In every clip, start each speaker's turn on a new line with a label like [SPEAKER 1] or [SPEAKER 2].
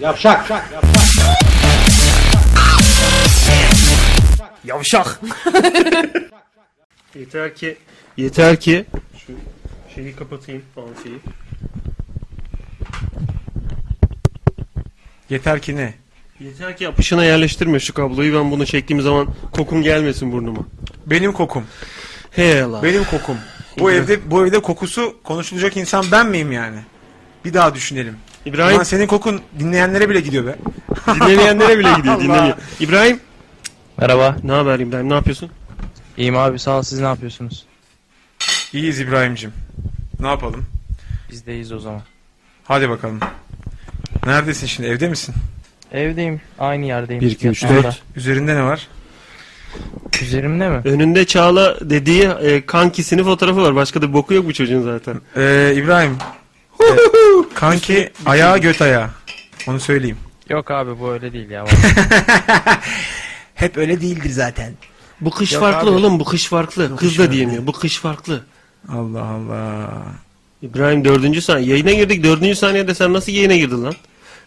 [SPEAKER 1] Yavşak.
[SPEAKER 2] Yavşak.
[SPEAKER 3] Yeter ki yeter ki şu şeyi kapatayım fanfiyi.
[SPEAKER 2] Yeter ki ne?
[SPEAKER 3] Yeter ki apışına yerleştirme şu kabloyu ben bunu çektiğim zaman kokum gelmesin burnuma.
[SPEAKER 2] Benim kokum.
[SPEAKER 3] Hey Allah.
[SPEAKER 2] Benim kokum. Bu
[SPEAKER 3] Evet.
[SPEAKER 2] evde bu evde kokusu konuşulacak insan ben miyim yani? Bir daha düşünelim.
[SPEAKER 3] İbrahim
[SPEAKER 2] Ulan senin kokun dinleyenlere bile gidiyor be.
[SPEAKER 3] dinlemeyenlere bile gidiyor
[SPEAKER 2] Allah.
[SPEAKER 3] dinlemiyor. İbrahim
[SPEAKER 4] Merhaba.
[SPEAKER 3] ne haber İbrahim ne yapıyorsun?
[SPEAKER 4] İyiyim abi sağ ol. Siz ne yapıyorsunuz?
[SPEAKER 2] İyiyiz İbrahim'cim. Ne yapalım?
[SPEAKER 4] Biz de iyiyiz o zaman.
[SPEAKER 2] Hadi bakalım. Neredesin şimdi? Evde misin?
[SPEAKER 4] Evdeyim. Aynı yerdeyim.
[SPEAKER 3] 1 2 3
[SPEAKER 4] Yatağımda.
[SPEAKER 3] 4.
[SPEAKER 2] Üzerinde ne var?
[SPEAKER 4] Üzerimde mi?
[SPEAKER 3] Önünde Çağla dediği e, kankisinin fotoğrafı var. Başka da bir boku yok bu çocuğun zaten.
[SPEAKER 2] Ee, İbrahim. Ee, kanki ayağı göt ayağı. Onu söyleyeyim.
[SPEAKER 4] Yok abi bu öyle değil ya.
[SPEAKER 2] Hep öyle değildir zaten.
[SPEAKER 3] Bu kış
[SPEAKER 4] Yok
[SPEAKER 3] farklı
[SPEAKER 4] abi.
[SPEAKER 3] oğlum bu kış farklı. Kız da diyemiyor. Bu kış farklı.
[SPEAKER 2] Allah Allah.
[SPEAKER 3] İbrahim dördüncü saniye. Yayına girdik dördüncü saniyede sen nasıl yayına girdin lan?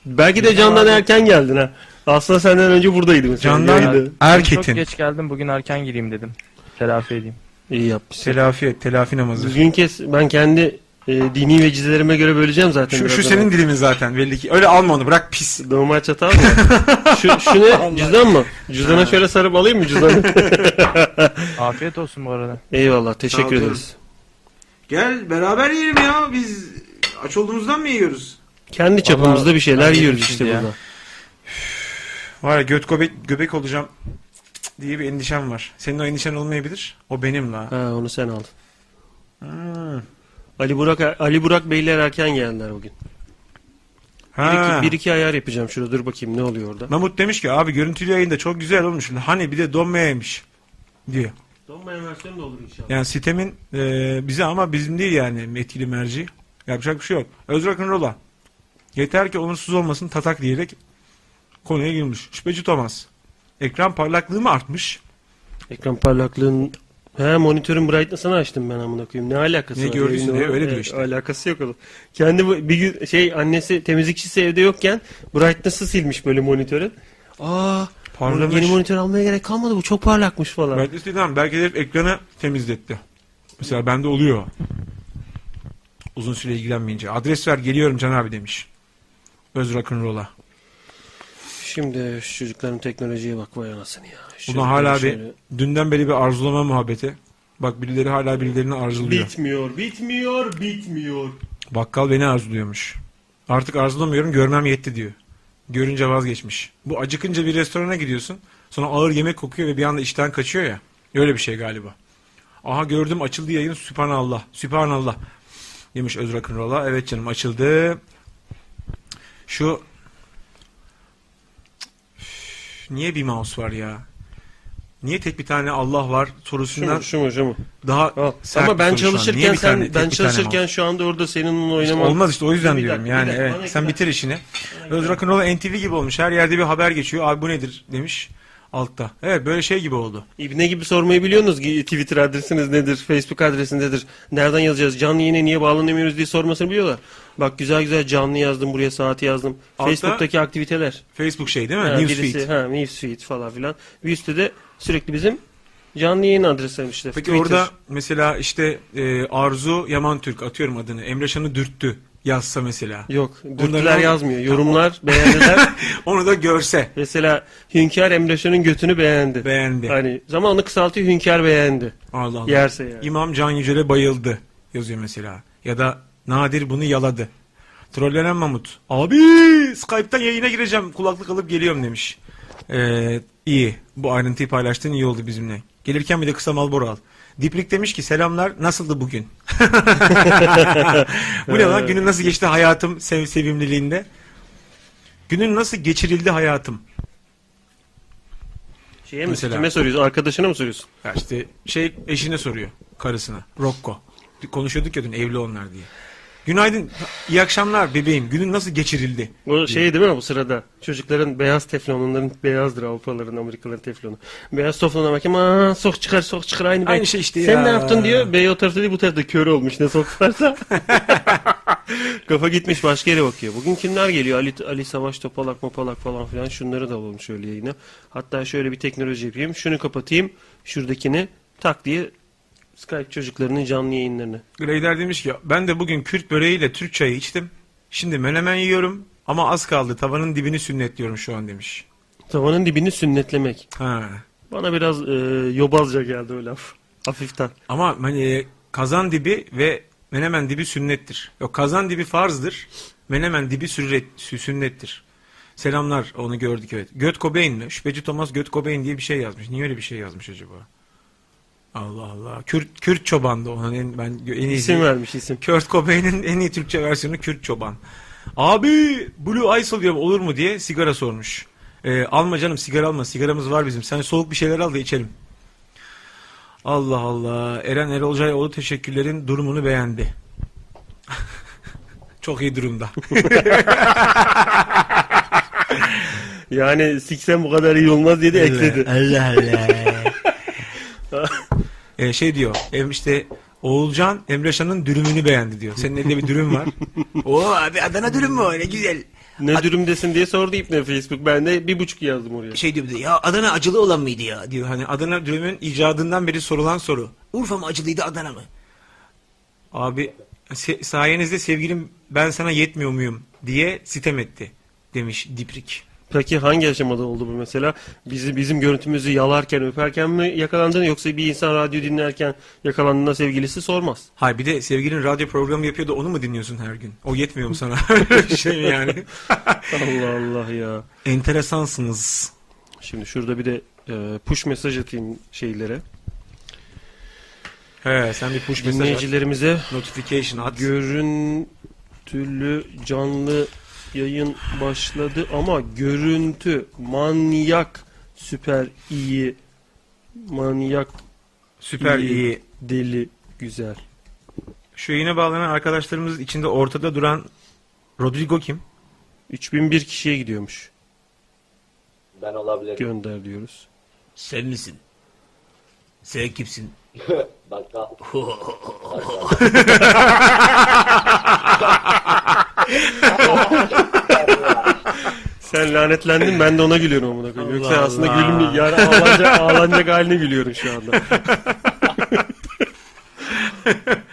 [SPEAKER 3] Belki de Can'dan erken geldin ha. Aslında senden önce buradaydı mesela.
[SPEAKER 2] Candan-
[SPEAKER 3] Yayında.
[SPEAKER 4] Çok
[SPEAKER 2] Erketin.
[SPEAKER 4] geç geldim. Bugün erken gireyim dedim. Telafi edeyim.
[SPEAKER 3] İyi yapmışsın.
[SPEAKER 2] Telafi et, telafi namazı.
[SPEAKER 3] Düzgün kes. Ben kendi e, dini vecizelerime göre böleceğim zaten.
[SPEAKER 2] Şu,
[SPEAKER 3] biraz
[SPEAKER 2] şu
[SPEAKER 3] ama.
[SPEAKER 2] senin dilimin zaten belli ki. Öyle alma onu bırak pis.
[SPEAKER 3] Normal çatal mı? şu, şu ne? Cüzdan mı? Cüzdana şöyle sarıp alayım mı cüzdanı?
[SPEAKER 4] Afiyet olsun bu arada.
[SPEAKER 3] Eyvallah. Teşekkür
[SPEAKER 5] canım.
[SPEAKER 3] ederiz.
[SPEAKER 5] Gel beraber yiyelim ya. Biz aç olduğumuzdan mı yiyoruz?
[SPEAKER 3] Kendi çapımızda bir şeyler
[SPEAKER 4] ben
[SPEAKER 3] yiyoruz
[SPEAKER 4] yedim
[SPEAKER 3] işte
[SPEAKER 4] şimdi ya.
[SPEAKER 3] burada.
[SPEAKER 2] Var ya göt göbek, göbek olacağım cık diye bir endişem var. Senin o endişen olmayabilir. O benim la.
[SPEAKER 3] Ha onu sen aldın.
[SPEAKER 2] Hmm.
[SPEAKER 3] Ali Burak Ali Burak Beyler erken geldiler bugün. Bir
[SPEAKER 2] Ha.
[SPEAKER 3] iki, bir iki ayar yapacağım şurada. Dur bakayım ne oluyor orada.
[SPEAKER 2] Mahmut demiş ki abi görüntülü yayında çok güzel olmuş. Hani bir de donmayaymış diyor.
[SPEAKER 3] Donmayan versiyonu da olur inşallah.
[SPEAKER 2] Yani sitemin e, bize ama bizim değil yani etkili merci. Yapacak bir şey yok. Öz rock'n'roll'a. Yeter ki onursuz olmasın tatak diyerek konuya girmiş. Şüpheci Thomas. Ekran parlaklığı mı artmış?
[SPEAKER 3] Ekran parlaklığın He monitörün brightness'ını açtım ben amına koyayım. Ne alakası
[SPEAKER 2] Ne
[SPEAKER 3] var?
[SPEAKER 2] gördüysen
[SPEAKER 3] Yayınla
[SPEAKER 2] diye
[SPEAKER 3] olan-
[SPEAKER 2] öyle diyor
[SPEAKER 3] He,
[SPEAKER 2] işte.
[SPEAKER 3] Alakası yok oğlum. Kendi bu- bir gün şey annesi temizlikçisi evde yokken brightness'ı silmiş böyle monitörün. Aa
[SPEAKER 2] Parlamış.
[SPEAKER 3] yeni monitör almaya gerek kalmadı bu çok parlakmış falan.
[SPEAKER 2] Belki de değil ama belki de herif ekranı temizletti. Mesela bende oluyor. Uzun süre ilgilenmeyince. Adres ver geliyorum Can abi demiş. Öz rock'n'roll'a.
[SPEAKER 3] Şimdi şu çocukların teknolojiye bak vay anasını ya. Şu
[SPEAKER 2] Buna
[SPEAKER 3] çocukların
[SPEAKER 2] hala bir
[SPEAKER 3] şöyle-
[SPEAKER 2] dünden beri bir arzulama muhabbeti. Bak birileri hala birilerini arzuluyor.
[SPEAKER 3] Bitmiyor, bitmiyor, bitmiyor.
[SPEAKER 2] Bakkal beni arzuluyormuş. Artık arzulamıyorum görmem yetti diyor. Görünce vazgeçmiş. Bu acıkınca bir restorana gidiyorsun. Sonra ağır yemek kokuyor ve bir anda işten kaçıyor ya. Öyle bir şey galiba. Aha gördüm açıldı yayın. Sübhanallah. Sübhanallah. Demiş Öz Rock'n'Roll'a. Evet canım açıldı. Şu Üf, Niye bir mouse var ya? Niye tek bir tane Allah var
[SPEAKER 3] Şu
[SPEAKER 2] sorusundan
[SPEAKER 3] mu, şu mu, şu mu?
[SPEAKER 2] daha
[SPEAKER 3] Al.
[SPEAKER 2] sert
[SPEAKER 3] Ama
[SPEAKER 2] bir
[SPEAKER 3] ben
[SPEAKER 2] soru şu an? Niye
[SPEAKER 3] çalışırken
[SPEAKER 2] bir tane-
[SPEAKER 3] sen
[SPEAKER 2] tek
[SPEAKER 3] ben
[SPEAKER 2] bir tane
[SPEAKER 3] çalışırken şu anda orada senin onunla
[SPEAKER 2] işte
[SPEAKER 3] oynaman.
[SPEAKER 2] olmaz işte o yüzden
[SPEAKER 3] Bir
[SPEAKER 2] diyorum
[SPEAKER 3] dakika,
[SPEAKER 2] yani
[SPEAKER 3] bir dakika,
[SPEAKER 2] evet.
[SPEAKER 3] bana iki
[SPEAKER 2] Sen
[SPEAKER 3] dakika.
[SPEAKER 2] bitir işini. Öz Rock'n'Roll NTV gibi olmuş. Her yerde bir haber geçiyor. Abi bu nedir demiş altta. Evet böyle şey gibi oldu.
[SPEAKER 3] İbne gibi sormayı biliyorsunuz ki Twitter adresiniz nedir, Facebook adresi nedir, nereden yazacağız, canlı yayına niye bağlanamıyoruz diye sormasını biliyorlar. Bak güzel güzel canlı yazdım buraya saati yazdım.
[SPEAKER 2] Altta-
[SPEAKER 3] Facebook'taki aktiviteler.
[SPEAKER 2] Facebook şey değil mi?
[SPEAKER 3] Ha,
[SPEAKER 2] Newsfeed.
[SPEAKER 3] birisi- ha, newsfeed falan filan. Bir üstte de sürekli bizim canlı yayın adreslerimiz işte.
[SPEAKER 2] Peki
[SPEAKER 3] Twitter.
[SPEAKER 2] orada mesela işte e, Arzu Yaman Türk atıyorum adını. Emre Şan'ı dürttü yazsa mesela.
[SPEAKER 3] Yok. Dürtüler
[SPEAKER 2] Bunların-
[SPEAKER 3] yazmıyor. Yorumlar, beğendiler.
[SPEAKER 2] Onu da görse
[SPEAKER 3] Mesela Hünkar Emreşan'ın götünü beğendi.
[SPEAKER 2] beğendi.
[SPEAKER 3] Hani zamanını kısaltıyor Hünkar beğendi.
[SPEAKER 2] Allah Allah.
[SPEAKER 3] Yerse yani.
[SPEAKER 2] İmam Can Yücel'e bayıldı yazıyor mesela. Ya da Nadir bunu yaladı. Trollenen Mamut. Abi Skype'tan yayına gireceğim. Kulaklık alıp geliyorum demiş. Ee, iyi. Bu ayrıntıyı paylaştığın iyi oldu bizimle. Gelirken bir de kısa Malboro al. Diplik demiş ki selamlar nasıldı bugün? bu ne lan günün nasıl geçti hayatım sev sevimliliğinde? Günün nasıl geçirildi hayatım?
[SPEAKER 3] Şeye mi,
[SPEAKER 2] Mesela.
[SPEAKER 3] kime soruyorsun? Arkadaşına mı soruyorsun?
[SPEAKER 2] Ya işte şey eşine soruyor karısına. Rocco. Konuşuyorduk ya dün evli onlar diye. Günaydın, iyi akşamlar bebeğim. Günün nasıl geçirildi?
[SPEAKER 3] Bu şey değil mi bu sırada? Çocukların beyaz teflon, onların beyazdır Avrupalıların, Amerikalıların teflonu. Beyaz teflona bakayım, aa sok çıkar sok çıkar aynı,
[SPEAKER 2] Aynı
[SPEAKER 3] bey.
[SPEAKER 2] şey işte
[SPEAKER 3] Sen
[SPEAKER 2] ya.
[SPEAKER 3] ne yaptın diyor, bey o tarafta değil bu tarafta kör olmuş ne soktularsa. Kafa gitmiş başka yere bakıyor. Bugün kimler geliyor? Ali, Ali Savaş, Topalak, Mopalak falan filan şunları da alalım şöyle yayına. Hatta şöyle bir teknoloji yapayım, şunu kapatayım, şuradakini tak diye Skype çocuklarının canlı yayınlarını.
[SPEAKER 2] Greyder demiş ki ben de bugün Kürt böreğiyle Türk çayı içtim. Şimdi menemen yiyorum ama az kaldı. Tavanın dibini sünnetliyorum şu an demiş.
[SPEAKER 3] Tavanın dibini sünnetlemek.
[SPEAKER 2] Ha.
[SPEAKER 3] Bana biraz e, yobazca geldi o laf. Hafiften.
[SPEAKER 2] Ama hani kazan dibi ve menemen dibi sünnettir. Yok kazan dibi farzdır. Menemen dibi sürret, sü- sünnettir. Selamlar onu gördük evet. Göt Cobain mi? Şüpheci Thomas Göt Cobain diye bir şey yazmış. Niye öyle bir şey yazmış acaba? Allah Allah. Kürt, Kürt çobandı onun en, ben en iyi
[SPEAKER 3] İsim vermiş isim.
[SPEAKER 2] Kurt Cobain'in en iyi Türkçe versiyonu Kürt Çoban. Abi Blue Ice alıyorum olur mu diye sigara sormuş. Ee, alma canım sigara alma sigaramız var bizim. Sen soğuk bir şeyler al da içelim. Allah Allah. Eren Erolcayoğlu teşekkürlerin durumunu beğendi. Çok iyi durumda.
[SPEAKER 3] Yani siksen bu kadar iyi olmaz diye de ekledi.
[SPEAKER 2] Ee, Allah Allah. Ee, şey diyor. em işte Oğulcan Emreşan'ın dürümünü beğendi diyor. Senin elinde bir dürüm var. Oo abi Adana dürüm mü? o? Ne güzel.
[SPEAKER 3] Ne dürümdesin diye sordu ipne Facebook. Ben de bir buçuk yazdım oraya.
[SPEAKER 2] şey diyor bir de, ya Adana acılı olan mıydı ya diyor. Hani Adana dürümün icadından beri sorulan soru. Urfa mı acılıydı Adana mı? Abi se- sayenizde sevgilim ben sana yetmiyor muyum diye sitem etti demiş Diprik.
[SPEAKER 3] Peki hangi aşamada oldu bu mesela? Bizi bizim görüntümüzü yalarken, öperken mi yakalandın yoksa bir insan radyo dinlerken yakalandığında sevgilisi sormaz.
[SPEAKER 2] Hay bir de sevgilin radyo programı yapıyor da onu mu dinliyorsun her gün? O yetmiyor mu sana? şey mi yani.
[SPEAKER 3] Allah Allah ya.
[SPEAKER 2] Enteresansınız.
[SPEAKER 3] Şimdi şurada bir de e, push mesaj atayım şeylere.
[SPEAKER 2] He sen bir push mesaj at.
[SPEAKER 3] Dinleyicilerimize
[SPEAKER 2] Notification at.
[SPEAKER 3] görüntülü canlı yayın başladı ama görüntü manyak süper iyi manyak
[SPEAKER 2] Süper
[SPEAKER 3] iyi.
[SPEAKER 2] iyi.
[SPEAKER 3] deli güzel.
[SPEAKER 2] Şu yayına bağlanan arkadaşlarımız içinde ortada duran Rodrigo kim?
[SPEAKER 3] 3001 kişiye gidiyormuş.
[SPEAKER 1] Ben olabilirim.
[SPEAKER 3] Gönder diyoruz.
[SPEAKER 6] Sen misin? Sen kimsin?
[SPEAKER 1] Bakkal.
[SPEAKER 3] Sen lanetlendin ben de ona gülüyorum amına koyayım. Yoksa
[SPEAKER 2] Allah
[SPEAKER 3] aslında
[SPEAKER 2] Allah.
[SPEAKER 3] gülüm yani ağlanacak, ağlanacak haline gülüyorum şu anda.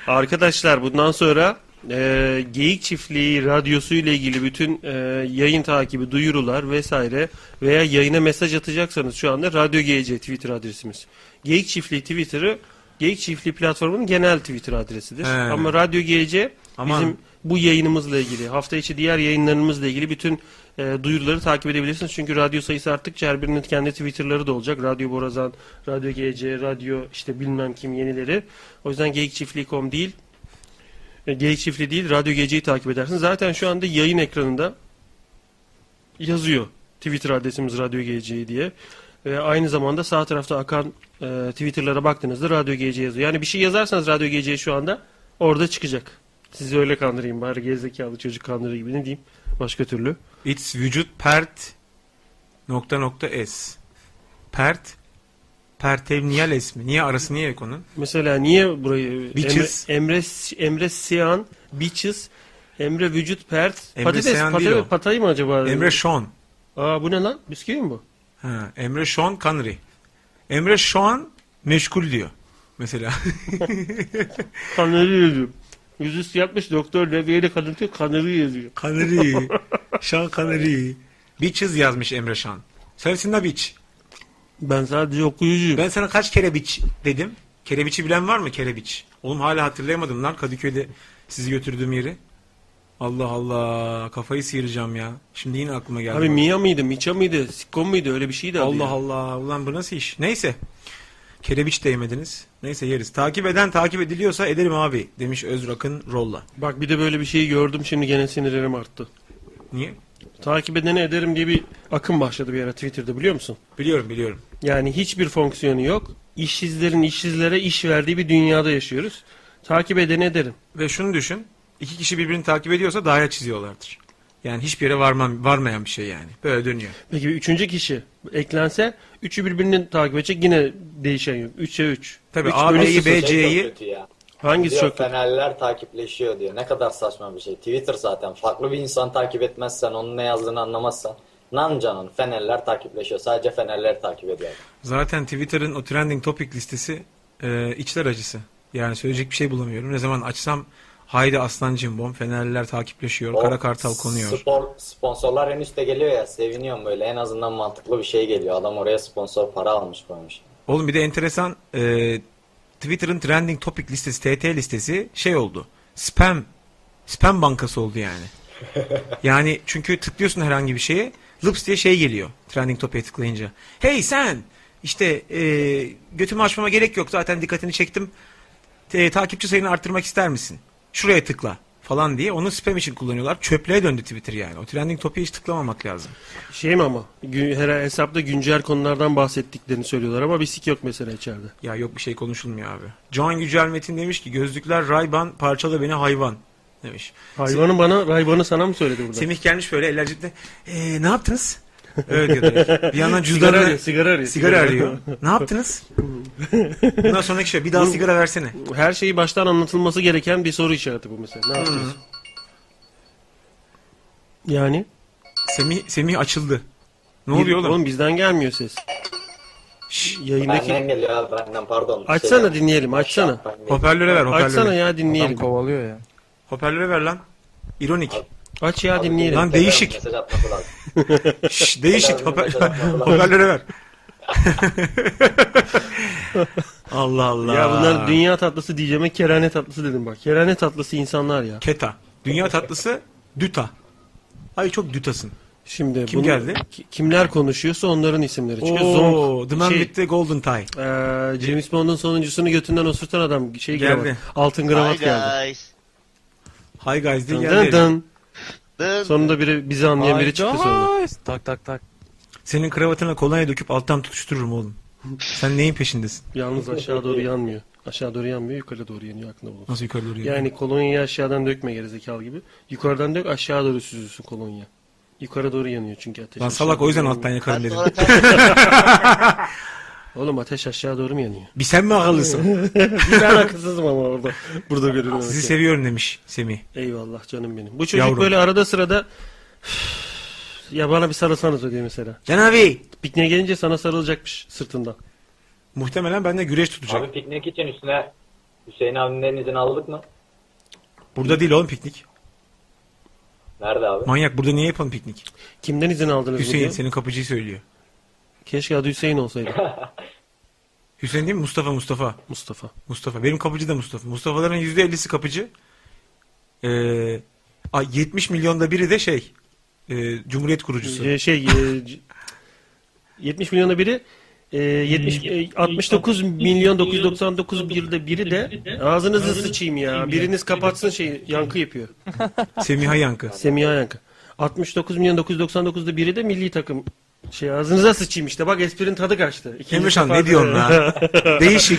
[SPEAKER 3] Arkadaşlar bundan sonra e, Geyik Çiftliği radyosu ile ilgili bütün e, yayın takibi, duyurular vesaire veya yayına mesaj atacaksanız şu anda Radyo GC Twitter adresimiz. Geyik Çiftliği Twitter'ı Geyik Çiftliği platformunun genel Twitter adresidir.
[SPEAKER 2] He.
[SPEAKER 3] Ama Radyo GC
[SPEAKER 2] Aman.
[SPEAKER 3] bizim bu yayınımızla ilgili, hafta içi diğer yayınlarımızla ilgili bütün e, duyuruları takip edebilirsiniz. Çünkü radyo sayısı arttıkça her birinin kendi Twitter'ları da olacak. Radyo Borazan, Radyo GC, Radyo işte bilmem kim yenileri. O yüzden geyikçiftliği.com değil, e, geyik çiftliği değil, Radyo GC'yi takip edersiniz. Zaten şu anda yayın ekranında yazıyor Twitter adresimiz Radyo GC diye. E, aynı zamanda sağ tarafta akan e, Twitter'lara baktığınızda Radyo GC yazıyor. Yani bir şey yazarsanız Radyo GC şu anda orada çıkacak. Sizi öyle kandırayım bari gerizekalı çocuk kandırır gibi ne diyeyim başka türlü.
[SPEAKER 2] It's vücut pert nokta nokta s. Pert pertevniyal es mi? Niye arası niye yok onun?
[SPEAKER 3] Mesela niye burayı
[SPEAKER 2] Bitches.
[SPEAKER 3] Emre Emre, Emre Siyan, Bitches, Emre Vücut Pert,
[SPEAKER 2] Emre
[SPEAKER 3] patates,
[SPEAKER 2] Siyan değil
[SPEAKER 3] patates,
[SPEAKER 2] o.
[SPEAKER 3] patay mı acaba?
[SPEAKER 2] Emre Sean.
[SPEAKER 3] Aa bu ne lan? Bisküvi mi bu?
[SPEAKER 2] Ha, Emre Sean Connery. Emre Sean meşgul diyor. Mesela.
[SPEAKER 3] Kanarya yazıyor. Yüzüstü yapmış doktor Levye'yle kadın diyor kanarya yazıyor.
[SPEAKER 2] Connery. Sean Connery. Bitches yazmış Emre Sean. Sensin de bitch.
[SPEAKER 3] Ben sadece okuyucuyum.
[SPEAKER 2] Ben sana kaç kere bitch dedim. Kerebiçi bilen var mı kerebiç? Oğlum hala hatırlayamadım lan Kadıköy'de sizi götürdüğüm yeri. Allah Allah kafayı sıyıracağım ya. Şimdi yine aklıma geldi.
[SPEAKER 3] Abi
[SPEAKER 2] bak.
[SPEAKER 3] Mia mıydı, Miça mıydı, Sikon muydu öyle bir şeydi adı
[SPEAKER 2] Allah
[SPEAKER 3] ya.
[SPEAKER 2] Allah. Ulan bu nasıl iş? Neyse. Kerebiç de yemediniz. Neyse yeriz. Takip eden takip ediliyorsa ederim abi demiş Özrak'ın Rolla.
[SPEAKER 3] Bak bir de böyle bir şeyi gördüm şimdi gene sinirlerim arttı.
[SPEAKER 2] Niye?
[SPEAKER 3] Takip edene ederim diye bir akım başladı bir ara Twitter'da biliyor musun?
[SPEAKER 2] Biliyorum biliyorum.
[SPEAKER 3] Yani hiçbir fonksiyonu yok. İşsizlerin işsizlere iş verdiği bir dünyada yaşıyoruz. Takip edene ederim.
[SPEAKER 2] Ve şunu düşün. iki kişi birbirini takip ediyorsa daire çiziyorlardır. Yani hiçbir yere varmam, varmayan bir şey yani. Böyle dönüyor.
[SPEAKER 3] Peki bir üçüncü kişi eklense üçü birbirini takip edecek yine değişen yok. 3'e 3.
[SPEAKER 2] Tabii
[SPEAKER 3] Üç
[SPEAKER 2] A,
[SPEAKER 3] bölü
[SPEAKER 2] B'yi,
[SPEAKER 3] sıfır.
[SPEAKER 2] B, C'yi
[SPEAKER 1] şey Çok kötü ya.
[SPEAKER 3] Hangisi
[SPEAKER 1] Diyor,
[SPEAKER 3] çok kötü?
[SPEAKER 1] Fenerler takipleşiyor diyor. Ne kadar saçma bir şey. Twitter zaten. Farklı bir insan takip etmezsen, onun ne yazdığını anlamazsan. Nancanın Fenerler takipleşiyor. Sadece Fenerler takip ediyor.
[SPEAKER 2] Zaten Twitter'ın o trending topic listesi e, içler acısı. Yani söyleyecek bir şey bulamıyorum. Ne zaman açsam haydi aslan cimbom, fenerliler takipleşiyor,
[SPEAKER 1] O
[SPEAKER 2] kara kartal konuyor.
[SPEAKER 1] Spor, sponsorlar en üstte geliyor ya. Seviniyorum böyle. En azından mantıklı bir şey geliyor. Adam oraya sponsor para almış koymuş.
[SPEAKER 2] Oğlum bir de enteresan e, Twitter'ın trending topic listesi, TT listesi şey oldu. Spam, spam bankası oldu yani. yani çünkü tıklıyorsun herhangi bir şeye, lıps diye şey geliyor trending topic'e tıklayınca. Hey sen! İşte e, götümü açmama gerek yok zaten dikkatini çektim. Te- takipçi sayını arttırmak ister misin? Şuraya tıkla falan diye onu spam için kullanıyorlar. Çöplüğe döndü Twitter yani. O trending topic'e hiç tıklamamak lazım.
[SPEAKER 3] Şey mi ama? Gün, her hesapta güncel konulardan bahsettiklerini söylüyorlar ama bir sik yok mesela içeride.
[SPEAKER 2] Ya yok bir şey konuşulmuyor abi. Can Yücel Metin demiş ki gözlükler Rayban parçala beni hayvan demiş.
[SPEAKER 3] Hayvanı bana, hayvanı sana mı söyledi burada?
[SPEAKER 2] Semih gelmiş böyle eller cebinde. "Ee, ne yaptınız? Öyle diyor direkt. Bir yandan
[SPEAKER 3] Sigara arıyor,
[SPEAKER 2] cüzdanını
[SPEAKER 3] sigara arıyor.
[SPEAKER 2] sigara arıyor. ne yaptınız? Bundan sonraki şey bir daha sigara versene.
[SPEAKER 3] Her şeyi baştan anlatılması gereken bir soru işareti bu mesela.
[SPEAKER 2] Hmm.
[SPEAKER 3] Ne yapıyorsun? Yani?
[SPEAKER 2] Semih Semih açıldı. Ne oluyor
[SPEAKER 3] Bir-
[SPEAKER 2] oğlum?
[SPEAKER 3] bizden gelmiyor ses.
[SPEAKER 2] Şşş,
[SPEAKER 3] Yayındaki...
[SPEAKER 1] Benden geliyor abi. Benden pardon.
[SPEAKER 3] Açsana
[SPEAKER 1] Şeyden-
[SPEAKER 3] dinleyelim açsana.
[SPEAKER 1] Benden geliyor.
[SPEAKER 2] hoparlöre ver hoparlöre.
[SPEAKER 3] Açsana ya
[SPEAKER 4] Adam
[SPEAKER 3] dinleyelim.
[SPEAKER 4] kovalıyor ya.
[SPEAKER 2] Hoparlöre ver lan. İronik.
[SPEAKER 3] Aç ya dinleyelim.
[SPEAKER 2] Lan
[SPEAKER 1] Tekrar
[SPEAKER 2] değişik.
[SPEAKER 1] mesaj atması lazım.
[SPEAKER 2] Şşş değişik
[SPEAKER 1] Hoparlöre
[SPEAKER 2] hoparlöre,
[SPEAKER 1] ver.
[SPEAKER 2] hoparlöre ver. Allah Allah.
[SPEAKER 3] Ya bunlar dünya tatlısı diyeceğime kerane tatlısı dedim bak. Kerane tatlısı insanlar ya.
[SPEAKER 2] Keta. Dünya tatlısı düta. Ay çok dütasın.
[SPEAKER 3] Şimdi
[SPEAKER 2] Kim
[SPEAKER 3] bunu-
[SPEAKER 2] geldi?
[SPEAKER 3] ki- Kimler konuşuyorsa onların isimleri çıkıyor.
[SPEAKER 2] Oo,
[SPEAKER 3] Zonk.
[SPEAKER 2] The Man
[SPEAKER 3] şey,
[SPEAKER 2] with the Golden Tie.
[SPEAKER 3] eee, James Bond'un sonuncusunu götünden osurtan adam şey geldi.
[SPEAKER 2] Geldi.
[SPEAKER 3] Altın
[SPEAKER 7] Hi
[SPEAKER 3] kravat geldi.
[SPEAKER 7] guys.
[SPEAKER 2] Hi guys
[SPEAKER 3] Dın
[SPEAKER 2] diye
[SPEAKER 3] dın
[SPEAKER 2] geldi.
[SPEAKER 3] dın.
[SPEAKER 7] Dın.
[SPEAKER 3] Sonunda biri bizi anlayan biri çıktı sonunda.
[SPEAKER 4] Tak tak tak.
[SPEAKER 2] Senin kravatına kolonya döküp alttan tutuştururum oğlum. Sen neyin peşindesin?
[SPEAKER 3] Yalnız aşağı doğru yanmıyor. Aşağı doğru yanmıyor, yukarı doğru yanıyor aklında bulunsun.
[SPEAKER 2] Nasıl yukarı doğru yürüyorsun?
[SPEAKER 3] Yani kolonyayı aşağıdan dökme gerizekalı gibi. Yukarıdan dök, aşağı doğru süzülsün kolonya. Yukarı doğru yanıyor çünkü ateş.
[SPEAKER 2] Lan
[SPEAKER 3] aşağı
[SPEAKER 2] salak o
[SPEAKER 3] doğru
[SPEAKER 2] yüzden
[SPEAKER 3] yanıyor.
[SPEAKER 2] alttan yakarım
[SPEAKER 7] Ben
[SPEAKER 2] dedim.
[SPEAKER 7] sonra tak-
[SPEAKER 3] Oğlum ateş aşağı doğru mu yanıyor?
[SPEAKER 2] Bir sen mi akıllısın?
[SPEAKER 3] Bir ben akılsızım ama orada. Burada görüyorum.
[SPEAKER 2] Sizi seviyorum demiş Semih.
[SPEAKER 3] Eyvallah canım benim. Bu çocuk
[SPEAKER 2] Yavrum.
[SPEAKER 3] böyle arada sırada ya bana bir sarılsanız diyor mesela.
[SPEAKER 2] Can abi.
[SPEAKER 3] Pikniğe gelince sana sarılacakmış sırtından.
[SPEAKER 2] Muhtemelen benden güreş tutacak.
[SPEAKER 1] Abi piknik için üstüne Hüseyin abimden izin aldık mı?
[SPEAKER 2] Burada değil oğlum piknik.
[SPEAKER 1] Nerede abi?
[SPEAKER 2] Manyak burada niye yapalım piknik?
[SPEAKER 3] Kimden izin aldınız bu
[SPEAKER 2] Hüseyin
[SPEAKER 3] diyor.
[SPEAKER 2] senin kapıcıyı söylüyor.
[SPEAKER 3] Keşke adı Hüseyin olsaydı
[SPEAKER 2] Hüseyin değil mi? Mustafa Mustafa.
[SPEAKER 3] Mustafa.
[SPEAKER 2] Mustafa. Benim kapıcı da Mustafa. Mustafa'ların %50'si kapıcı. Ee, ay, 70 milyonda biri de şey. e, Cumhuriyet kurucusu.
[SPEAKER 3] Ee, şey e, c- 70 milyona biri e, 70 e, 69 milyon 999 birde biri de ağzınızı sıçayım ya. Biriniz kapatsın şeyi yankı yapıyor.
[SPEAKER 2] Semiha Yankı.
[SPEAKER 3] Semiha Yankı. 69 milyon 999'da biri de milli takım. Şey ağzınıza sıçayım işte. Bak esprin tadı kaçtı. İkinci
[SPEAKER 2] Emreşan
[SPEAKER 3] defa-
[SPEAKER 2] ne diyorsun lan? Değişik.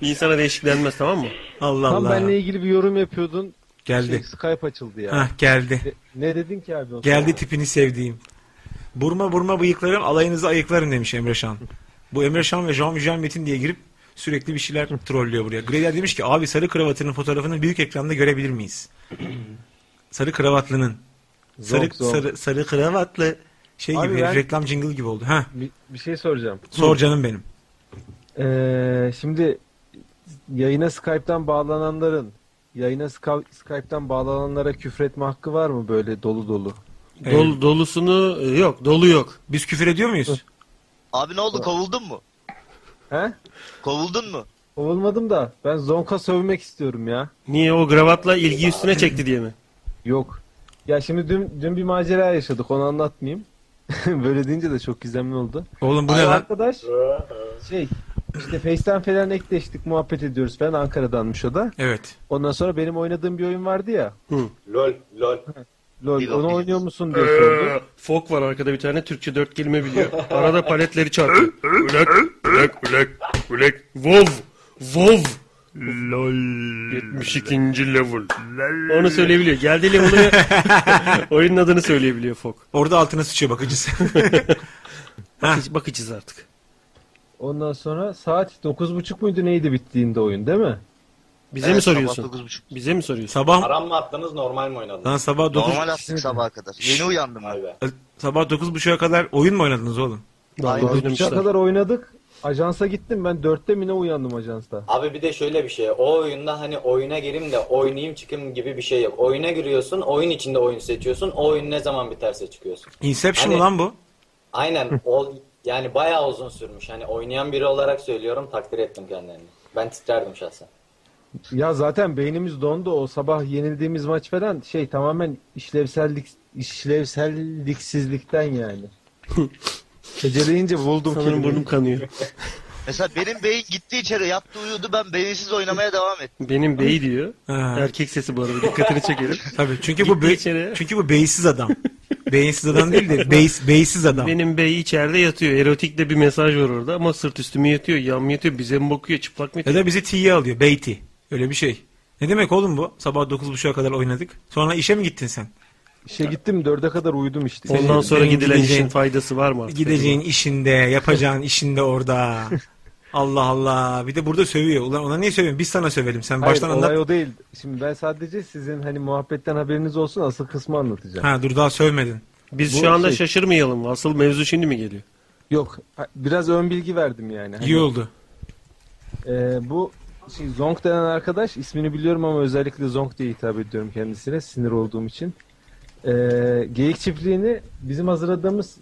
[SPEAKER 3] İnsana değişik denmez tamam mı?
[SPEAKER 2] Allah
[SPEAKER 8] Tam
[SPEAKER 2] Allah.
[SPEAKER 8] benle ilgili bir yorum yapıyordun. Şey,
[SPEAKER 2] Geldi.
[SPEAKER 8] Skype açıldı ya.
[SPEAKER 2] Hah geldi.
[SPEAKER 8] Ne- Ne dedin ki abi? o zaman?
[SPEAKER 2] Geldi tipini sevdiğim. Burma burma bıyıklarım alayınızı ayıklarım demiş Emre Şan. Bu Emre Şan ve Jean Jean Metin diye girip sürekli bir şeyler trollüyor buraya. Greyler demiş ki abi sarı kravatının fotoğrafını büyük ekranda görebilir miyiz? sarı kravatlının.
[SPEAKER 8] Zonk,
[SPEAKER 2] Sarı,
[SPEAKER 8] zonk.
[SPEAKER 2] sarı, sarı kravatlı şey
[SPEAKER 8] Abi
[SPEAKER 2] gibi
[SPEAKER 8] ben-
[SPEAKER 2] reklam jingle gibi oldu. Ha
[SPEAKER 8] Bir, bir şey soracağım.
[SPEAKER 2] sor canım benim.
[SPEAKER 8] Ee, şimdi yayına Skype'tan bağlananların yayına Sky- Skype'tan bağlananlara küfretme hakkı var mı böyle dolu dolu?
[SPEAKER 2] Evet.
[SPEAKER 3] Dol, dolusunu e, yok. Dolu yok.
[SPEAKER 2] Biz küfür ediyor muyuz?
[SPEAKER 7] Abi ne oldu kovuldun mu?
[SPEAKER 8] He?
[SPEAKER 7] Kovuldun mu?
[SPEAKER 8] Olmadım da ben Zonka sövmek istiyorum ya.
[SPEAKER 3] Niye o gravatla ilgi üstüne çekti diye mi?
[SPEAKER 8] Yok. Ya şimdi dün dün bir macera yaşadık onu anlatmayayım. böyle deyince de çok gizemli oldu.
[SPEAKER 2] Oğlum bu
[SPEAKER 8] Bu
[SPEAKER 2] ne lan?
[SPEAKER 8] arkadaş şey işte Face'ten falan ekleştik muhabbet ediyoruz falan Ankara'danmış o da.
[SPEAKER 2] Evet.
[SPEAKER 8] Ondan sonra benim oynadığım bir oyun vardı ya.
[SPEAKER 1] Lol, lol.
[SPEAKER 8] LOL
[SPEAKER 7] League of
[SPEAKER 8] onu
[SPEAKER 7] Legends.
[SPEAKER 8] oynuyor musun
[SPEAKER 3] Ee.
[SPEAKER 8] diye sordu.
[SPEAKER 3] Fok var arkada bir tane Türkçe dört kelime biliyor. Arada paletleri çarpıyor. Ulek, ulek, ulek, ulek, ulek. Vov, vov,
[SPEAKER 6] LOL.
[SPEAKER 3] 72. level. Onu söyleyebiliyor. Geldiği level'ı oyunun adını söyleyebiliyor Fok.
[SPEAKER 2] Orada altına sıçıyor bakıcısı.
[SPEAKER 3] Bakıcı, bakıcız artık.
[SPEAKER 8] Ondan sonra saat 9.30 muydu neydi bittiğinde oyun değil mi?
[SPEAKER 3] Bize
[SPEAKER 7] Evet,
[SPEAKER 3] mi
[SPEAKER 7] sabah
[SPEAKER 3] soruyorsun?
[SPEAKER 7] 9.30.
[SPEAKER 3] Bize mi soruyorsun?
[SPEAKER 2] sabah
[SPEAKER 1] Haram mı attınız normal mi oynadınız?
[SPEAKER 2] lan sabah 9
[SPEAKER 7] Normal attık sabaha kadar. Yeni uyandım ben.
[SPEAKER 1] Vay be.
[SPEAKER 2] sabah 9.30'a kadar oyun mu oynadınız oğlum?
[SPEAKER 7] Aynen.
[SPEAKER 3] Vallahi
[SPEAKER 8] Üçe
[SPEAKER 3] oynamışlar.
[SPEAKER 8] kadar oynadık. Ajansa gittim ben dörtte mi ne uyandım ajansta.
[SPEAKER 1] Abi bir de şöyle bir şey. O oyunda hani oyuna gireyim de oynayayım çıkayım gibi bir şey yok. Oyuna giriyorsun, oyun içinde oyun seçiyorsun. O oyun ne zaman biterse çıkıyorsun.
[SPEAKER 2] Inception
[SPEAKER 1] Hani-
[SPEAKER 2] mu lan bu?
[SPEAKER 1] Aynen. o yani bayağı uzun sürmüş. Hani oynayan biri olarak söylüyorum. Takdir ettim kendilerini. Ben titrerdim şahsen.
[SPEAKER 8] Ya zaten beynimiz dondu o sabah yenildiğimiz maç falan şey tamamen işlevsellik işlevselliksizlikten yani. Becereyince buldum
[SPEAKER 3] Sanırım
[SPEAKER 8] kelimeyi.
[SPEAKER 3] burnum kanıyor.
[SPEAKER 7] Mesela benim beyin gitti içeri yattı uyudu ben beyinsiz oynamaya devam ettim.
[SPEAKER 3] Benim bey diyor.
[SPEAKER 2] Ha.
[SPEAKER 3] Erkek sesi bu arada dikkatini çekelim.
[SPEAKER 2] Tabii çünkü bu
[SPEAKER 3] Gitti
[SPEAKER 2] be-
[SPEAKER 3] içeri.
[SPEAKER 2] çünkü bu beysiz adam. beyinsiz adam değil de beys, beysiz adam.
[SPEAKER 3] Benim bey içeride yatıyor. Erotik de bir mesaj var orada ama sırt üstüme yatıyor. Yan mı yatıyor? Bize mi bakıyor? Çıplak mı
[SPEAKER 2] Ya
[SPEAKER 3] yatıyor?
[SPEAKER 2] da bizi tiye alıyor. Beyti. Öyle bir şey. Ne demek oğlum bu? Sabah 9.30'a kadar oynadık. Sonra işe mi gittin sen?
[SPEAKER 8] İşe gittim dörde kadar uyudum işte.
[SPEAKER 2] Senin-
[SPEAKER 3] Ondan sonra
[SPEAKER 2] senin
[SPEAKER 3] gidilen
[SPEAKER 2] gideceğin-
[SPEAKER 3] işin faydası var mı artık?
[SPEAKER 2] Gideceğin işinde, yapacağın işinde orada. Allah Allah. Bir de burada sövüyor. Ulan ona niye sövüyorsun? Biz sana sövelim. Sen
[SPEAKER 8] Hayır,
[SPEAKER 2] baştan
[SPEAKER 8] olay
[SPEAKER 2] anlat.
[SPEAKER 8] o değil. Şimdi ben sadece sizin hani muhabbetten haberiniz olsun asıl kısmı anlatacağım.
[SPEAKER 2] Ha dur daha sövmedin.
[SPEAKER 3] Biz
[SPEAKER 8] Bu
[SPEAKER 3] şu anda
[SPEAKER 8] şey-
[SPEAKER 3] şaşırmayalım. Asıl mevzu şimdi mi geliyor?
[SPEAKER 8] Yok ha- biraz ön bilgi verdim yani. Hani,
[SPEAKER 2] İyi oldu.
[SPEAKER 8] e, bu şey, Zonk denen arkadaş ismini biliyorum ama özellikle Zonk diye hitap ediyorum kendisine sinir olduğum için. E, geyik çiftliğini bizim hazırladığımız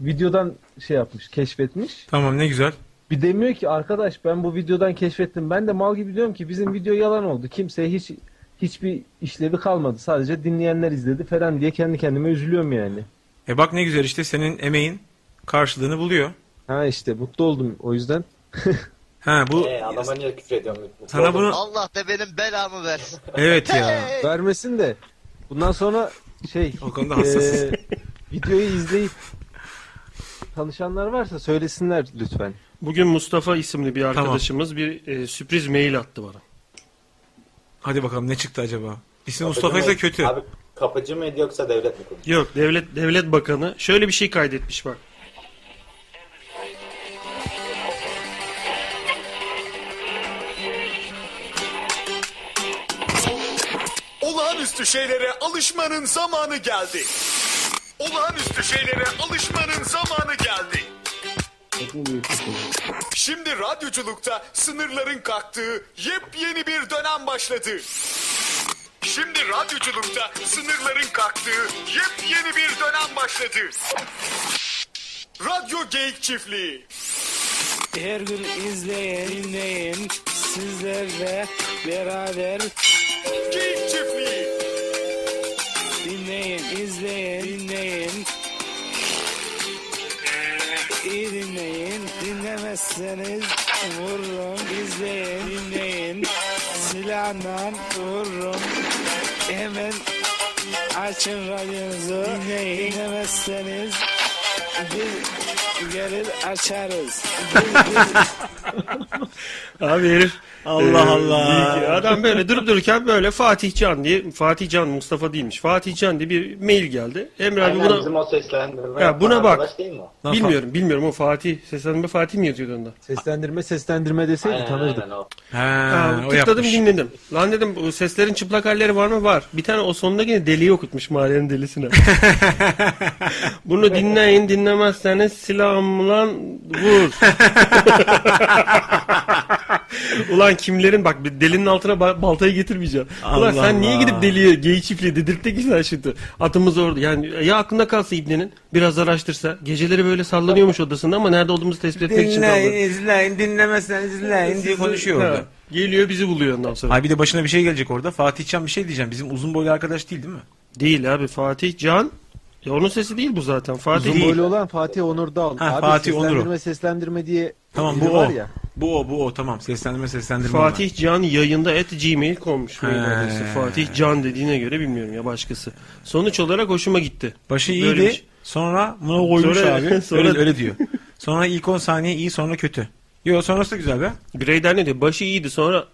[SPEAKER 8] videodan şey yapmış keşfetmiş.
[SPEAKER 2] Tamam ne güzel.
[SPEAKER 8] Bir demiyor ki arkadaş ben bu videodan keşfettim. Ben de mal gibi diyorum ki bizim video yalan oldu. Kimseye hiç hiçbir işlevi kalmadı. Sadece dinleyenler izledi falan diye kendi kendime üzülüyorum yani.
[SPEAKER 2] E bak ne güzel işte senin emeğin karşılığını buluyor.
[SPEAKER 8] Ha işte mutlu oldum o yüzden.
[SPEAKER 2] Ha bu
[SPEAKER 1] Ee, adama niye küfür ediyorum?
[SPEAKER 2] sana bunu
[SPEAKER 7] Allah da benim belamı versin.
[SPEAKER 2] evet ya.
[SPEAKER 7] Hey!
[SPEAKER 8] Vermesin de bundan sonra şey
[SPEAKER 2] O konuda hassasız.
[SPEAKER 8] eee, videoyu izleyip tanışanlar varsa söylesinler lütfen.
[SPEAKER 3] Bugün Mustafa isimli bir arkadaşımız bir e, sürpriz mail attı bana.
[SPEAKER 2] Hadi bakalım ne çıktı acaba? İsim Mustafa ise kötü.
[SPEAKER 1] Abi kapıcı mıydı yoksa devlet mi kurdu?
[SPEAKER 3] Yok devlet devlet bakanı şöyle bir şey kaydetmiş bak.
[SPEAKER 9] Olağanüstü şeylere alışmanın zamanı geldi. Olağanüstü şeylere alışmanın zamanı geldi. Şimdi radyoculukta sınırların kalktığı yepyeni bir dönem başladı. Şimdi radyoculukta sınırların kalktığı yepyeni bir dönem başladı. Radyo Geyik Çiftliği.
[SPEAKER 10] Her gün izleyin, dinleyin. Sizlerle beraber
[SPEAKER 9] Geyik Çiftliği.
[SPEAKER 10] dinleyin, izleyin, dinleyin. İyi dinleyin, dinlemezseniz vururum. İzleyin, dinleyin. Silahla vururum. Hemen açın radyonuzu. Dinleyin, dinlemezseniz biz gelir açarız. Biz- biz-
[SPEAKER 3] Abi herif
[SPEAKER 2] Allah
[SPEAKER 3] e,
[SPEAKER 2] Allah.
[SPEAKER 3] büyük- adam böyle durup dururken böyle Fatih Can diye Fatih Can Mustafa değilmiş. Fatih Can diye bir mail geldi. Emre abi
[SPEAKER 1] Aynen
[SPEAKER 3] buna
[SPEAKER 1] bizim o seslendirme.
[SPEAKER 3] Ya
[SPEAKER 1] yapan
[SPEAKER 3] buna bak.
[SPEAKER 1] arkadaş Değil mi? o?
[SPEAKER 2] Lan fa-
[SPEAKER 3] bilmiyorum bilmiyorum o Fatih seslendirme Fatih mi yazıyordu onda?
[SPEAKER 8] Seslendirme seslendirme deseydi
[SPEAKER 1] Aynen,
[SPEAKER 8] tanırdık.
[SPEAKER 1] aynen o.
[SPEAKER 2] Ha,
[SPEAKER 3] Ha,
[SPEAKER 2] o
[SPEAKER 3] tıkladım
[SPEAKER 2] yapmış.
[SPEAKER 3] dinledim. Lan dedim bu seslerin çıplak halleri var mı? Var. Bir tane o sonunda yine deliği okutmuş mahallenin delisine. Bunu dinleyin dinlemezseniz silahımla vur. Ulan kimlerin bak bir delinin altına ba- baltayı getirmeyeceğim. Ulan
[SPEAKER 2] Allah
[SPEAKER 3] sen niye
[SPEAKER 2] Allah.
[SPEAKER 3] gidip deliye geyik çiftliği dedirtte ki sen şimdi? Atımız orada. Yani ya aklında kalsa İbne'nin biraz araştırsa. Geceleri böyle sallanıyormuş odasında ama nerede olduğumuzu tespit etmek için
[SPEAKER 2] Dinleyin,
[SPEAKER 3] sallanıyor.
[SPEAKER 2] izleyin, dinlemezseniz izleyin diye konuşuyor
[SPEAKER 3] Ha,
[SPEAKER 2] orada.
[SPEAKER 3] Geliyor bizi buluyor ondan sonra.
[SPEAKER 2] Ay bir de başına bir şey gelecek orada. Fatih Can bir şey diyeceğim. Bizim uzun boylu arkadaş değil değil mi?
[SPEAKER 3] Değil abi Fatih Can. Ya onun sesi değil bu zaten. Fatih
[SPEAKER 8] Uzun boylu olan Fatih Onur Dal.
[SPEAKER 2] Ha,
[SPEAKER 8] Abi
[SPEAKER 2] Fatih Onur o.
[SPEAKER 8] seslendirme seslendirme diye
[SPEAKER 2] Tamam
[SPEAKER 8] biri
[SPEAKER 2] bu
[SPEAKER 8] var
[SPEAKER 2] o.
[SPEAKER 8] ya.
[SPEAKER 2] Bu o bu o tamam. Seslendirme seslendirme. onlar.
[SPEAKER 3] Fatih Can yayında at gmail konmuş. mail
[SPEAKER 2] He.
[SPEAKER 3] adresi. Fatih Can dediğine göre bilmiyorum ya başkası. Sonuç olarak hoşuma gitti.
[SPEAKER 2] Başı
[SPEAKER 3] Böyle bir
[SPEAKER 2] iyiydi.
[SPEAKER 3] şey.
[SPEAKER 2] Sonra buna koymuş
[SPEAKER 3] Sonra-
[SPEAKER 2] abi.
[SPEAKER 3] sonra-
[SPEAKER 2] Öyle, öyle diyor. Sonra ilk 10 saniye iyi sonra kötü. Yo sonrası da güzel be.
[SPEAKER 3] Bireyden ne diyor? Başı iyiydi sonra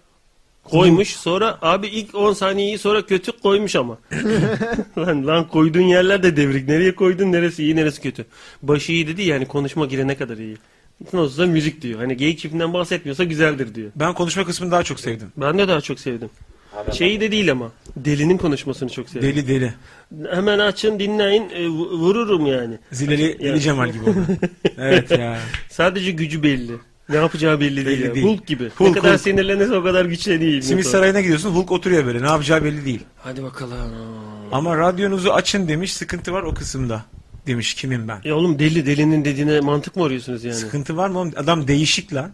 [SPEAKER 3] Koymuş sonra abi ilk 10 saniyeyi sonra kötü koymuş ama. lan lan koyduğun yerler de devrik. Nereye koydun neresi iyi neresi kötü. Başı iyi dedi yani konuşma girene kadar iyi. Nasılsa müzik diyor. Hani geyik çiftinden bahsetmiyorsa güzeldir diyor.
[SPEAKER 2] Ben konuşma kısmını daha çok sevdim.
[SPEAKER 3] Ben de daha çok sevdim. Şeyi de değil ama. Delinin konuşmasını çok sevdim.
[SPEAKER 2] Deli deli.
[SPEAKER 3] Hemen açın dinleyin e, vu- vururum yani.
[SPEAKER 2] Zileli, Deli Cemal gibi oldu. Evet ya.
[SPEAKER 3] Sadece gücü belli. Ne yapacağı belli, değil.
[SPEAKER 2] Belli
[SPEAKER 3] ya.
[SPEAKER 2] değil.
[SPEAKER 3] Hulk gibi. ne
[SPEAKER 2] Hulk,
[SPEAKER 3] kadar
[SPEAKER 2] Hulk.
[SPEAKER 3] sinirlenirse o kadar güçleniyor.
[SPEAKER 2] Simit Sarayı'na gidiyorsun Hulk oturuyor böyle ne yapacağı belli değil.
[SPEAKER 3] Hadi bakalım.
[SPEAKER 2] Ama radyonuzu açın demiş sıkıntı var o kısımda. Demiş kimim ben.
[SPEAKER 3] Ya oğlum deli delinin dediğine mantık mı arıyorsunuz yani?
[SPEAKER 2] Sıkıntı var mı oğlum? Adam değişik lan.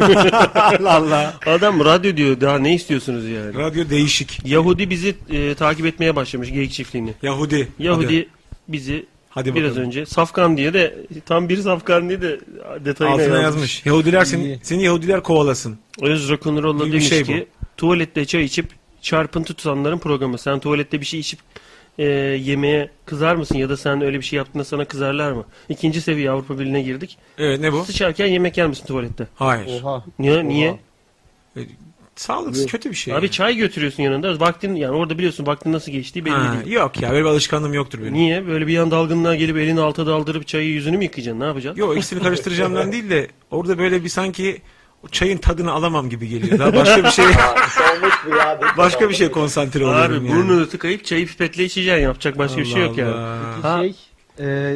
[SPEAKER 2] Allah Allah.
[SPEAKER 3] Adam radyo diyor daha ne istiyorsunuz yani?
[SPEAKER 2] Radyo değişik.
[SPEAKER 3] Yahudi bizi e, takip etmeye başlamış geyik çiftliğini.
[SPEAKER 2] Yahudi.
[SPEAKER 3] Yahudi
[SPEAKER 2] Hadi.
[SPEAKER 3] bizi
[SPEAKER 2] Hadi
[SPEAKER 3] biraz
[SPEAKER 2] bakalım.
[SPEAKER 3] önce Safkan diye de tam bir Safkan diye de detayına
[SPEAKER 2] Altına
[SPEAKER 3] yazmış.
[SPEAKER 2] yazmış. Yahudiler seni, seni Yahudiler kovalasın.
[SPEAKER 3] Öz rock'n'roll'a
[SPEAKER 2] Bir
[SPEAKER 3] demiş
[SPEAKER 2] şey
[SPEAKER 3] ki tuvalette çay içip çarpıntı tutanların programı. Sen tuvalette bir şey içip e, yemeğe kızar mısın ya da sen öyle bir şey yaptığında sana kızarlar mı? İkinci seviye Avrupa Birliği'ne girdik.
[SPEAKER 2] Evet ne bu?
[SPEAKER 3] Sıçarken yemek yer misin tuvalette?
[SPEAKER 2] Hayır.
[SPEAKER 3] Niye? Niye?
[SPEAKER 2] Sağlıksız kötü bir şey.
[SPEAKER 3] Abi çay götürüyorsun yanında. Vaktin yani orada biliyorsun vaktin nasıl geçtiği belli
[SPEAKER 2] Ha,
[SPEAKER 3] değil.
[SPEAKER 2] yok ya böyle bir alışkanlığım yoktur benim.
[SPEAKER 3] Niye? Böyle bir an dalgınlığa gelip elini alta daldırıp çayı yüzünü mü yıkayacaksın? Ne yapacaksın?
[SPEAKER 2] Yok ikisini karıştıracağımdan değil de orada böyle bir sanki o çayın tadını alamam gibi geliyor. Daha başka bir şey başka bir şey konsantre
[SPEAKER 3] Abi
[SPEAKER 2] oluyorum yani.
[SPEAKER 3] burnunu tıkayıp çayı pipetle içeceksin. Yapacak başka bir şey
[SPEAKER 2] Allah
[SPEAKER 3] yok yani.
[SPEAKER 2] Allah.
[SPEAKER 3] Ha,
[SPEAKER 8] Şey,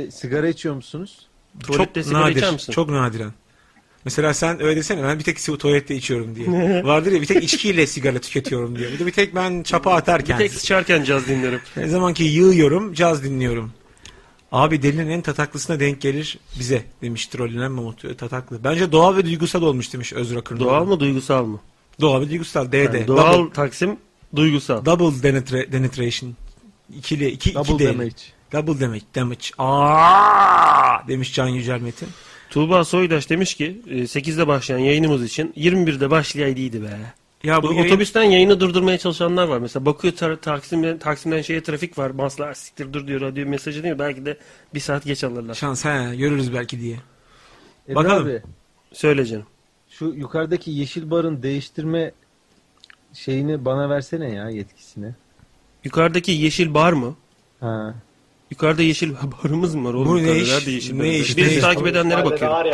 [SPEAKER 8] e, sigara içiyor musunuz?
[SPEAKER 2] Çok
[SPEAKER 3] tuvalette sigara içer
[SPEAKER 2] nadir.
[SPEAKER 3] misin?
[SPEAKER 2] Çok nadiren. Mesela sen öyle desene ben bir tek sigara tuvalette içiyorum diye. Vardır ya bir tek içkiyle sigara tüketiyorum diye. Bir de bir tek ben çapa
[SPEAKER 3] Bir
[SPEAKER 2] atarken.
[SPEAKER 3] tek sıçarken caz dinlerim.
[SPEAKER 2] Ne zaman ki yığıyorum caz dinliyorum. Abi delinin en tataklısına denk gelir bize demiş trollenen Mahmut Tataklı. Bence doğal ve duygusal olmuş demiş Özrakır.
[SPEAKER 3] Doğal mı duygusal mı?
[SPEAKER 2] Doğal ve duygusal. DD.
[SPEAKER 3] Yani doğal
[SPEAKER 2] Double,
[SPEAKER 3] taksim duygusal.
[SPEAKER 2] double denetra- denetration. İkili, iki,
[SPEAKER 8] Double
[SPEAKER 2] iki değil.
[SPEAKER 8] damage.
[SPEAKER 2] Double damage. Damage. Aa demiş Can Yücel Metin.
[SPEAKER 3] Tuğba Soydaş demiş ki e, 8'de başlayan yayınımız için 21'de başlayaydıydı be.
[SPEAKER 2] Ya
[SPEAKER 3] Bu
[SPEAKER 2] bu yayın-
[SPEAKER 3] Otobüsten yayını durdurmaya çalışanlar var. Mesela bakıyor tar- Taksim'den, Taksim'den şeye trafik var. Baslar siktir dur diyor radyo mesajı değil mi? Belki de bir saat geç alırlar.
[SPEAKER 2] Şans he görürüz belki diye.
[SPEAKER 8] Emre
[SPEAKER 2] Bakalım.
[SPEAKER 8] Abi,
[SPEAKER 3] Söyle canım.
[SPEAKER 8] şu yukarıdaki yeşil barın değiştirme şeyini bana versene ya yetkisini.
[SPEAKER 3] Yukarıdaki yeşil bar mı?
[SPEAKER 8] Ha.
[SPEAKER 3] Yukarıda yeşil barımız mı var? Oğlum,
[SPEAKER 2] Bu ne
[SPEAKER 3] yukarıda
[SPEAKER 2] iş?
[SPEAKER 3] nerede yeşil
[SPEAKER 2] Ne
[SPEAKER 3] barımız var?
[SPEAKER 2] iş?
[SPEAKER 3] Biz
[SPEAKER 2] Ne iş?
[SPEAKER 3] takip edenlere bakıyorum.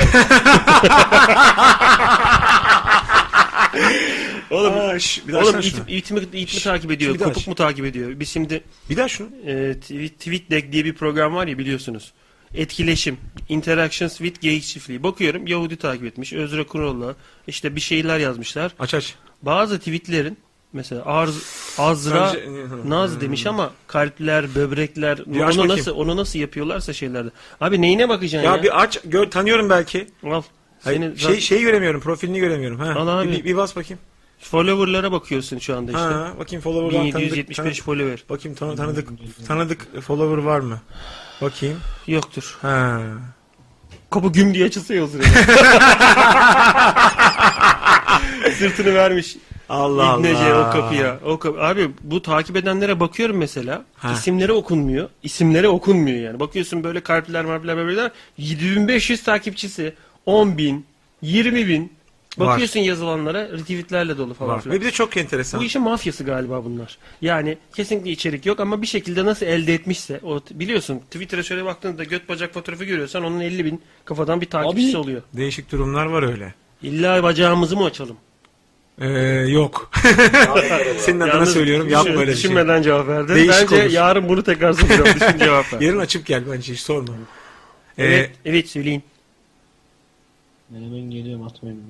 [SPEAKER 1] şey
[SPEAKER 3] Oğlum,
[SPEAKER 2] Aa, şş, bir daha
[SPEAKER 3] oğlum
[SPEAKER 2] açsana
[SPEAKER 3] it,
[SPEAKER 2] şunu.
[SPEAKER 3] it mi, it mi takip
[SPEAKER 2] şunu
[SPEAKER 3] ediyor?
[SPEAKER 2] bir daha
[SPEAKER 3] Kopuk
[SPEAKER 2] aç.
[SPEAKER 3] mu takip ediyor? Biz şimdi
[SPEAKER 2] Bir daha şunu.
[SPEAKER 3] e, tweet, tweet Deck diye bir program var ya biliyorsunuz. Etkileşim, Interactions with Geyik Çiftliği. Bakıyorum Yahudi takip etmiş, Özre Kurolla işte bir şeyler yazmışlar.
[SPEAKER 2] Aç aç.
[SPEAKER 3] Bazı tweetlerin mesela Arz, Azra
[SPEAKER 2] Önce-
[SPEAKER 3] Naz demiş ama kalpler, böbrekler
[SPEAKER 2] Bir aç
[SPEAKER 3] onu
[SPEAKER 2] bakayım.
[SPEAKER 3] nasıl onu nasıl yapıyorlarsa şeylerde. Abi neyine bakacaksın ya?
[SPEAKER 2] Ya bir aç gör tanıyorum belki.
[SPEAKER 3] Al.
[SPEAKER 2] Hayır,
[SPEAKER 3] Senin
[SPEAKER 2] şey şeyi göremiyorum. Profilini göremiyorum. Ha.
[SPEAKER 3] Al abi.
[SPEAKER 2] Bir, bir- bir bas bakayım.
[SPEAKER 3] follower'lara bakıyorsun şu anda işte.
[SPEAKER 2] Ha, bakayım follower'dan tanıdık.
[SPEAKER 3] 1775
[SPEAKER 2] tanıdık.
[SPEAKER 3] follower.
[SPEAKER 2] Bakayım tanı, tanıdık tanıdık follower var mı? Bakayım.
[SPEAKER 3] Yoktur.
[SPEAKER 2] Ha.
[SPEAKER 3] Kapı güm diye açılsa ya o sırada. Sırtını vermiş.
[SPEAKER 2] Allah Allah.
[SPEAKER 3] İbnece o kapıya. O kapı. Abi bu takip edenlere bakıyorum mesela.
[SPEAKER 2] Ha.
[SPEAKER 3] İsimleri okunmuyor. İsimlere okunmuyor yani. Bakıyorsun böyle kalpler marpler marpler. 7500 takipçisi. 10 bin. 20 bin.
[SPEAKER 2] Var.
[SPEAKER 3] Bakıyorsun yazılanlara retweetlerle dolu falan
[SPEAKER 2] Var.
[SPEAKER 3] filan.
[SPEAKER 2] Ve bir de çok enteresan.
[SPEAKER 3] Bu işin mafyası galiba bunlar. Yani kesinlikle içerik yok ama bir şekilde nasıl elde etmişse. O, t- biliyorsun Twitter'a şöyle baktığında göt bacak fotoğrafı görüyorsan onun 50 bin kafadan bir takipçisi oluyor.
[SPEAKER 2] Değişik durumlar var öyle.
[SPEAKER 3] İlla bacağımızı mı açalım?
[SPEAKER 2] Ee, yok. Senin adına söylüyorum. Yapma
[SPEAKER 3] düşün-
[SPEAKER 2] öyle bir şey.
[SPEAKER 3] Düşünmeden cevap verdin.
[SPEAKER 2] Değişik
[SPEAKER 3] Bence
[SPEAKER 2] olur.
[SPEAKER 3] yarın bunu tekrar soracağım. Düşün cevap ver.
[SPEAKER 2] Yarın açıp gel bence hiç sorma. Ee,
[SPEAKER 3] evet, evet söyleyin.
[SPEAKER 4] Menemen geliyorum atmayın.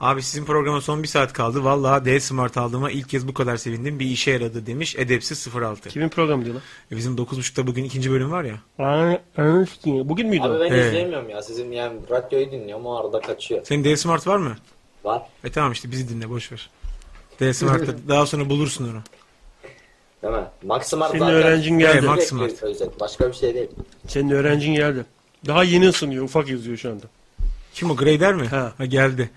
[SPEAKER 2] Abi sizin programa son bir saat kaldı. Vallahi D Smart aldığıma ilk kez bu kadar sevindim. Bir işe yaradı demiş. Edepsiz 06.
[SPEAKER 3] Kimin programı diyorlar?
[SPEAKER 2] E Bizim 9.30'da bugün ikinci bölüm var ya.
[SPEAKER 3] Lan, ananı sikeyim. Bugün müydü
[SPEAKER 1] Abi
[SPEAKER 3] o?
[SPEAKER 1] ben
[SPEAKER 2] He.
[SPEAKER 1] izleyemiyorum ya. Sizin yani radyoyu dinliyorum o arada kaçıyor.
[SPEAKER 2] Senin D Smart var mı?
[SPEAKER 1] Var.
[SPEAKER 2] E tamam işte bizi dinle boş ver. D Smart'ta daha sonra bulursun onu.
[SPEAKER 1] Değil mi? Maximart
[SPEAKER 3] Senin öğrencin geldi.
[SPEAKER 2] Evet, Maximart.
[SPEAKER 1] Sürekli özet. Başka bir şey değil.
[SPEAKER 3] Senin öğrencin geldi. Daha yeni ısınıyor. Ufak yazıyor şu anda.
[SPEAKER 2] Kim o Grader mi?
[SPEAKER 3] Ha.
[SPEAKER 2] geldi.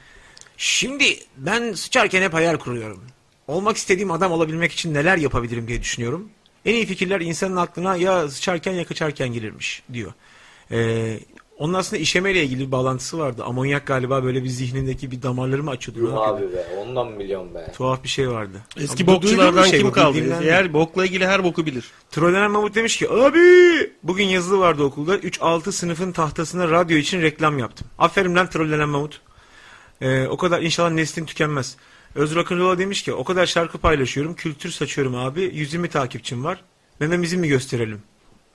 [SPEAKER 2] Şimdi ben sıçarken hep hayal kuruyorum. Olmak istediğim adam olabilmek için neler yapabilirim diye düşünüyorum. En iyi fikirler insanın aklına ya sıçarken ya kaçarken gelirmiş diyor. Ee, Onun aslında işemeyle ilgili bir bağlantısı vardı. Amonyak galiba böyle bir zihnindeki bir damarları mı açıyordu? Ne
[SPEAKER 1] Yuh
[SPEAKER 2] yapıyordu?
[SPEAKER 1] abi be ondan milyon be.
[SPEAKER 2] Tuhaf bir şey vardı.
[SPEAKER 3] Eski
[SPEAKER 2] Bu duyduğum
[SPEAKER 3] bokçulardan
[SPEAKER 2] bir şey
[SPEAKER 3] kim
[SPEAKER 2] bu,
[SPEAKER 3] kaldı?
[SPEAKER 2] bildiğimden
[SPEAKER 3] Eğer bokla ilgili her boku bilir.
[SPEAKER 2] Trollenen Mahmut demiş ki abi bugün yazılı vardı okulda 3-6 sınıfın tahtasına radyo için reklam yaptım. Aferin lan trollenen Mahmut. Ee, o kadar inşallah neslin tükenmez. Öz Rock'n'Roll'a demiş ki o kadar şarkı paylaşıyorum kültür saçıyorum abi 120 takipçim var. Mememizi mi gösterelim?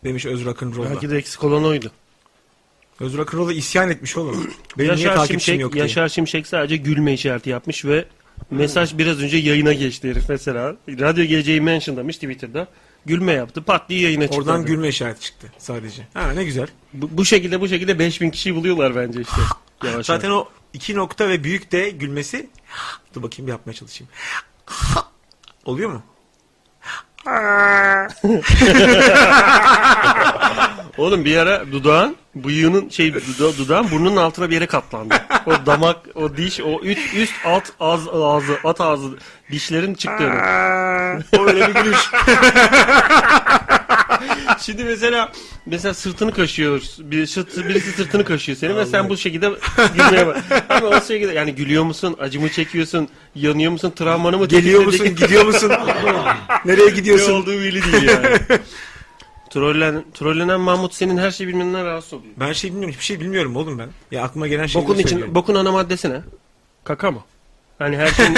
[SPEAKER 2] Demiş Öz Rock'n'Roll'a.
[SPEAKER 3] Belki de eksik olan oydu.
[SPEAKER 2] Öz Rock'n'Roll'a isyan etmiş oğlum. Benim niye
[SPEAKER 3] Yaşar
[SPEAKER 2] takipçim
[SPEAKER 3] Şimşek,
[SPEAKER 2] yok diye.
[SPEAKER 3] Yaşar Şimşek sadece gülme işareti yapmış ve mesaj biraz önce yayına geçti herif mesela. Radyo geleceği mentionlamış Twitter'da. Gülme yaptı. Pat diye yayına çıktı.
[SPEAKER 2] Oradan gülme işareti çıktı sadece. Ha ne güzel.
[SPEAKER 3] Bu, bu şekilde bu şekilde 5000 kişiyi buluyorlar bence işte. Yavaş
[SPEAKER 2] Zaten o iki nokta ve büyük de gülmesi. Dur bakayım bir yapmaya çalışayım. Oluyor mu?
[SPEAKER 3] Oğlum bir ara dudağın, bıyığının şey duda, dudağın burnunun altına bir yere katlandı. O damak, o diş, o üst, üst alt ağız, ağzı, at ağzı dişlerin çıktı öyle.
[SPEAKER 2] o öyle bir gülüş.
[SPEAKER 3] Şimdi mesela mesela sırtını kaşıyor. Bir sırt, birisi sırtını kaşıyor senin ve sen bu şekilde gülmeye bak. Ama o şekilde yani gülüyor musun? Acı mı çekiyorsun? Yanıyor musun? Travmanı mı?
[SPEAKER 2] Geliyor
[SPEAKER 3] tetikledi?
[SPEAKER 2] musun? Gidiyor musun? Nereye gidiyorsun?
[SPEAKER 3] Ne olduğu belli değil yani. Trollen, trollenen Mahmut senin her şeyi bilmenden rahatsız oluyor.
[SPEAKER 2] Ben şey bilmiyorum. Hiçbir şey bilmiyorum oğlum ben. Ya aklıma gelen şeyleri
[SPEAKER 3] Bokun için
[SPEAKER 2] söylüyorum.
[SPEAKER 3] bokun ana maddesi ne? Kaka mı? Hani her şeyin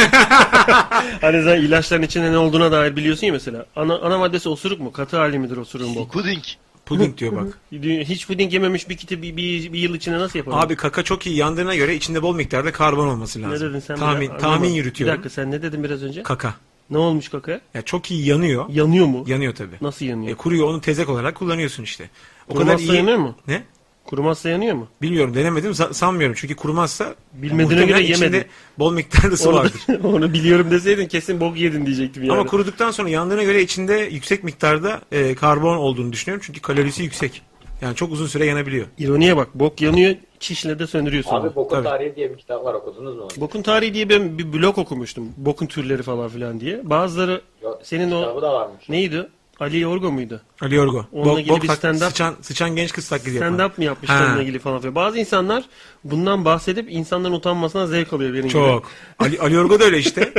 [SPEAKER 3] hani sen ilaçların içinde ne olduğuna dair biliyorsun ya mesela. Ana, ana maddesi osuruk mu? Katı hali midir osuruğun boku?
[SPEAKER 7] Puding.
[SPEAKER 2] Puding diyor bak.
[SPEAKER 3] Hiç puding yememiş bir kiti bir, bir, bir yıl içinde nasıl yapabilir?
[SPEAKER 2] Abi kaka çok iyi yandığına göre içinde bol miktarda karbon olması
[SPEAKER 3] ne
[SPEAKER 2] lazım.
[SPEAKER 3] dedin sen?
[SPEAKER 2] tahmin
[SPEAKER 3] bana?
[SPEAKER 2] tahmin
[SPEAKER 3] Anlamadım.
[SPEAKER 2] yürütüyorum.
[SPEAKER 3] Bir dakika sen ne dedin biraz önce?
[SPEAKER 2] Kaka.
[SPEAKER 3] ne olmuş kakaya?
[SPEAKER 2] Ya çok iyi yanıyor.
[SPEAKER 3] Yanıyor mu?
[SPEAKER 2] Yanıyor tabii.
[SPEAKER 3] Nasıl yanıyor?
[SPEAKER 2] E, kuruyor onu tezek olarak kullanıyorsun işte. O kadar
[SPEAKER 3] Kurumazsa
[SPEAKER 2] iyi.
[SPEAKER 3] yanıyor mu?
[SPEAKER 2] Ne?
[SPEAKER 3] Kurumazsa yanıyor mu?
[SPEAKER 2] Bilmiyorum denemedim sa- sanmıyorum çünkü kurumazsa
[SPEAKER 3] Bilmediğine
[SPEAKER 2] muhtemelen
[SPEAKER 3] göre
[SPEAKER 2] içinde
[SPEAKER 3] yemedi.
[SPEAKER 2] bol miktarda su
[SPEAKER 3] Onu-
[SPEAKER 2] vardır.
[SPEAKER 3] Onu biliyorum deseydin kesin bok yedin diyecektim yani.
[SPEAKER 2] Ama kuruduktan sonra yandığına göre içinde yüksek miktarda e, karbon olduğunu düşünüyorum çünkü kalorisi yüksek. Yani çok uzun süre yanabiliyor.
[SPEAKER 3] İroniye bak bok yanıyor çişle de söndürüyorsun. onu.
[SPEAKER 1] Abi Boku
[SPEAKER 2] Tabii.
[SPEAKER 1] Tarihi diye bir kitap var okudunuz mu? onu?
[SPEAKER 3] Bokun tarihi diye ben bir blog okumuştum. Bokun türleri falan filan diye. Bazıları
[SPEAKER 1] Yok,
[SPEAKER 3] senin o
[SPEAKER 1] kitabı da varmış.
[SPEAKER 3] neydi? Ali Yorgo muydu?
[SPEAKER 2] Ali Yorgo.
[SPEAKER 3] Onunla
[SPEAKER 2] Bok,
[SPEAKER 3] ilgili
[SPEAKER 2] bok
[SPEAKER 3] bir
[SPEAKER 2] tak-
[SPEAKER 3] stand-up-
[SPEAKER 2] sıçan, sıçan genç kız taklidi yapan.
[SPEAKER 3] Stand up mı yapmış
[SPEAKER 2] Ha.
[SPEAKER 3] onunla ilgili falan filan. Bazı insanlar bundan bahsedip insanların utanmasına zevk alıyor benim gibi.
[SPEAKER 2] Çok. Ali, Ali Yorgo da öyle işte.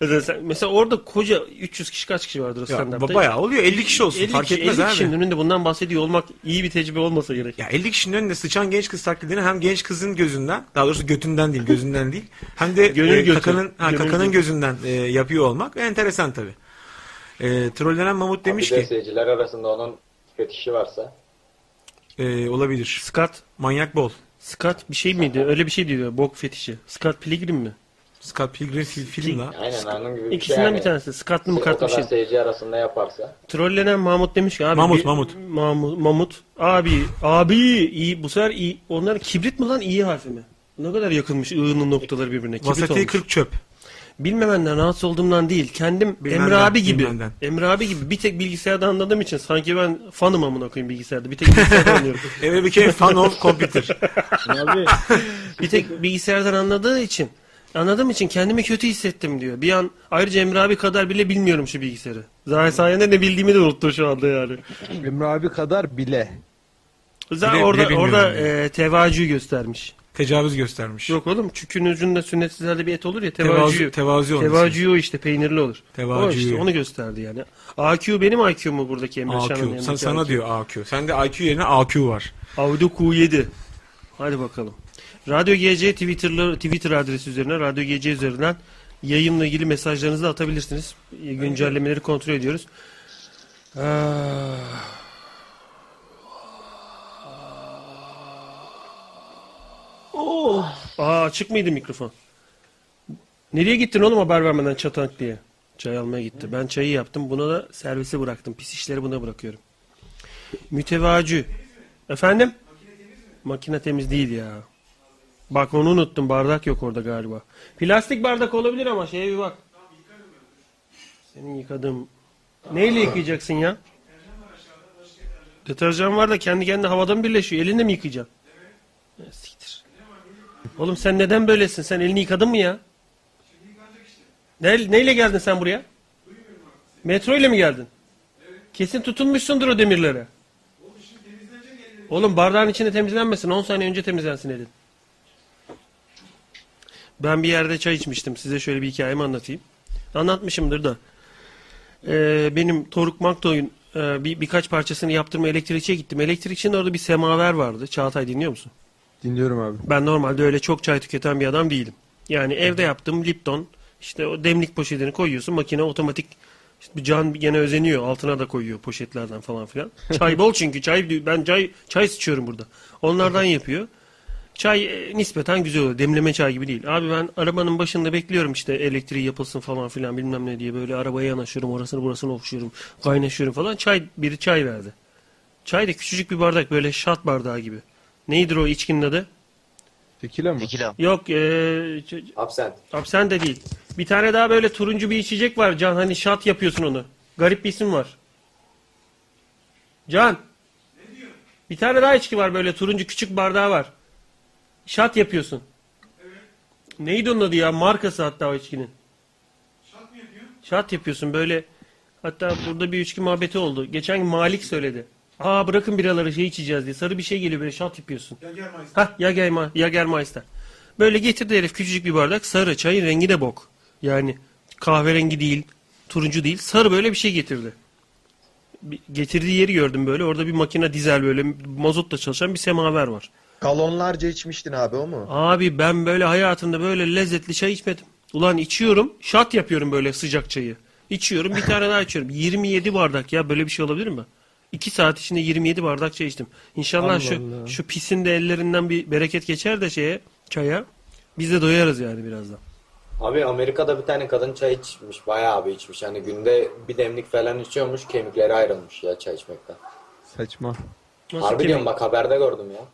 [SPEAKER 3] Mesela, sen- mesela orada koca 300 kişi kaç kişi vardır o
[SPEAKER 2] ya,
[SPEAKER 3] stand
[SPEAKER 2] ba-
[SPEAKER 3] up'ta?
[SPEAKER 2] bayağı oluyor 50 kişi olsun
[SPEAKER 3] 50
[SPEAKER 2] fark
[SPEAKER 3] kişi-
[SPEAKER 2] etmez
[SPEAKER 3] 50
[SPEAKER 2] abi.
[SPEAKER 3] kişinin önünde bundan bahsediyor olmak iyi bir tecrübe olmasa gerek.
[SPEAKER 2] Ya 50 kişinin önünde sıçan genç kız taklidini hem genç kızın gözünden, daha doğrusu götünden değil, gözünden değil. Hem de
[SPEAKER 3] Gönül
[SPEAKER 2] e,
[SPEAKER 3] götü.
[SPEAKER 2] kakanın, ha,
[SPEAKER 3] Gönül
[SPEAKER 2] kakanın
[SPEAKER 3] götü.
[SPEAKER 2] gözünden e, yapıyor olmak enteresan tabii. E, trollenen Mamut
[SPEAKER 1] Abi
[SPEAKER 2] demiş
[SPEAKER 1] de
[SPEAKER 2] ki,
[SPEAKER 1] seyirciler arasında onun fetişi varsa.
[SPEAKER 2] e, olabilir.
[SPEAKER 3] Scott,
[SPEAKER 2] Manyak bol.
[SPEAKER 3] Scott bir şey miydi? Öyle bir şey diyor. Bok fetişi. Scott Pilgrim mi?
[SPEAKER 2] Scott Pilgrim fil- film la.
[SPEAKER 1] Aynen onun gibi bir
[SPEAKER 3] İkisinden
[SPEAKER 1] şey yani.
[SPEAKER 3] bir tanesi. Scott'lı mı
[SPEAKER 1] O
[SPEAKER 3] Scott'lı bir
[SPEAKER 1] kadar
[SPEAKER 3] şey.
[SPEAKER 1] seyirci arasında yaparsa.
[SPEAKER 3] Trollenen Mahmut demiş ki abi.
[SPEAKER 2] Mahmut,
[SPEAKER 3] bir-
[SPEAKER 2] Mahmut.
[SPEAKER 3] Mahmut. Mahmut. Abi, abi iyi. Bu sefer iyi. Onlar kibrit mi lan iyi harfi mi? Ne kadar yakınmış ığının noktaları birbirine. Kibrit
[SPEAKER 2] Vasati
[SPEAKER 3] olmuş.
[SPEAKER 2] 40 çöp.
[SPEAKER 3] Bilmemenden rahatsız olduğumdan değil. Kendim
[SPEAKER 2] Bilmenden,
[SPEAKER 3] Emre abi gibi.
[SPEAKER 2] bilmenden.
[SPEAKER 3] Emre abi gibi bir tek bilgisayarda anladığım için sanki ben fanım amına koyayım bilgisayarda. Bir tek bilgisayarda anlıyorum.
[SPEAKER 2] Every became fan of computer.
[SPEAKER 8] Abi
[SPEAKER 3] Bir tek bilgisayardan anladığı için. Anladığım için kendimi kötü hissettim diyor. Bir an ayrıca Emre abi kadar bile bilmiyorum şu bilgisayarı. Zaten sayende ne bildiğimi de unuttum şu anda yani.
[SPEAKER 8] Emre abi kadar bile.
[SPEAKER 3] Zaten
[SPEAKER 2] Bile-
[SPEAKER 3] orada
[SPEAKER 2] bile bilmiyorum
[SPEAKER 3] orada
[SPEAKER 2] yani.
[SPEAKER 3] e, tevazuyu göstermiş.
[SPEAKER 2] Tecavüz göstermiş.
[SPEAKER 3] Yok oğlum çükün ucunda sünnetsiz bir et olur ya
[SPEAKER 2] Tevazu,
[SPEAKER 3] tevazuyu.
[SPEAKER 2] tevazu olması.
[SPEAKER 3] Tevazuyu o işte peynirli olur.
[SPEAKER 2] Tevazuyu.
[SPEAKER 3] O işte onu gösterdi yani. AQ benim IQ mu buradaki Emre Şan'ın
[SPEAKER 2] AQ. Sen,
[SPEAKER 3] yanındaki
[SPEAKER 2] sana
[SPEAKER 3] IQ?
[SPEAKER 2] diyor AQ. Sende IQ yerine AQ var.
[SPEAKER 3] Audi Q7. Hadi bakalım. Radyo GC Twitter'lı Twitter adresi üzerinden Radyo GC üzerinden yayınla ilgili mesajlarınızı da atabilirsiniz. E, Güncellemeleri kontrol ediyoruz. Ah. Oh. Aa açık mıydı mikrofon? Nereye gittin oğlum haber vermeden çatank diye? Çay almaya gitti. Ben çayı yaptım. Buna da servise bıraktım. Pis işleri buna bırakıyorum. Mütevacı. Efendim? Makine temiz değil ya. Bak onu unuttum. Bardak yok orada galiba. Plastik bardak olabilir ama şeye bir bak. Senin yıkadığım... Neyle yıkayacaksın ya? Deterjan var da kendi kendine havada mı birleşiyor? Elinde mi yıkayacaksın? Ya Siktir. Oğlum sen neden böylesin? Sen elini yıkadın mı ya? Ne, neyle geldin sen buraya? Metro ile mi geldin? Kesin tutunmuşsundur o demirlere. Oğlum bardağın içinde temizlenmesin. 10 saniye önce temizlensin elin. Ben bir yerde çay içmiştim. Size şöyle bir hikayemi anlatayım. Anlatmışımdır da. Ee, benim Toruk Maktoy'un e, bir, birkaç parçasını yaptırma elektrikçiye gittim. Elektrikçinin orada bir semaver vardı. Çağatay dinliyor musun?
[SPEAKER 8] Dinliyorum abi.
[SPEAKER 3] Ben normalde öyle çok çay tüketen bir adam değilim. Yani evde yaptığım Lipton işte o demlik poşetini koyuyorsun makine otomatik işte bu can gene özeniyor altına da koyuyor poşetlerden falan filan. Çay bol çünkü çay ben çay çay sıçıyorum burada. Onlardan yapıyor. Çay e, nispeten güzel oluyor. Demleme çay gibi değil. Abi ben arabanın başında bekliyorum işte elektriği yapılsın falan filan bilmem ne diye. Böyle arabaya yanaşıyorum orasını burasını okşuyorum. Kaynaşıyorum falan. Çay biri çay verdi. Çay da küçücük bir bardak böyle şat bardağı gibi. Neydir o içkinin adı?
[SPEAKER 8] Tekila mı?
[SPEAKER 3] Yok. e, eee
[SPEAKER 1] absent.
[SPEAKER 3] Absent de değil. Bir tane daha böyle turuncu bir içecek var Can. Hani şat yapıyorsun onu. Garip bir isim var. Can. Bir tane daha içki var böyle turuncu küçük bardağı var. Şat yapıyorsun. Neydi onun adı ya? Markası hatta o içkinin. Şat mı yapıyorsun? Şat yapıyorsun böyle. Hatta burada bir içki muhabbeti oldu. Geçen gün Malik söyledi. Aa bırakın biraları şey içeceğiz diye. Sarı bir şey geliyor böyle şat yapıyorsun. Jagermeister. Hah Jagerma- Jagermeister. Böyle getirdi herif küçücük bir bardak. Sarı çayın rengi de bok. Yani kahverengi değil, turuncu değil. Sarı böyle bir şey getirdi. Bir- Getirdiği yeri gördüm böyle. Orada bir makine dizel böyle mazotla çalışan bir semaver var.
[SPEAKER 11] Galonlarca içmiştin abi o mu?
[SPEAKER 3] Abi ben böyle hayatımda böyle lezzetli çay içmedim. Ulan içiyorum, şat yapıyorum böyle sıcak çayı. İçiyorum, bir tane daha içiyorum. 27 bardak ya böyle bir şey olabilir mi? 2 saat içinde 27 bardak çay içtim. İnşallah
[SPEAKER 11] Allah
[SPEAKER 3] şu
[SPEAKER 11] Allah.
[SPEAKER 3] şu pisin de ellerinden bir bereket geçer de şeye, çaya. Biz de doyarız yani birazdan.
[SPEAKER 1] Abi Amerika'da bir tane kadın çay içmiş. Bayağı bir içmiş. Hani günde bir demlik falan içiyormuş. Kemikleri ayrılmış ya çay içmekten.
[SPEAKER 8] Saçma.
[SPEAKER 1] Harbi diyorum bak haberde gördüm ya.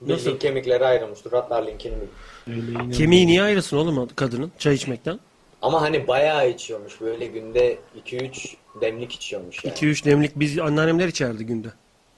[SPEAKER 3] Nasıl?
[SPEAKER 1] Bildiğin kemikleri ayrılmış. Dur hatta linkini bil.
[SPEAKER 3] Kemiği niye ayrılsın oğlum kadının çay içmekten?
[SPEAKER 1] Ama hani bayağı içiyormuş. Böyle günde 2-3 demlik içiyormuş yani.
[SPEAKER 3] 2-3 demlik biz anneannemler içerdi günde.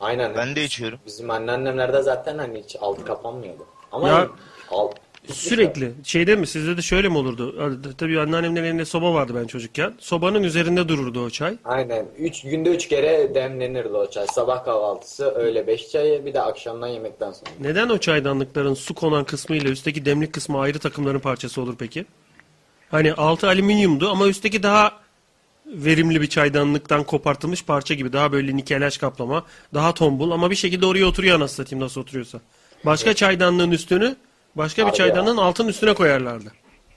[SPEAKER 1] Aynen. Ben de içiyorum. Bizim anneannemlerde zaten hani hiç altı kapanmıyordu. Ama
[SPEAKER 3] Ya-
[SPEAKER 1] alt,
[SPEAKER 3] Sürekli. Şeyde mi sizde de şöyle mi olurdu? Tabii anneannemlerin elinde soba vardı ben çocukken. Sobanın üzerinde dururdu o çay.
[SPEAKER 1] Aynen. Üç, günde üç kere demlenirdi o çay. Sabah kahvaltısı, öğle beş çayı, bir de akşamdan yemekten sonra.
[SPEAKER 3] Neden o çaydanlıkların su konan kısmı ile üstteki demlik kısmı ayrı takımların parçası olur peki? Hani altı alüminyumdu ama üstteki daha verimli bir çaydanlıktan kopartılmış parça gibi. Daha böyle nikelaj kaplama, daha tombul ama bir şekilde oraya oturuyor anasını satayım nasıl oturuyorsa. Başka çaydanlığın üstünü başka bir
[SPEAKER 1] Abi
[SPEAKER 3] çaydanlığın altın üstüne koyarlardı.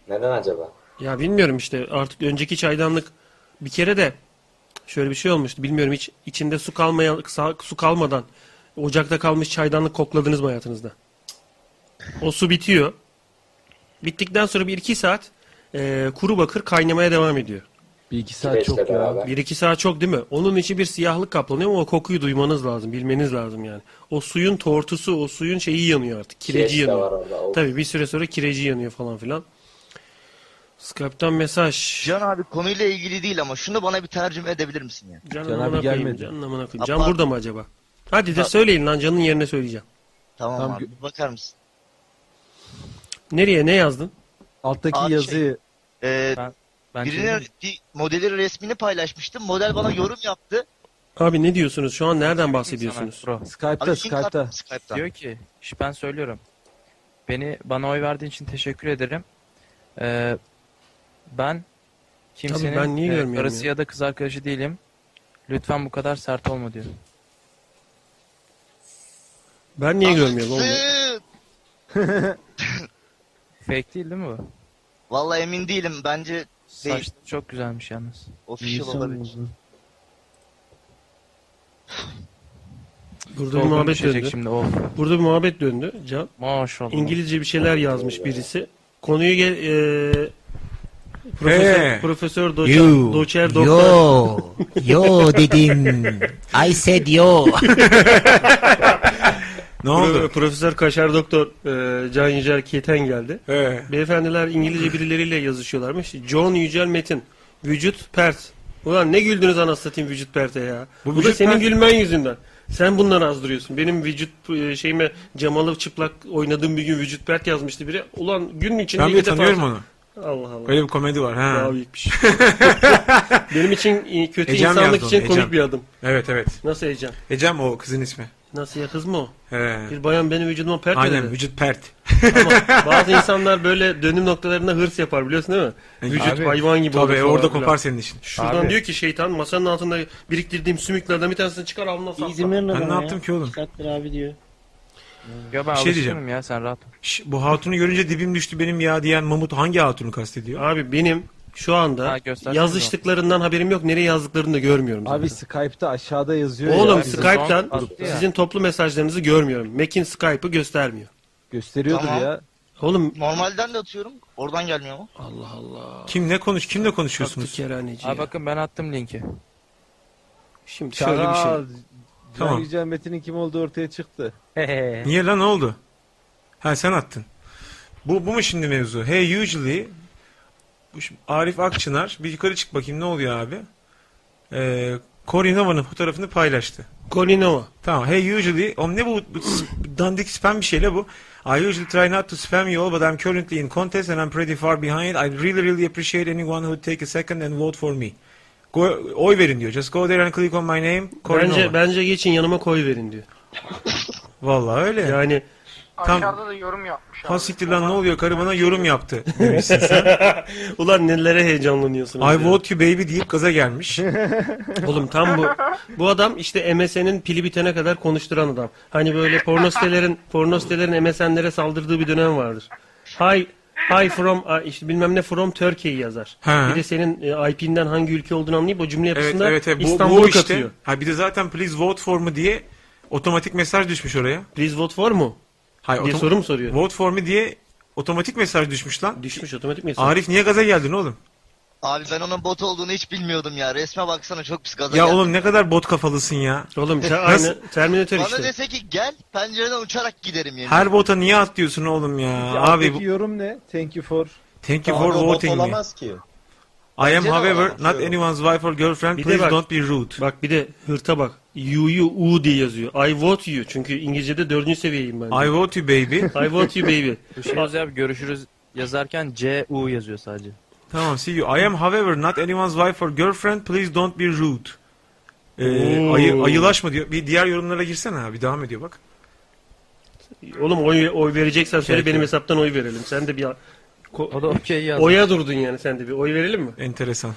[SPEAKER 1] Neden acaba?
[SPEAKER 3] Ya bilmiyorum işte artık önceki çaydanlık bir kere de şöyle bir şey olmuştu. Bilmiyorum hiç içinde su kalmayan sa- su kalmadan ocakta kalmış çaydanlık kokladınız mı hayatınızda? O su bitiyor. Bittikten sonra bir iki saat e, kuru bakır kaynamaya devam ediyor.
[SPEAKER 8] Bir iki saat çok ya.
[SPEAKER 3] Bir iki saat çok değil mi? Onun içi bir siyahlık kaplanıyor ama o kokuyu duymanız lazım, bilmeniz lazım yani. O suyun tortusu, o suyun şeyi yanıyor artık. Kireci
[SPEAKER 1] Kireç de
[SPEAKER 3] yanıyor.
[SPEAKER 1] var orada, o-
[SPEAKER 3] Tabii bir süre sonra kireci yanıyor falan filan. Skype'tan mesaj.
[SPEAKER 7] Can abi konuyla ilgili değil ama şunu bana bir tercüme edebilir misin ya?
[SPEAKER 3] Can, amına koyayım, Can, amına koyayım. Can
[SPEAKER 7] Apa-
[SPEAKER 3] burada mı acaba? Hadi de
[SPEAKER 7] Tamam.
[SPEAKER 3] söyleyin lan Can'ın yerine söyleyeceğim.
[SPEAKER 7] Tamam, abi bir bakar mısın?
[SPEAKER 3] Nereye ne yazdın?
[SPEAKER 8] Alttaki
[SPEAKER 7] Abi şey,
[SPEAKER 8] yazıyı
[SPEAKER 7] Ee,
[SPEAKER 3] ben
[SPEAKER 7] birinin
[SPEAKER 3] çözdüm.
[SPEAKER 7] bir modelin resmini paylaşmıştım. Model bana yorum yaptı.
[SPEAKER 3] Abi ne diyorsunuz? Şu an nereden bahsediyorsunuz?
[SPEAKER 8] Skype'ta,
[SPEAKER 7] Abi, Skype'ta. Skype'tan.
[SPEAKER 4] Diyor ki, şu ben söylüyorum. Beni bana oy verdiğin için teşekkür ederim. Ee, ben kimsenin
[SPEAKER 3] Abi ben niye
[SPEAKER 4] e,
[SPEAKER 3] görmüyorum
[SPEAKER 4] karısı
[SPEAKER 3] ya?
[SPEAKER 4] ya da kız arkadaşı değilim. Lütfen bu kadar sert olma diyor.
[SPEAKER 3] Ben niye görmüyorum oğlum?
[SPEAKER 4] Fake değil değil mi bu?
[SPEAKER 7] Vallahi emin değilim. Bence
[SPEAKER 4] Saç
[SPEAKER 7] değil.
[SPEAKER 4] çok güzelmiş yalnız.
[SPEAKER 7] Official
[SPEAKER 4] İnsan
[SPEAKER 7] olabilir.
[SPEAKER 3] Burada bir şey
[SPEAKER 4] Sorgun
[SPEAKER 3] muhabbet
[SPEAKER 4] düşecek
[SPEAKER 3] döndü.
[SPEAKER 4] şimdi, of.
[SPEAKER 3] Burada bir muhabbet döndü Can.
[SPEAKER 4] Maşallah.
[SPEAKER 3] İngilizce bir şeyler yazmış birisi. Konuyu gel... e, profesör,
[SPEAKER 6] Hey.
[SPEAKER 3] profesör
[SPEAKER 6] You.
[SPEAKER 3] doçer, doçer doktor.
[SPEAKER 6] Yo. Yo dedim. I said yo.
[SPEAKER 2] Ne oldu?
[SPEAKER 3] Profesör Kaşar Doktor e, Can Yücel Keten geldi.
[SPEAKER 2] Ee,
[SPEAKER 3] Beyefendiler İngilizce birileriyle yazışıyorlarmış. John Yücel Metin. Vücut pert. Ulan ne güldünüz anasını satayım vücut perte ya.
[SPEAKER 2] Bu
[SPEAKER 3] Bu, da
[SPEAKER 2] vücut
[SPEAKER 3] senin
[SPEAKER 2] pert-
[SPEAKER 3] gülmen yüzünden. Sen bunları azdırıyorsun. Benim vücut e, şeyime camalı çıplak oynadığım bir gün vücut pert yazmıştı biri. Ulan günün içinde
[SPEAKER 2] Ben
[SPEAKER 3] iki
[SPEAKER 2] bir
[SPEAKER 3] defa-
[SPEAKER 2] tanıyorum onu.
[SPEAKER 3] Allah Allah.
[SPEAKER 2] Öyle bir komedi var. Ha.
[SPEAKER 3] Daha büyük bir şey. Benim için i- kötü
[SPEAKER 2] Ecem
[SPEAKER 3] insanlık
[SPEAKER 2] yazdı
[SPEAKER 3] için
[SPEAKER 2] onu,
[SPEAKER 3] komik
[SPEAKER 2] Ecem.
[SPEAKER 3] bir adım.
[SPEAKER 2] Evet evet.
[SPEAKER 3] Nasıl Ecem?
[SPEAKER 2] Ecem o kızın ismi.
[SPEAKER 3] Nasıl ya kız mı o?
[SPEAKER 2] He.
[SPEAKER 3] Bir bayan benim vücuduma pert
[SPEAKER 2] Aynen
[SPEAKER 3] eder.
[SPEAKER 2] vücut pert.
[SPEAKER 3] Ama bazı insanlar böyle dönüm noktalarında hırs yapar biliyorsun değil mi? Vücut
[SPEAKER 2] Abi,
[SPEAKER 3] hayvan gibi
[SPEAKER 2] tabii,
[SPEAKER 3] olur falan
[SPEAKER 2] orada
[SPEAKER 3] filan.
[SPEAKER 2] kopar senin işin.
[SPEAKER 3] Şuradan
[SPEAKER 2] Abi.
[SPEAKER 3] diyor ki şeytan masanın altında biriktirdiğim sümüklerden bir tanesini çıkar alnına sakla.
[SPEAKER 12] İzmir'in adamı ya.
[SPEAKER 2] ki oğlum?
[SPEAKER 12] Sattır abi diyor.
[SPEAKER 4] Ya ben
[SPEAKER 2] Bir şey
[SPEAKER 4] alışkınım
[SPEAKER 2] diyeceğim.
[SPEAKER 4] ya sen rahat ol.
[SPEAKER 2] Şş, bu hatunu görünce dibim düştü benim ya diyen Mamut hangi hatunu kastediyor?
[SPEAKER 3] Abi benim şu anda Yazıştıklarından haberim yok. Nereye yazdıklarını da görmüyorum.
[SPEAKER 8] Abi Skype'ta aşağıda yazıyor
[SPEAKER 3] Oğlum
[SPEAKER 8] ya.
[SPEAKER 3] Skype'tan
[SPEAKER 8] Grupta.
[SPEAKER 3] sizin toplu mesajlarınızı görmüyorum. Mac'in Skype'ı göstermiyor.
[SPEAKER 8] Gösteriyordur
[SPEAKER 7] Tamam.
[SPEAKER 8] ya.
[SPEAKER 3] Oğlum
[SPEAKER 7] Normalden de atıyorum. Oradan gelmiyor mu?
[SPEAKER 3] Allah Allah.
[SPEAKER 2] Kim ne konuş kimle konuşuyorsunuz?
[SPEAKER 4] Abi bakın ben attım linki.
[SPEAKER 3] Şimdi
[SPEAKER 8] Şöyle bir şey.
[SPEAKER 2] Tamam.
[SPEAKER 8] Metin'in kim olduğu ortaya çıktı.
[SPEAKER 2] Niye lan ne oldu? Ha sen attın. Bu, bu mu şimdi mevzu? Hey usually bu şimdi Arif Akçınar bir yukarı çık bakayım ne oluyor abi? Ee, Corey Nova'nın fotoğrafını paylaştı.
[SPEAKER 3] Corey Nova.
[SPEAKER 2] Tamam. Hey usually oğlum ne bu, bu sp- dandik spam bir şeyle bu. I usually try not to spam you all but I'm currently in contest and I'm pretty far behind. I really really appreciate anyone who take a second and vote for me. Go, oy verin diyor. Just go there and click on my name. Corey
[SPEAKER 3] Bence
[SPEAKER 2] Nova.
[SPEAKER 3] bence geçin yanıma koy verin diyor.
[SPEAKER 2] Vallahi öyle.
[SPEAKER 3] Yani
[SPEAKER 2] Aşağıda
[SPEAKER 13] da yorum yapmış.
[SPEAKER 2] Ha siktir lan ne oluyor karı bana yorum yaptı demişsin sen.
[SPEAKER 3] Ulan nelere heyecanlanıyorsun.
[SPEAKER 2] I vote you baby deyip gaza gelmiş.
[SPEAKER 3] Oğlum tam bu. Bu adam işte MSN'in pili bitene kadar konuşturan adam. Hani böyle porno sitelerin, porno sitelerin MSN'lere saldırdığı bir dönem vardır. Hi, hi from, a- işte bilmem ne from Turkey yazar.
[SPEAKER 2] He.
[SPEAKER 3] Bir de senin e, IP'nden hangi ülke olduğunu anlayıp o cümle
[SPEAKER 2] evet
[SPEAKER 3] yapısında
[SPEAKER 2] evet evet bu,
[SPEAKER 3] İstanbul'u
[SPEAKER 2] bu işte.
[SPEAKER 3] katıyor.
[SPEAKER 2] Ha bir de zaten please vote for mu diye otomatik mesaj düşmüş oraya.
[SPEAKER 3] Please vote for mu?
[SPEAKER 2] Hayır,
[SPEAKER 3] Diye
[SPEAKER 2] otom-
[SPEAKER 3] soru mu soruyor?
[SPEAKER 2] Vote for me diye otomatik mesaj düşmüş lan.
[SPEAKER 3] Düşmüş otomatik mesaj.
[SPEAKER 2] Arif niye gaza geldin oğlum?
[SPEAKER 7] Abi ben onun bot olduğunu hiç bilmiyordum ya. Resme baksana çok pis gaza
[SPEAKER 2] ya
[SPEAKER 7] geldim.
[SPEAKER 2] oğlum ne kadar bot kafalısın ya.
[SPEAKER 3] Oğlum
[SPEAKER 7] sen
[SPEAKER 3] aynı Terminator
[SPEAKER 7] Bana dese ki gel pencereden uçarak giderim yani.
[SPEAKER 2] Her bota niye atlıyorsun oğlum ya? Abi bu...
[SPEAKER 8] yorum ne? Thank you for.
[SPEAKER 2] Thank you for voting me.
[SPEAKER 11] ki.
[SPEAKER 2] I am
[SPEAKER 3] Bence de
[SPEAKER 2] however
[SPEAKER 3] olamaz.
[SPEAKER 2] not anyone's wife or girlfriend.
[SPEAKER 3] Bir de
[SPEAKER 2] Please
[SPEAKER 3] bak-
[SPEAKER 2] don't be rude.
[SPEAKER 3] Bak bir de hırta bak. You you u diye yazıyor. I vote you. Çünkü İngilizce'de dördüncü seviyeyim ben.
[SPEAKER 2] I vote you baby.
[SPEAKER 3] I vote you baby.
[SPEAKER 4] Düşünüyoruz abi şey görüşürüz yazarken C U yazıyor sadece.
[SPEAKER 2] Tamam see you. I am however not anyone's wife or girlfriend. Please don't be rude. Ee,
[SPEAKER 3] Oo.
[SPEAKER 2] ayı, ayılaşma diyor. Bir diğer yorumlara girsene abi. Devam ediyor bak.
[SPEAKER 3] Oğlum oy, oy vereceksen söyle
[SPEAKER 2] Evet,
[SPEAKER 3] benim
[SPEAKER 2] evet.
[SPEAKER 3] hesaptan oy verelim. Sen de bir o
[SPEAKER 4] da okey yazdı.
[SPEAKER 3] Oya durdun yani sen de bir oy verelim mi?
[SPEAKER 2] Enteresan.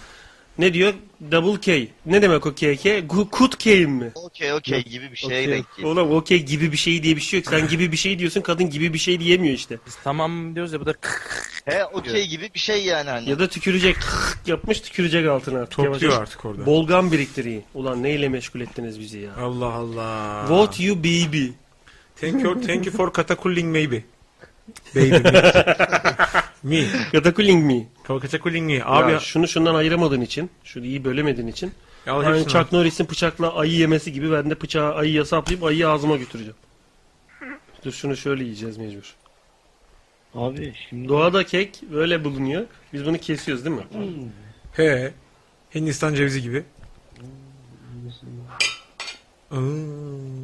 [SPEAKER 3] Ne diyor? Double K. Ne demek o KK? Gu- Kut K mi?
[SPEAKER 7] Okey okey gibi bir şeye
[SPEAKER 3] Okey.
[SPEAKER 7] denk geliyor.
[SPEAKER 3] Oğlum okey gibi bir şey diye bir şey yok. Sen gibi bir şey diyorsun kadın gibi bir şey diyemiyor işte.
[SPEAKER 4] Tamam diyoruz ya bu da kık
[SPEAKER 7] He okey gibi bir şey yani hani.
[SPEAKER 3] Ya da tükürecek kık yapmış tükürecek altına artık.
[SPEAKER 2] Topluyor
[SPEAKER 3] Yavaş-
[SPEAKER 2] artık orada.
[SPEAKER 3] Bolgan biriktireyim. Ulan neyle meşgul ettiniz bizi ya?
[SPEAKER 2] Allah Allah.
[SPEAKER 3] Vote you baby.
[SPEAKER 2] Thank you, thank you for katakulling maybe. Baby me. me.
[SPEAKER 3] Katakulling me.
[SPEAKER 2] Katakulling me. Abi
[SPEAKER 3] ya şunu şundan ayıramadığın için, şunu iyi bölemediğin için.
[SPEAKER 2] Ya al
[SPEAKER 3] Aynı
[SPEAKER 2] hepsini
[SPEAKER 3] Chuck Norris'in bıçakla ayı yemesi gibi ben de bıçağı ayıya saplayıp ayıyı ağzıma götüreceğim. Dur şunu şöyle yiyeceğiz mecbur.
[SPEAKER 12] Abi şimdi
[SPEAKER 3] Doğada kek böyle bulunuyor. Biz bunu kesiyoruz değil mi?
[SPEAKER 2] He. Hindistan cevizi gibi. Aa,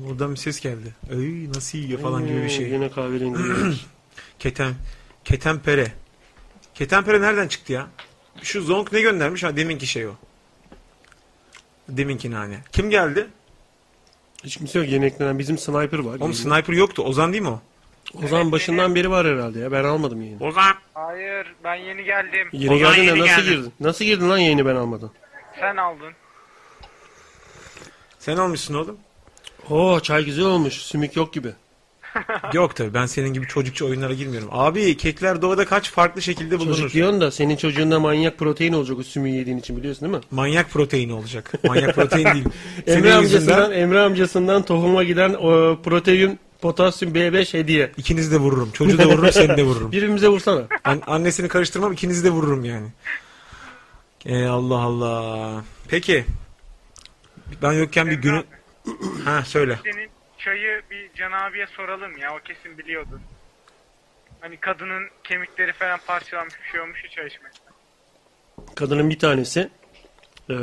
[SPEAKER 2] oradan bir ses geldi. Ay, nasıl yiyor falan gibi bir şey.
[SPEAKER 3] Oo, Yine kahverengi. yemiş.
[SPEAKER 2] Keten. Ketenpere. Ketenpere nereden çıktı ya? Şu Zonk ne göndermiş? Ha deminki şey o. Deminki nane. Kim geldi?
[SPEAKER 3] Hiç kimse yok yeni eklenen. Bizim sniper var.
[SPEAKER 2] Oğlum
[SPEAKER 3] Yeni.
[SPEAKER 2] sniper yoktu. Ozan değil mi o?
[SPEAKER 3] Ozan başından beri var herhalde ya. Ben almadım yayını.
[SPEAKER 2] Ozan.
[SPEAKER 13] Hayır ben yeni geldim.
[SPEAKER 3] Yeni geldin ya nasıl girdin? Nasıl girdin lan yayını ben almadan?
[SPEAKER 13] Sen aldın.
[SPEAKER 2] Sen almışsın oğlum.
[SPEAKER 3] Oo çay güzel olmuş. Sümük yok gibi.
[SPEAKER 2] Yok tabii ben senin gibi çocukça oyunlara girmiyorum. Abi kekler doğada kaç farklı şekilde bulunur?
[SPEAKER 3] Çocuk diyorsun da senin çocuğunda manyak protein olacak o sümüğü yediğin için biliyorsun değil mi?
[SPEAKER 2] Manyak proteini olacak. Manyak protein değil. Senin
[SPEAKER 3] Emre
[SPEAKER 2] yüzünden-
[SPEAKER 3] amcasından, Emre amcasından tohuma giden e, protein, potasyum, B5 hediye.
[SPEAKER 2] İkinizi de vururum. Çocuğu da vururum, seni de vururum.
[SPEAKER 3] Birbirimize vursana.
[SPEAKER 2] An- annesini karıştırmam ikinizi de vururum yani. Ee, Allah Allah. Peki. Ben yokken bir günü... ha söyle.
[SPEAKER 13] Senin çayı bir Can abiye soralım ya o kesin biliyordu. Hani kadının kemikleri falan parçalanmış bir şey olmuş ya çay içmek.
[SPEAKER 3] Kadının bir tanesi e,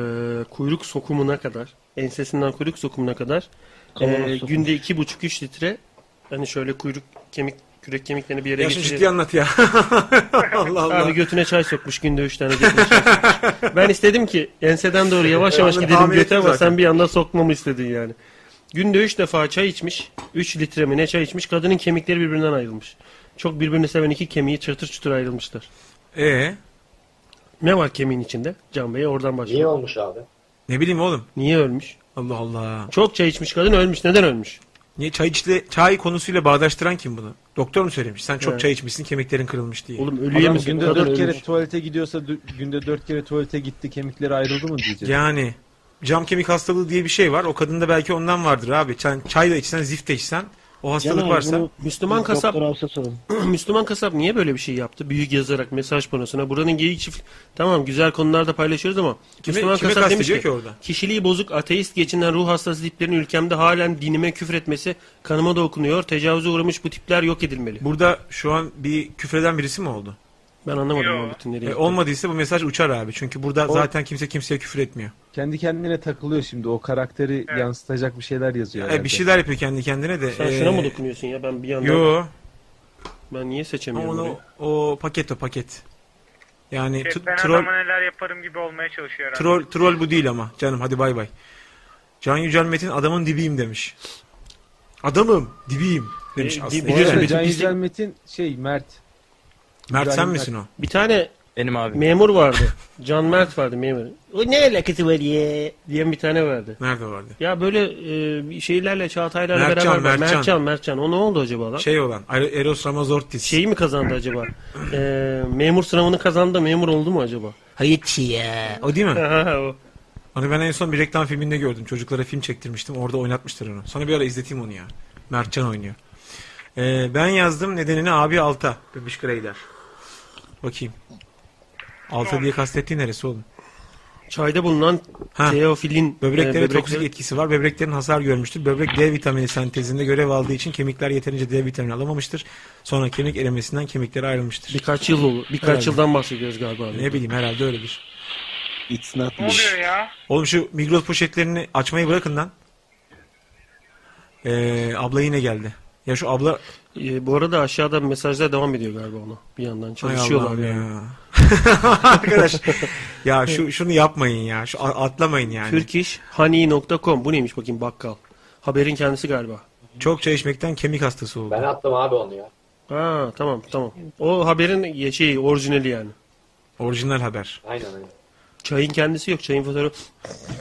[SPEAKER 3] kuyruk sokumuna kadar, ensesinden kuyruk sokumuna kadar e,
[SPEAKER 12] Kavanoz sokmuş.
[SPEAKER 3] günde 2,5-3 litre Hani şöyle kuyruk kemik kürek kemiklerini bir yere
[SPEAKER 2] Ya şimdi
[SPEAKER 3] getirecek.
[SPEAKER 2] ciddi anlat ya. Allah Allah.
[SPEAKER 3] Abi götüne çay sokmuş. Günde 3 tane götüne çay sokmuş. Ben istedim ki enseden doğru yavaş yavaş
[SPEAKER 2] Onu
[SPEAKER 3] gidelim
[SPEAKER 2] tahmin
[SPEAKER 3] göte
[SPEAKER 2] ettim
[SPEAKER 3] ama
[SPEAKER 2] zaten.
[SPEAKER 3] sen bir anda sokmamı istedin yani. Günde 3 defa çay içmiş. 3 litre mi ne çay içmiş. Kadının kemikleri birbirinden ayrılmış. Çok birbirini seven iki kemiği çırtır çutur ayrılmışlar.
[SPEAKER 2] Ee?
[SPEAKER 3] Ne var kemiğin içinde? Can Bey oradan başlıyor.
[SPEAKER 1] Niye olmuş abi?
[SPEAKER 2] Ne bileyim oğlum.
[SPEAKER 3] Niye ölmüş?
[SPEAKER 2] Allah Allah.
[SPEAKER 3] Çok çay içmiş kadın ölmüş. Neden ölmüş?
[SPEAKER 2] Niye çay içti? Çay konusuyla bağdaştıran kim bunu? Doktor mu söylemiş? Sen çok
[SPEAKER 3] Evet.
[SPEAKER 2] çay içmişsin kemiklerin kırılmış diye.
[SPEAKER 8] Adam Günde dört kere tuvalete gidiyorsa dü- günde dört kere tuvalete gitti kemikleri ayrıldı mı diyeceğiz.
[SPEAKER 2] Yani cam kemik hastalığı diye bir şey var. O kadında belki ondan vardır abi. Sen çay da içsen, zift de içsen o hastalık varsa
[SPEAKER 3] Müslüman kasap Müslüman kasap niye böyle bir şey yaptı? Büyük yazarak mesaj panosuna. Buranın geyik çift tamam güzel konularda paylaşıyoruz ama
[SPEAKER 2] Kime-
[SPEAKER 3] Müslüman
[SPEAKER 2] kime
[SPEAKER 3] kasap demiş
[SPEAKER 2] kastediyor
[SPEAKER 3] ki,
[SPEAKER 2] ki orada?
[SPEAKER 3] kişiliği bozuk ateist geçinen ruh hastası tiplerin ülkemde halen dinime küfretmesi kanıma da okunuyor. Tecavüze uğramış bu tipler yok edilmeli.
[SPEAKER 2] Burada şu an bir küfreden birisi mi oldu?
[SPEAKER 3] Ben anlamadım o bütün nereye
[SPEAKER 2] E,
[SPEAKER 3] gitti.
[SPEAKER 2] olmadıysa bu mesaj uçar abi. Çünkü burada
[SPEAKER 8] O-
[SPEAKER 2] zaten kimse kimseye küfür etmiyor. E,
[SPEAKER 8] Kendi kendine takılıyor şimdi o karakteri yansıtacak bir şeyler yazıyor.
[SPEAKER 2] E, bir şeyler yapıyor kendi kendine de.
[SPEAKER 3] Sen
[SPEAKER 2] E,
[SPEAKER 3] şuna mı dokunuyorsun ya ben bir yandan
[SPEAKER 2] Yo.
[SPEAKER 3] ben niye
[SPEAKER 2] Ama
[SPEAKER 3] seçemiyorum?
[SPEAKER 2] onu,
[SPEAKER 3] orayı?
[SPEAKER 2] o paket o paket. Yani
[SPEAKER 13] Şey,
[SPEAKER 2] tr-
[SPEAKER 13] ben
[SPEAKER 2] troll,
[SPEAKER 13] adama neler yaparım gibi olmaya çalışıyor herhalde.
[SPEAKER 2] troll, troll bu değil ama. Canım hadi bay bay. Can Yücel Metin adamın dibiyim demiş. Adamım dibiyim demiş
[SPEAKER 3] E,
[SPEAKER 8] Bu
[SPEAKER 2] aslında.
[SPEAKER 8] arada
[SPEAKER 2] Bütün-
[SPEAKER 8] Can
[SPEAKER 2] bütün-
[SPEAKER 8] Yücel Metin şey Mert.
[SPEAKER 2] Mert sen
[SPEAKER 8] İbrahim
[SPEAKER 2] misin o?
[SPEAKER 3] Bir tane
[SPEAKER 4] benim abi.
[SPEAKER 3] Memur vardı. Can Mert vardı memur. O ne alakası var ya diyen bir tane vardı.
[SPEAKER 2] Nerede vardı?
[SPEAKER 3] Ya böyle e, bir şeylerle Çağatay'larla
[SPEAKER 2] Mertcan,
[SPEAKER 3] beraber var.
[SPEAKER 2] Mertcan.
[SPEAKER 3] Mertcan Mertcan o ne oldu acaba lan?
[SPEAKER 2] Şey olan Er- Eros Ramazortis.
[SPEAKER 3] Şeyi mi kazandı acaba? E, memur sınavını kazandı da memur oldu mu acaba?
[SPEAKER 2] Hayır ya. E, O değil mi?
[SPEAKER 3] Ha, o.
[SPEAKER 2] Onu Hani ben en son bir reklam filminde gördüm. Çocuklara film çektirmiştim. Orada oynatmışlar onu. Sana bir ara izleteyim onu ya. Mertcan oynuyor. Ee, ben yazdım nedenini abi alta. Bebiş Greyler. Bakayım. Alta diye kastettiğin neresi oğlum?
[SPEAKER 3] Çayda bulunan teofilin
[SPEAKER 2] Böbreklere
[SPEAKER 3] e, böbrekleri-
[SPEAKER 2] toksik etkisi var. Böbreklerin hasar görmüştür. Böbrek D vitamini sentezinde görev aldığı için kemikler yeterince D vitamini alamamıştır. Sonra kemik erimesinden kemikleri ayrılmıştır.
[SPEAKER 3] Birkaç yıl olur. Birkaç
[SPEAKER 2] Herhalde.
[SPEAKER 3] yıldan bahsediyoruz galiba. abi.
[SPEAKER 2] Ne bileyim herhalde öyledir.
[SPEAKER 12] It's not
[SPEAKER 13] Ne oluyor ya?
[SPEAKER 2] Oğlum şu Migros poşetlerini açmayı bırakın lan. Ee, abla yine geldi. Ya şu abla
[SPEAKER 3] E, bu arada aşağıda mesajlar devam ediyor galiba ona. Bir yandan
[SPEAKER 2] Hay
[SPEAKER 3] çalışıyorlar
[SPEAKER 2] Allah'ım
[SPEAKER 3] yani.
[SPEAKER 2] ya. Arkadaş ya şu şunu yapmayın ya. Şu a- atlamayın yani.
[SPEAKER 3] Turkishoney.com bu neymiş bakayım bakkal. Haberin kendisi galiba.
[SPEAKER 2] Çok çay içmekten kemik hastası oldu.
[SPEAKER 1] Ben attım abi onu ya.
[SPEAKER 3] Ha tamam tamam. O haberin şey orijinali yani.
[SPEAKER 2] Orijinal haber.
[SPEAKER 1] Aynen aynen.
[SPEAKER 3] Çayın kendisi yok. Çayın fotoğrafı.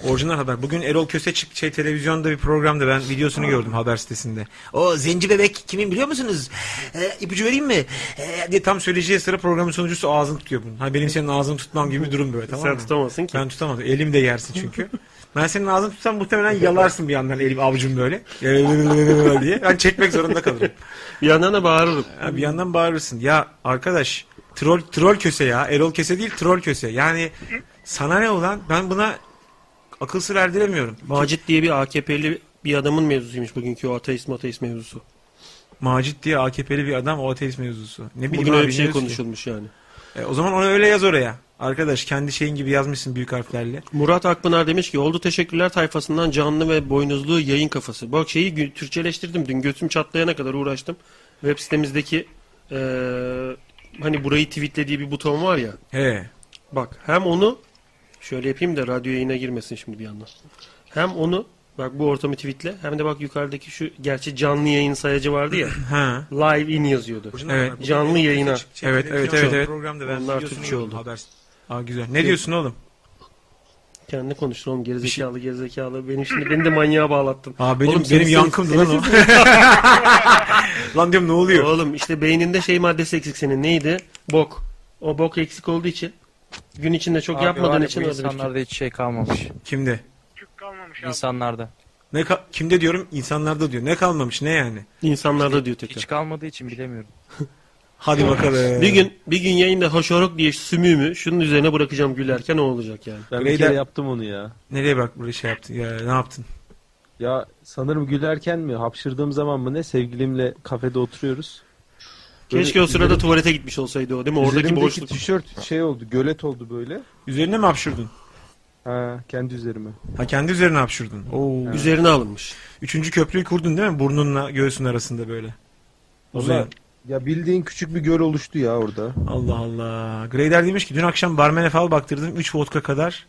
[SPEAKER 2] Orijinal haber. Bugün Erol Köse çık şey televizyonda bir programda ben videosunu gördüm haber sitesinde. O zenci bebek kimin biliyor musunuz? Ee, ipucu vereyim mi? Ee, diye tam söyleyeceği sıra programın sonucusu ağzını tutuyor bunun. Ha benim senin ağzını tutmam gibi bir durum böyle tamam
[SPEAKER 3] Sen
[SPEAKER 2] mı?
[SPEAKER 3] tutamazsın ki.
[SPEAKER 2] Ben tutamam. Elim de yersin çünkü. ben senin ağzını tutsam muhtemelen yalarsın bir yandan elim avucum böyle. diye. Ben çekmek zorunda kalırım.
[SPEAKER 3] Bir yandan da bağırırım.
[SPEAKER 2] Ha, bir yandan bağırırsın. Ya arkadaş troll troll köse ya. Erol köse değil troll köse. Yani sana ne ulan? Ben buna akıl sır erdiremiyorum.
[SPEAKER 3] Macit diye bir AKP'li bir adamın mevzusuymuş bugünkü o ateist mateist mevzusu.
[SPEAKER 2] Macit diye AKP'li bir adam o ateist mevzusu. Ne bileyim
[SPEAKER 3] Bugün
[SPEAKER 2] abi,
[SPEAKER 3] öyle bir şey
[SPEAKER 2] bilmiyoruz ki.
[SPEAKER 3] konuşulmuş yani.
[SPEAKER 2] E, o zaman onu öyle yaz oraya. Arkadaş kendi şeyin gibi yazmışsın büyük harflerle.
[SPEAKER 3] Murat Akpınar demiş ki oldu teşekkürler tayfasından canlı ve boynuzlu yayın kafası. Bak şeyi gü- Türkçeleştirdim dün götüm çatlayana kadar uğraştım. Web sitemizdeki eee, hani burayı tweetle diye bir buton var ya.
[SPEAKER 2] He.
[SPEAKER 3] Bak hem onu şöyle yapayım da radyo yayına girmesin şimdi bir yandan. Hem onu bak bu ortamı tweetle hem de bak yukarıdaki şu gerçi canlı yayın sayacı vardı ya.
[SPEAKER 2] Ha.
[SPEAKER 3] Live in yazıyordu.
[SPEAKER 2] Evet.
[SPEAKER 3] Canlı yayına.
[SPEAKER 2] Evet evet evet evet.
[SPEAKER 3] Onlar Türkçe oldu.
[SPEAKER 2] Haber. Aa, güzel. Ne diyorsun oğlum?
[SPEAKER 3] Kendi konuştun oğlum gerizekalı gerizekalı. Benim şimdi beni de manyağa bağlattın.
[SPEAKER 2] Aa, benim-
[SPEAKER 3] Oğlum,
[SPEAKER 2] benim yankımdı lan o. lan diyorum ne oluyor?
[SPEAKER 3] Oğlum işte beyninde şey maddesi eksik senin. Neydi? Bok. O bok eksik olduğu için gün içinde çok
[SPEAKER 4] Abi var
[SPEAKER 3] yapmadığın
[SPEAKER 4] ya,
[SPEAKER 3] için
[SPEAKER 4] bu
[SPEAKER 3] hazır
[SPEAKER 4] insanlarda hiç şey kalmamış.
[SPEAKER 2] Kimde?
[SPEAKER 4] İnsanlarda.
[SPEAKER 2] Ne ka- kimde diyorum? İnsanlarda diyor. Ne kalmamış ne yani?
[SPEAKER 3] İnsanlarda diyor tekrar.
[SPEAKER 4] Hiç kalmadığı için bilemiyorum.
[SPEAKER 2] Hadi bakalım.
[SPEAKER 3] Bir gün bir gün yayında hoşoruk diye sümüğümü şunun üzerine bırakacağım gülerken o olacak yani.
[SPEAKER 8] Ben bir kere yaptım onu ya.
[SPEAKER 2] Nereye bak buraya şey yaptın ya ne yaptın?
[SPEAKER 8] Ya sanırım gülerken mi hapşırdığım zaman mı ne sevgilimle kafede oturuyoruz.
[SPEAKER 3] Keşke o sırada tuvalete gitmiş olsaydı o değil mi? Oradaki
[SPEAKER 8] üzerimdeki
[SPEAKER 3] boşluk.
[SPEAKER 8] tişört şey oldu gölet oldu böyle.
[SPEAKER 2] Üzerine mi hapşırdın?
[SPEAKER 8] Ha, kendi üzerime.
[SPEAKER 2] Ha kendi üzerine hapşurdun. Oo.
[SPEAKER 8] Evet.
[SPEAKER 3] Üzerine alınmış.
[SPEAKER 2] Üçüncü köprüyü kurdun değil mi? Burnunla göğsün arasında böyle.
[SPEAKER 8] Ulan, ya bildiğin küçük bir göl oluştu ya orada.
[SPEAKER 2] Allah Allah. Grader demiş ki dün akşam barmene fal baktırdım 3 vodka kadar.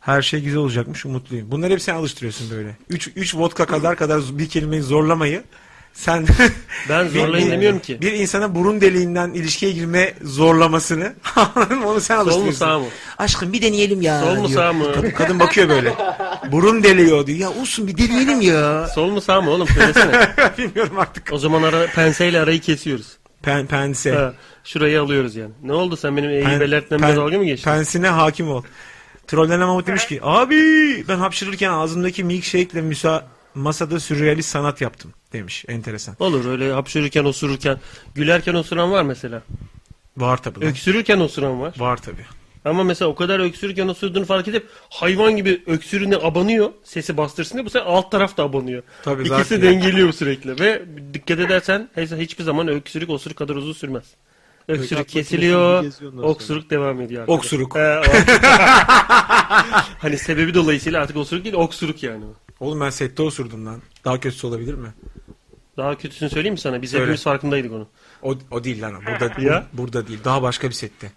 [SPEAKER 2] Her şey güzel olacakmış umutluyum. Bunları hep sen alıştırıyorsun böyle. 3 3 vodka kadar kadar bir kelimeyi zorlamayı sen
[SPEAKER 3] Ben
[SPEAKER 2] Bir-
[SPEAKER 3] zorlayın
[SPEAKER 2] bir-
[SPEAKER 3] demiyorum ki.
[SPEAKER 2] Bir insana burun deliğinden ilişkiye girme zorlamasını anladın mı? Onu sen
[SPEAKER 3] Sol mu,
[SPEAKER 2] alıştırıyorsun.
[SPEAKER 3] sağ mı?
[SPEAKER 2] Aşkım bir deneyelim ya.
[SPEAKER 3] Sol mu,
[SPEAKER 2] diyor.
[SPEAKER 3] sağ mı?
[SPEAKER 2] Kad- Kadın bakıyor böyle. burun deliyor diyor. Ya olsun bir deneyelim ya.
[SPEAKER 3] Sol mu sağ mı oğlum söylesene.
[SPEAKER 2] Bilmiyorum artık.
[SPEAKER 3] O zaman ara, penseyle arayı kesiyoruz.
[SPEAKER 2] Pen, pense.
[SPEAKER 3] Ha, şurayı alıyoruz yani. Ne oldu sen benim eğri
[SPEAKER 2] Eh. Pen-
[SPEAKER 3] belirtmemle
[SPEAKER 2] pen-
[SPEAKER 3] dalga mı geçtin?
[SPEAKER 2] Pensine hakim ol. Trollenen Mahmut demiş ki abi ben hapşırırken ağzımdaki milkshake'le müsa masada sürrealist sanat yaptım demiş. Enteresan.
[SPEAKER 3] Olur öyle hapşırırken osururken. Gülerken osuran var mesela.
[SPEAKER 2] Var tabii. lan.
[SPEAKER 3] Öksürürken osuran var.
[SPEAKER 2] Var tabii.
[SPEAKER 3] Ama mesela o kadar öksürürken osurduğunu fark edip hayvan gibi öksürüğüne abanıyor. Sesi bastırsın diye bu sefer alt taraf da abanıyor.
[SPEAKER 2] Tabii
[SPEAKER 3] İkisi
[SPEAKER 2] zaten.
[SPEAKER 3] dengeliyor sürekli ve dikkat edersen he- hiçbir zaman öksürük osuruk kadar uzun sürmez. Öksürük
[SPEAKER 2] Öksürük
[SPEAKER 3] kesiliyor,
[SPEAKER 2] geziyor ondan sonra.
[SPEAKER 3] oksuruk devam ediyor. arkada.
[SPEAKER 2] Oksuruk.
[SPEAKER 3] He, Ee, o- hani sebebi dolayısıyla artık osuruk değil oksuruk yani.
[SPEAKER 2] Oğlum ben sette osurdum lan. Daha kötüsü olabilir mi?
[SPEAKER 3] Daha kötüsünü söyleyeyim mi sana? Biz
[SPEAKER 2] Söyle.
[SPEAKER 3] hepimiz farkındaydık onu.
[SPEAKER 2] O, o değil lan. Burada,
[SPEAKER 3] Ya?
[SPEAKER 2] burada değil. Daha başka bir sette.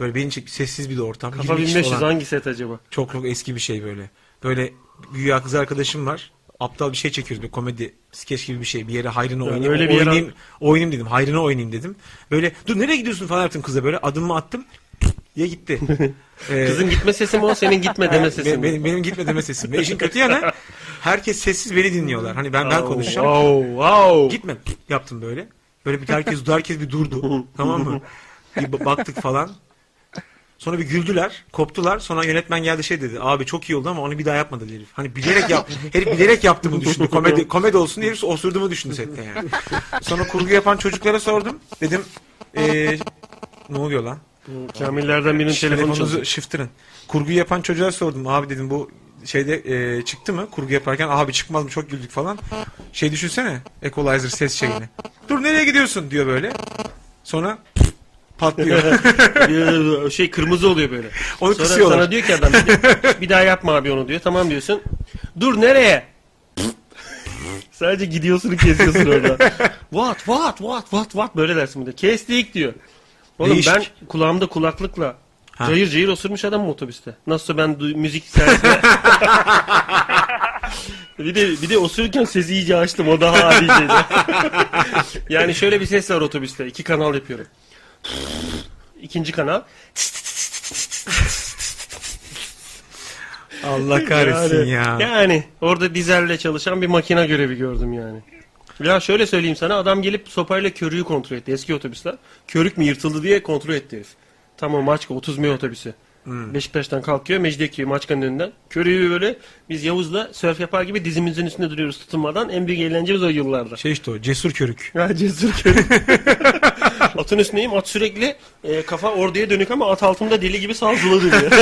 [SPEAKER 2] Böyle beni çek sessiz bir de ortam.
[SPEAKER 3] Kafa
[SPEAKER 2] 20 kişi
[SPEAKER 3] 1500
[SPEAKER 2] falan.
[SPEAKER 3] hangi set acaba?
[SPEAKER 2] Çok çok eski bir şey böyle. Böyle güya kız arkadaşım var. Aptal bir şey çekiyoruz böyle komedi skeç gibi bir şey. Bir yere hayrına
[SPEAKER 3] Yani
[SPEAKER 2] oynayayım,
[SPEAKER 3] öyle bir yere-
[SPEAKER 2] oynayayım, oynayayım dedim. Hayrına oynayayım dedim. Böyle dur nereye gidiyorsun falan yaptım kıza böyle. Adımımı attım. Ya gitti. Ee,
[SPEAKER 3] Kızın gitme sesi mi o senin gitme deme
[SPEAKER 2] Be-
[SPEAKER 3] sesi mi?
[SPEAKER 2] Benim, benim gitme deme sesim. Ve E, işin kötü yanı herkes sessiz beni dinliyorlar. Hani ben ben
[SPEAKER 3] Oh,
[SPEAKER 2] konuşacağım.
[SPEAKER 3] wow, wow.
[SPEAKER 2] Gitme yaptım böyle. Böyle bir herkes herkes bir durdu. tamam mı? Bir ba- baktık falan. Sonra bir güldüler, koptular. Sonra yönetmen geldi şey dedi. Abi çok iyi oldu ama onu bir daha yapmadı herif. Hani bilerek yap, herif bilerek yaptı bunu düşündü. Komedi, komedi olsun diye herif osurduğumu düşündü sette yani. Sonra kurgu yapan çocuklara sordum. Dedim eee, ne oluyor lan?
[SPEAKER 3] Bu Kamillerden birinin
[SPEAKER 2] Şşş,
[SPEAKER 3] telefonu
[SPEAKER 2] telefonunuzu
[SPEAKER 3] çalıyor.
[SPEAKER 2] şiftirin. Kurgu yapan çocuğa sordum. Abi dedim bu şeyde e, çıktı mı? Kurgu yaparken abi çıkmaz mı? Çok güldük falan. Şey düşünsene. Equalizer ses şeyini. Dur nereye gidiyorsun diyor böyle. Sonra patlıyor.
[SPEAKER 3] Bir şey kırmızı oluyor böyle.
[SPEAKER 2] Onu
[SPEAKER 3] Sonra
[SPEAKER 2] kısıyorlar.
[SPEAKER 3] sana diyor ki adam bir, de- bir daha yapma abi onu diyor. Tamam diyorsun. Dur nereye? Sadece gidiyorsun kesiyorsun orada. What what what what what böyle dersin bir de. Kestik diyor. Oğlum
[SPEAKER 2] Değişik.
[SPEAKER 3] ben kulağımda kulaklıkla
[SPEAKER 2] Ha.
[SPEAKER 3] cayır cayır osurmuş adam otobüste. Nasılsa ben du- müzik servisine... bir de bir de osururken sesi iyice açtım o daha adiceydi. yani şöyle bir ses var otobüste. İki kanal yapıyorum. İkinci kanal.
[SPEAKER 2] Allah kahretsin
[SPEAKER 3] Yani-
[SPEAKER 2] ya.
[SPEAKER 3] Yani orada dizelle çalışan bir makina görevi gördüm yani. Ya şöyle söyleyeyim sana adam gelip sopayla körüğü kontrol etti eski otobüsler. Körük mü yırtıldı diye kontrol etti herif. Tamam Maçka 30 M otobüsü.
[SPEAKER 2] Hmm.
[SPEAKER 3] Beşiktaş'tan kalkıyor Mecidiyeköy Maçka'nın önünden. Körüğü böyle biz Yavuz'la sörf yapar gibi dizimizin üstünde duruyoruz tutulmadan. En büyük eğlencemiz o yıllarda.
[SPEAKER 2] Şey işte o cesur körük.
[SPEAKER 3] Ya cesur körük. Atın üstündeyim at sürekli e, kafa orduya dönük ama at altımda deli gibi sarsıladı diyor.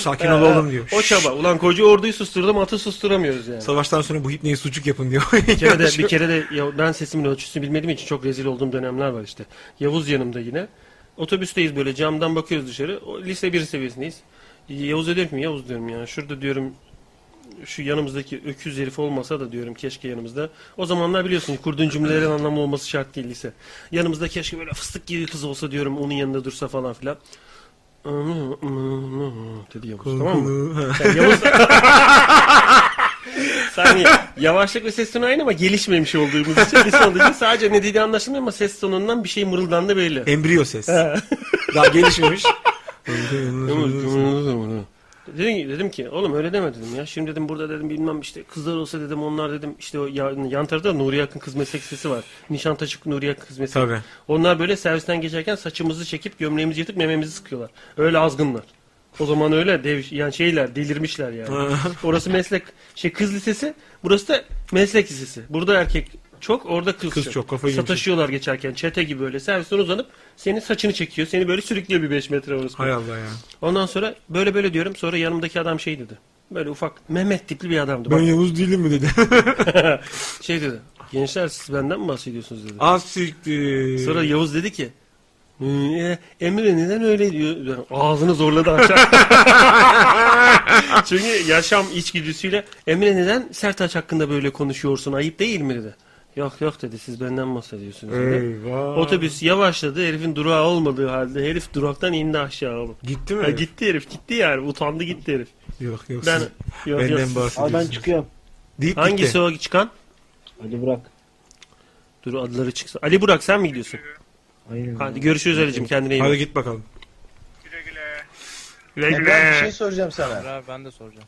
[SPEAKER 2] sakin ol oğlum diyor.
[SPEAKER 3] Ee, O çaba. Ulan koca orduyu susturdum atı susturamıyoruz yani.
[SPEAKER 2] Savaştan sonra bu hipneyi sucuk yapın diyor.
[SPEAKER 3] Bir kere de, bir kere de ya ben sesimin ölçüsünü bilmediğim için çok rezil olduğum dönemler var işte. Yavuz yanımda yine. Otobüsteyiz böyle camdan bakıyoruz dışarı. O, lise 1 seviyesindeyiz. Yavuz'a diyorum ki Yavuz diyorum ya şurada diyorum şu yanımızdaki öküz herif olmasa da diyorum keşke yanımızda. O zamanlar biliyorsun kurduğun cümlelerin anlamlı olması şart değil lise. Yanımızda keşke böyle fıstık gibi kız olsa diyorum onun yanında dursa falan filan. Dedi Yavuz tamam mı?
[SPEAKER 2] Korkulu.
[SPEAKER 3] Yani Yavuz... Saniye. Yavaşlık ve ses tonu aynı ama gelişmemiş olduğumuz için bir sonucu sadece ne dediği anlaşılmıyor ama ses tonundan bir şey mırıldandı belli.
[SPEAKER 2] Embriyo ses.
[SPEAKER 3] He.
[SPEAKER 2] Daha gelişmemiş.
[SPEAKER 3] Dedim, dedim ki oğlum öyle deme dedim ya. Şimdi dedim burada dedim bilmem işte kızlar olsa dedim onlar dedim işte o yan, yan tarafta Nuri Akın kız meslek sesi var. Nişantaşı Nuri Akın kız meslek.
[SPEAKER 2] Tabii.
[SPEAKER 3] Onlar böyle servisten geçerken saçımızı çekip gömleğimizi yırtıp mememizi sıkıyorlar. Öyle azgınlar. O zaman öyle dev yani şeyler delirmişler yani. Orası meslek şey kız lisesi, burası da meslek lisesi. Burada erkek çok, orada kız,
[SPEAKER 2] Kız çok, kafayı yemiş.
[SPEAKER 3] Sataşıyorlar geçerken çete gibi böyle servisten uzanıp senin saçını çekiyor. Seni böyle sürüklüyor bir 5 metre orası.
[SPEAKER 2] Hay Allah ya.
[SPEAKER 3] Ondan sonra böyle böyle diyorum. Sonra yanımdaki adam şey dedi. Böyle ufak Mehmet tipli bir adamdı.
[SPEAKER 2] Ben Yavuz değilim mi dedi.
[SPEAKER 3] Bak, şey dedi. Gençler siz benden mi bahsediyorsunuz dedi.
[SPEAKER 2] Az siktir.
[SPEAKER 3] Sonra Yavuz dedi ki "Ee, Emre neden öyle diyor? Ağzını zorladı aşağı. Çünkü yaşam içgüdüsüyle Emre neden Sertaç hakkında böyle konuşuyorsun ayıp değil mi dedi. Yok yok dedi siz benden bahsediyorsunuz dedi.
[SPEAKER 2] Eyvah.
[SPEAKER 3] Otobüs yavaşladı herifin durağı olmadığı halde herif duraktan indi aşağı oğlum.
[SPEAKER 2] Gitti mi
[SPEAKER 3] Ha,
[SPEAKER 2] herif?
[SPEAKER 3] gitti herif gitti yani utandı gitti herif.
[SPEAKER 2] Yok yok.
[SPEAKER 3] Ben,
[SPEAKER 2] siz-
[SPEAKER 3] yok,
[SPEAKER 2] benden
[SPEAKER 3] yok.
[SPEAKER 2] bahsediyorsunuz.
[SPEAKER 12] Aa, ben çıkıyorum.
[SPEAKER 2] Deyip
[SPEAKER 3] Hangisi
[SPEAKER 2] gitti.
[SPEAKER 3] o çıkan?
[SPEAKER 12] Ali Burak.
[SPEAKER 3] Dur adları çıksın. Ali Burak sen mi gidiyorsun?
[SPEAKER 12] Aynen.
[SPEAKER 3] Hadi görüşürüz Ali'cim kendine iyi bak.
[SPEAKER 2] Hadi git bakalım.
[SPEAKER 3] Güle
[SPEAKER 11] Ya
[SPEAKER 3] güle.
[SPEAKER 11] ben bir şey soracağım sana.
[SPEAKER 4] Abi ben de soracağım.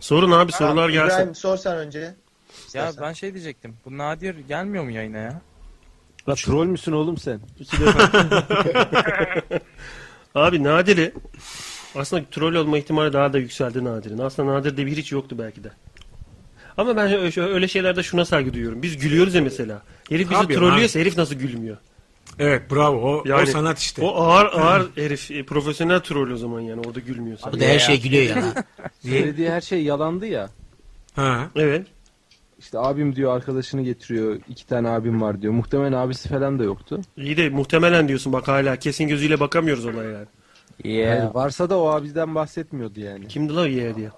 [SPEAKER 3] Sorun abi
[SPEAKER 11] Tamam,
[SPEAKER 3] sorular gelsin.
[SPEAKER 11] İbrahim sor sen önce.
[SPEAKER 4] Ya
[SPEAKER 11] İstersen.
[SPEAKER 4] ben şey diyecektim. Bu Nadir gelmiyor mu yayına ya?
[SPEAKER 8] La troll müsün oğlum sen?
[SPEAKER 3] Abi Nadir'i aslında troll olma ihtimali daha da yükseldi Nadir'in. Aslında Nadir'de bir hiç yoktu belki de. Ama ben ö- ö- öyle şeylerde şuna saygı duyuyorum. Biz gülüyoruz ya mesela. Herif bizi
[SPEAKER 2] Tabii,
[SPEAKER 3] trollüyorsa herif nasıl gülmüyor?
[SPEAKER 2] Evet bravo o,
[SPEAKER 3] Yani
[SPEAKER 2] o sanat işte.
[SPEAKER 3] O ağır ağır herif e, profesyonel troll o zaman yani orada gülmüyorsa.
[SPEAKER 8] Bu da her şeye gülüyor ya. Söylediği her şey yalandı ya.
[SPEAKER 2] Ha.
[SPEAKER 3] Evet.
[SPEAKER 8] İşte abim diyor arkadaşını getiriyor. iki tane abim var diyor. Muhtemelen abisi falan da yoktu.
[SPEAKER 3] İyi de muhtemelen diyorsun bak hala kesin gözüyle bakamıyoruz olaya yani.
[SPEAKER 8] Hayır, varsa da o abiden bahsetmiyordu yani.
[SPEAKER 3] Kimdi la o yeah diye?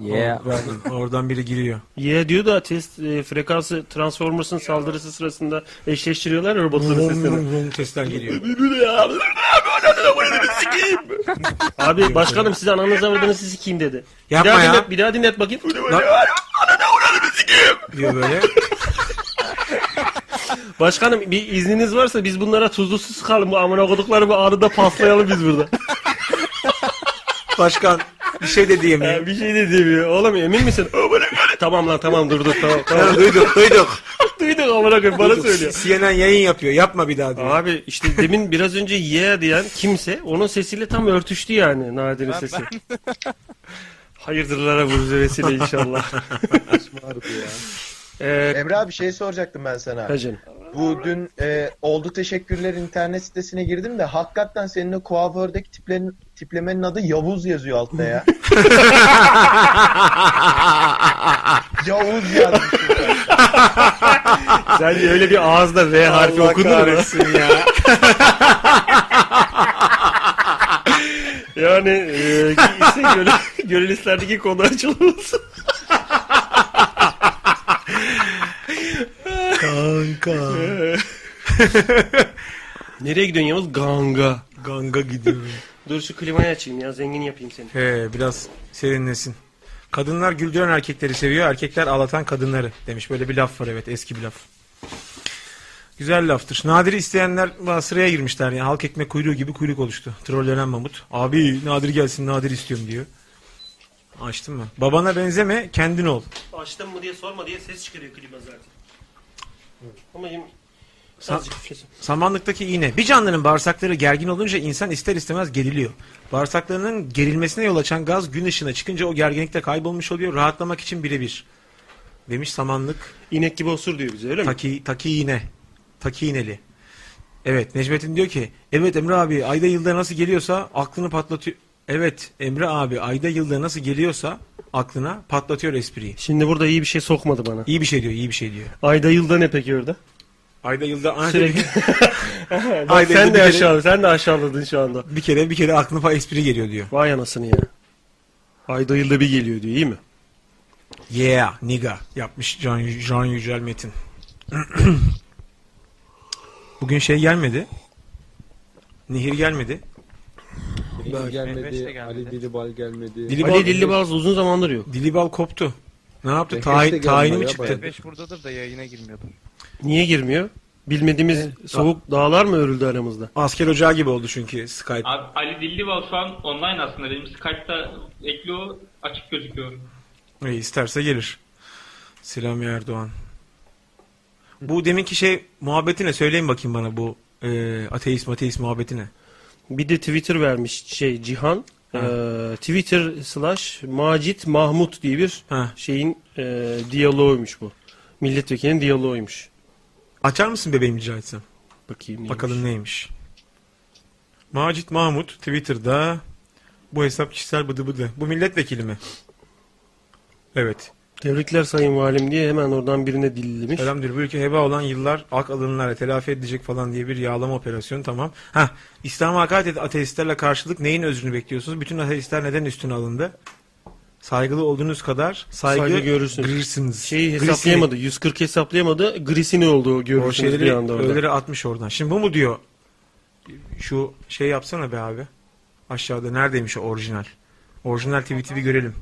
[SPEAKER 2] Oradan, oradan biri giriyor.
[SPEAKER 3] Yeah diyor da test e, frekansı Transformers'ın saldırısı sırasında eşleştiriyorlar ya robotların sesini.
[SPEAKER 2] Sesler geliyor.
[SPEAKER 3] Abi başkanım size ananızı avradınızı sikeyim dedi.
[SPEAKER 2] Yapma
[SPEAKER 3] bir daha
[SPEAKER 2] ya.
[SPEAKER 3] Dinlet, bir daha dinlet bakayım.
[SPEAKER 2] diyor böyle.
[SPEAKER 3] Başkanım bir izniniz varsa biz bunlara tuzlu su sıkalım bu amına kodukları bu anında paslayalım biz burada.
[SPEAKER 2] Başkan bir şey de diyemiyor.
[SPEAKER 3] bir şey de diyemiyor. Oğlum emin misin? tamam lan tamam dur dur tamam. tamam.
[SPEAKER 2] Ya, duyduk duyduk.
[SPEAKER 3] Duyduk amına koyayım bana söylüyor.
[SPEAKER 2] CNN yayın yapıyor yapma bir daha diyor.
[SPEAKER 3] Abi işte demin biraz önce ye diyen kimse onun sesiyle tam örtüştü yani Nadir'in
[SPEAKER 4] Ben-
[SPEAKER 3] sesi. Hayırdırlara vurdu vesile inşallah. Ee,
[SPEAKER 11] Emre abi şey soracaktım ben sana.
[SPEAKER 3] Ha canım.
[SPEAKER 11] Bu dün e, oldu teşekkürler internet sitesine girdim de hakikaten senin o kuafördeki tiplerin, tiplemenin adı Yavuz yazıyor altta ya. Yavuz yazmış.
[SPEAKER 3] Sen öyle bir ağızla V harfi
[SPEAKER 11] Allah
[SPEAKER 3] okudun mu?
[SPEAKER 11] kahretsin ya.
[SPEAKER 3] yani e, işte gönül, gönül isterdeki konu açılmasın.
[SPEAKER 2] Kanka.
[SPEAKER 3] Nereye gidiyorsun Yavuz? Ganga.
[SPEAKER 2] Ganga gidiyorum.
[SPEAKER 3] Dur şu klimayı açayım ya zengin yapayım seni.
[SPEAKER 2] He, biraz serinlesin. Kadınlar güldüren erkekleri seviyor, erkekler ağlatan kadınları demiş. Böyle bir laf var evet, eski bir laf. Güzel laftır. Nadir'i isteyenler va- sıraya girmişler yani. Halk ekmek kuyruğu gibi kuyruk oluştu. Trollenen Mamut. Abi Nadir gelsin, Nadir istiyorum diyor. Açtın mı? Babana benzeme, kendin ol.
[SPEAKER 3] Açtın mı diye sorma diye ses çıkarıyor klima zaten. Ama yem-
[SPEAKER 2] Sa-
[SPEAKER 3] Azıcık kesin.
[SPEAKER 2] Samanlıktaki iğne. Bir canlının bağırsakları gergin olunca insan ister istemez geriliyor. Bağırsaklarının gerilmesine yol açan gaz gün ışığına çıkınca o gerginlikte kaybolmuş oluyor. Rahatlamak için birebir. Demiş samanlık.
[SPEAKER 3] İnek gibi osur diyor bize öyle mi?
[SPEAKER 2] Taki, taki iğne. Taki iğneli. Evet Necmettin diyor ki evet Emre abi ayda yılda nasıl geliyorsa aklını patlatıyor. Evet Emre abi ayda yılda nasıl geliyorsa aklına patlatıyor espriyi.
[SPEAKER 3] Şimdi burada iyi bir şey sokmadı bana.
[SPEAKER 2] İyi bir şey diyor iyi bir şey diyor.
[SPEAKER 3] Ayda yılda ne peki orada?
[SPEAKER 2] Ayda yılda
[SPEAKER 3] Sürekli. Bak
[SPEAKER 2] Ayda
[SPEAKER 3] sen de
[SPEAKER 2] yılda bir kere-
[SPEAKER 3] aşağı, sen de aşağıladın şu anda.
[SPEAKER 2] bir kere bir kere aklına fa- espri geliyor diyor.
[SPEAKER 3] Vay anasını ya. Ayda yılda bir geliyor diyor iyi mi?
[SPEAKER 2] Yeah, nigga yapmış Can, Can Yücel Metin. Bugün şey gelmedi. Nehir gelmedi.
[SPEAKER 8] Benim
[SPEAKER 4] Beşte
[SPEAKER 8] gelmedi,
[SPEAKER 4] gelmedi.
[SPEAKER 8] Ali Dilibal gelmedi.
[SPEAKER 3] Ali Lillibaz uzun zamandır yok.
[SPEAKER 2] Dilibal koptu. Ne yaptı?
[SPEAKER 8] Beşte
[SPEAKER 2] Tayin,
[SPEAKER 8] gelmedi
[SPEAKER 2] tayini
[SPEAKER 8] ya,
[SPEAKER 2] mi çıktı?
[SPEAKER 8] bayağı.
[SPEAKER 4] 5 buradadır da yayına girmiyordum.
[SPEAKER 3] Niye girmiyor? Bilmediğimiz soğuk dağlar mı örüldü aramızda?
[SPEAKER 2] Asker ocağı gibi oldu çünkü Skype.
[SPEAKER 14] Abi Ali Dillival şu an online aslında. Benim Skype'da ekli o açık gözüküyor.
[SPEAKER 2] E, isterse gelir. Selam Erdoğan. Bu deminki şey muhabbetine söyleyin bakayım bana bu e, ateist mateist muhabbetine.
[SPEAKER 3] Bir de Twitter vermiş şey Cihan. Ee, Twitter slash Macit Mahmut diye bir şeyin e, diyaloğuymuş bu. Milletvekilinin diyaloğuymuş.
[SPEAKER 2] Açar mısın bebeğim rica etsem?
[SPEAKER 3] Bakayım
[SPEAKER 2] Bakalım neymiş. Macit Mahmut Twitter'da bu hesap kişisel bıdı bıdı. Bu milletvekili mi? Evet.
[SPEAKER 3] Tebrikler Sayın Valim diye hemen oradan birine dililmiş.
[SPEAKER 2] Selamdır. Bu ülke heba olan yıllar ak alınlarla telafi edilecek falan diye bir yağlama operasyonu tamam. Ha İslam'a hakaret eden ateistlerle karşılık neyin özrünü bekliyorsunuz? Bütün ateistler neden üstüne alındı? Saygılı olduğunuz kadar saygı,
[SPEAKER 3] Saygı
[SPEAKER 2] görürsünüz. Girirsiniz.
[SPEAKER 3] Şeyi Şey hesaplayamadı. 140 hesaplayamadı. Grisini oldu
[SPEAKER 2] O
[SPEAKER 3] görürsünüz
[SPEAKER 2] şeyleri
[SPEAKER 3] bir anda orada.
[SPEAKER 2] öğeleri atmış oradan. Şimdi bu mu diyor? Şu şey yapsana be abi. Aşağıda neredeymiş o orijinal? Orijinal tweet'i bir görelim.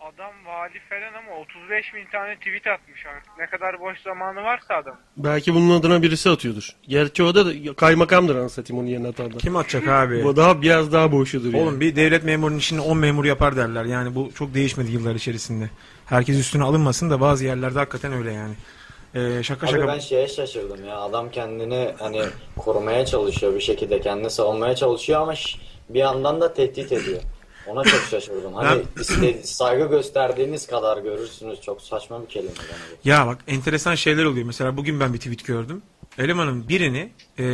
[SPEAKER 13] Adam vali falan ama 35 bin tane tweet atmış artık. Ne kadar boş zamanı varsa adam.
[SPEAKER 3] Belki bunun adına birisi atıyordur. Gerçi o da da kaymakamdır anasatayım onun yerine atar da.
[SPEAKER 2] Kim atacak abi?
[SPEAKER 3] Bu daha biraz daha boşudur yani.
[SPEAKER 2] Oğlum bir devlet memurunun işini 10 memur yapar derler. Yani bu çok değişmedi yıllar içerisinde. Herkes üstüne alınmasın da bazı yerlerde hakikaten öyle yani. Ee, şaka
[SPEAKER 1] Abi
[SPEAKER 2] şaka.
[SPEAKER 1] ben şeye şaşırdım ya. Adam kendini hani korumaya çalışıyor bir şekilde. Kendini savunmaya çalışıyor ama ş- bir yandan da tehdit ediyor. Ona çok şaşırdım. Hani iste- saygı gösterdiğiniz kadar görürsünüz. Çok saçma bir kelime. Yani.
[SPEAKER 2] Ya bak enteresan şeyler oluyor. Mesela bugün ben bir tweet gördüm. Elemanın birini e,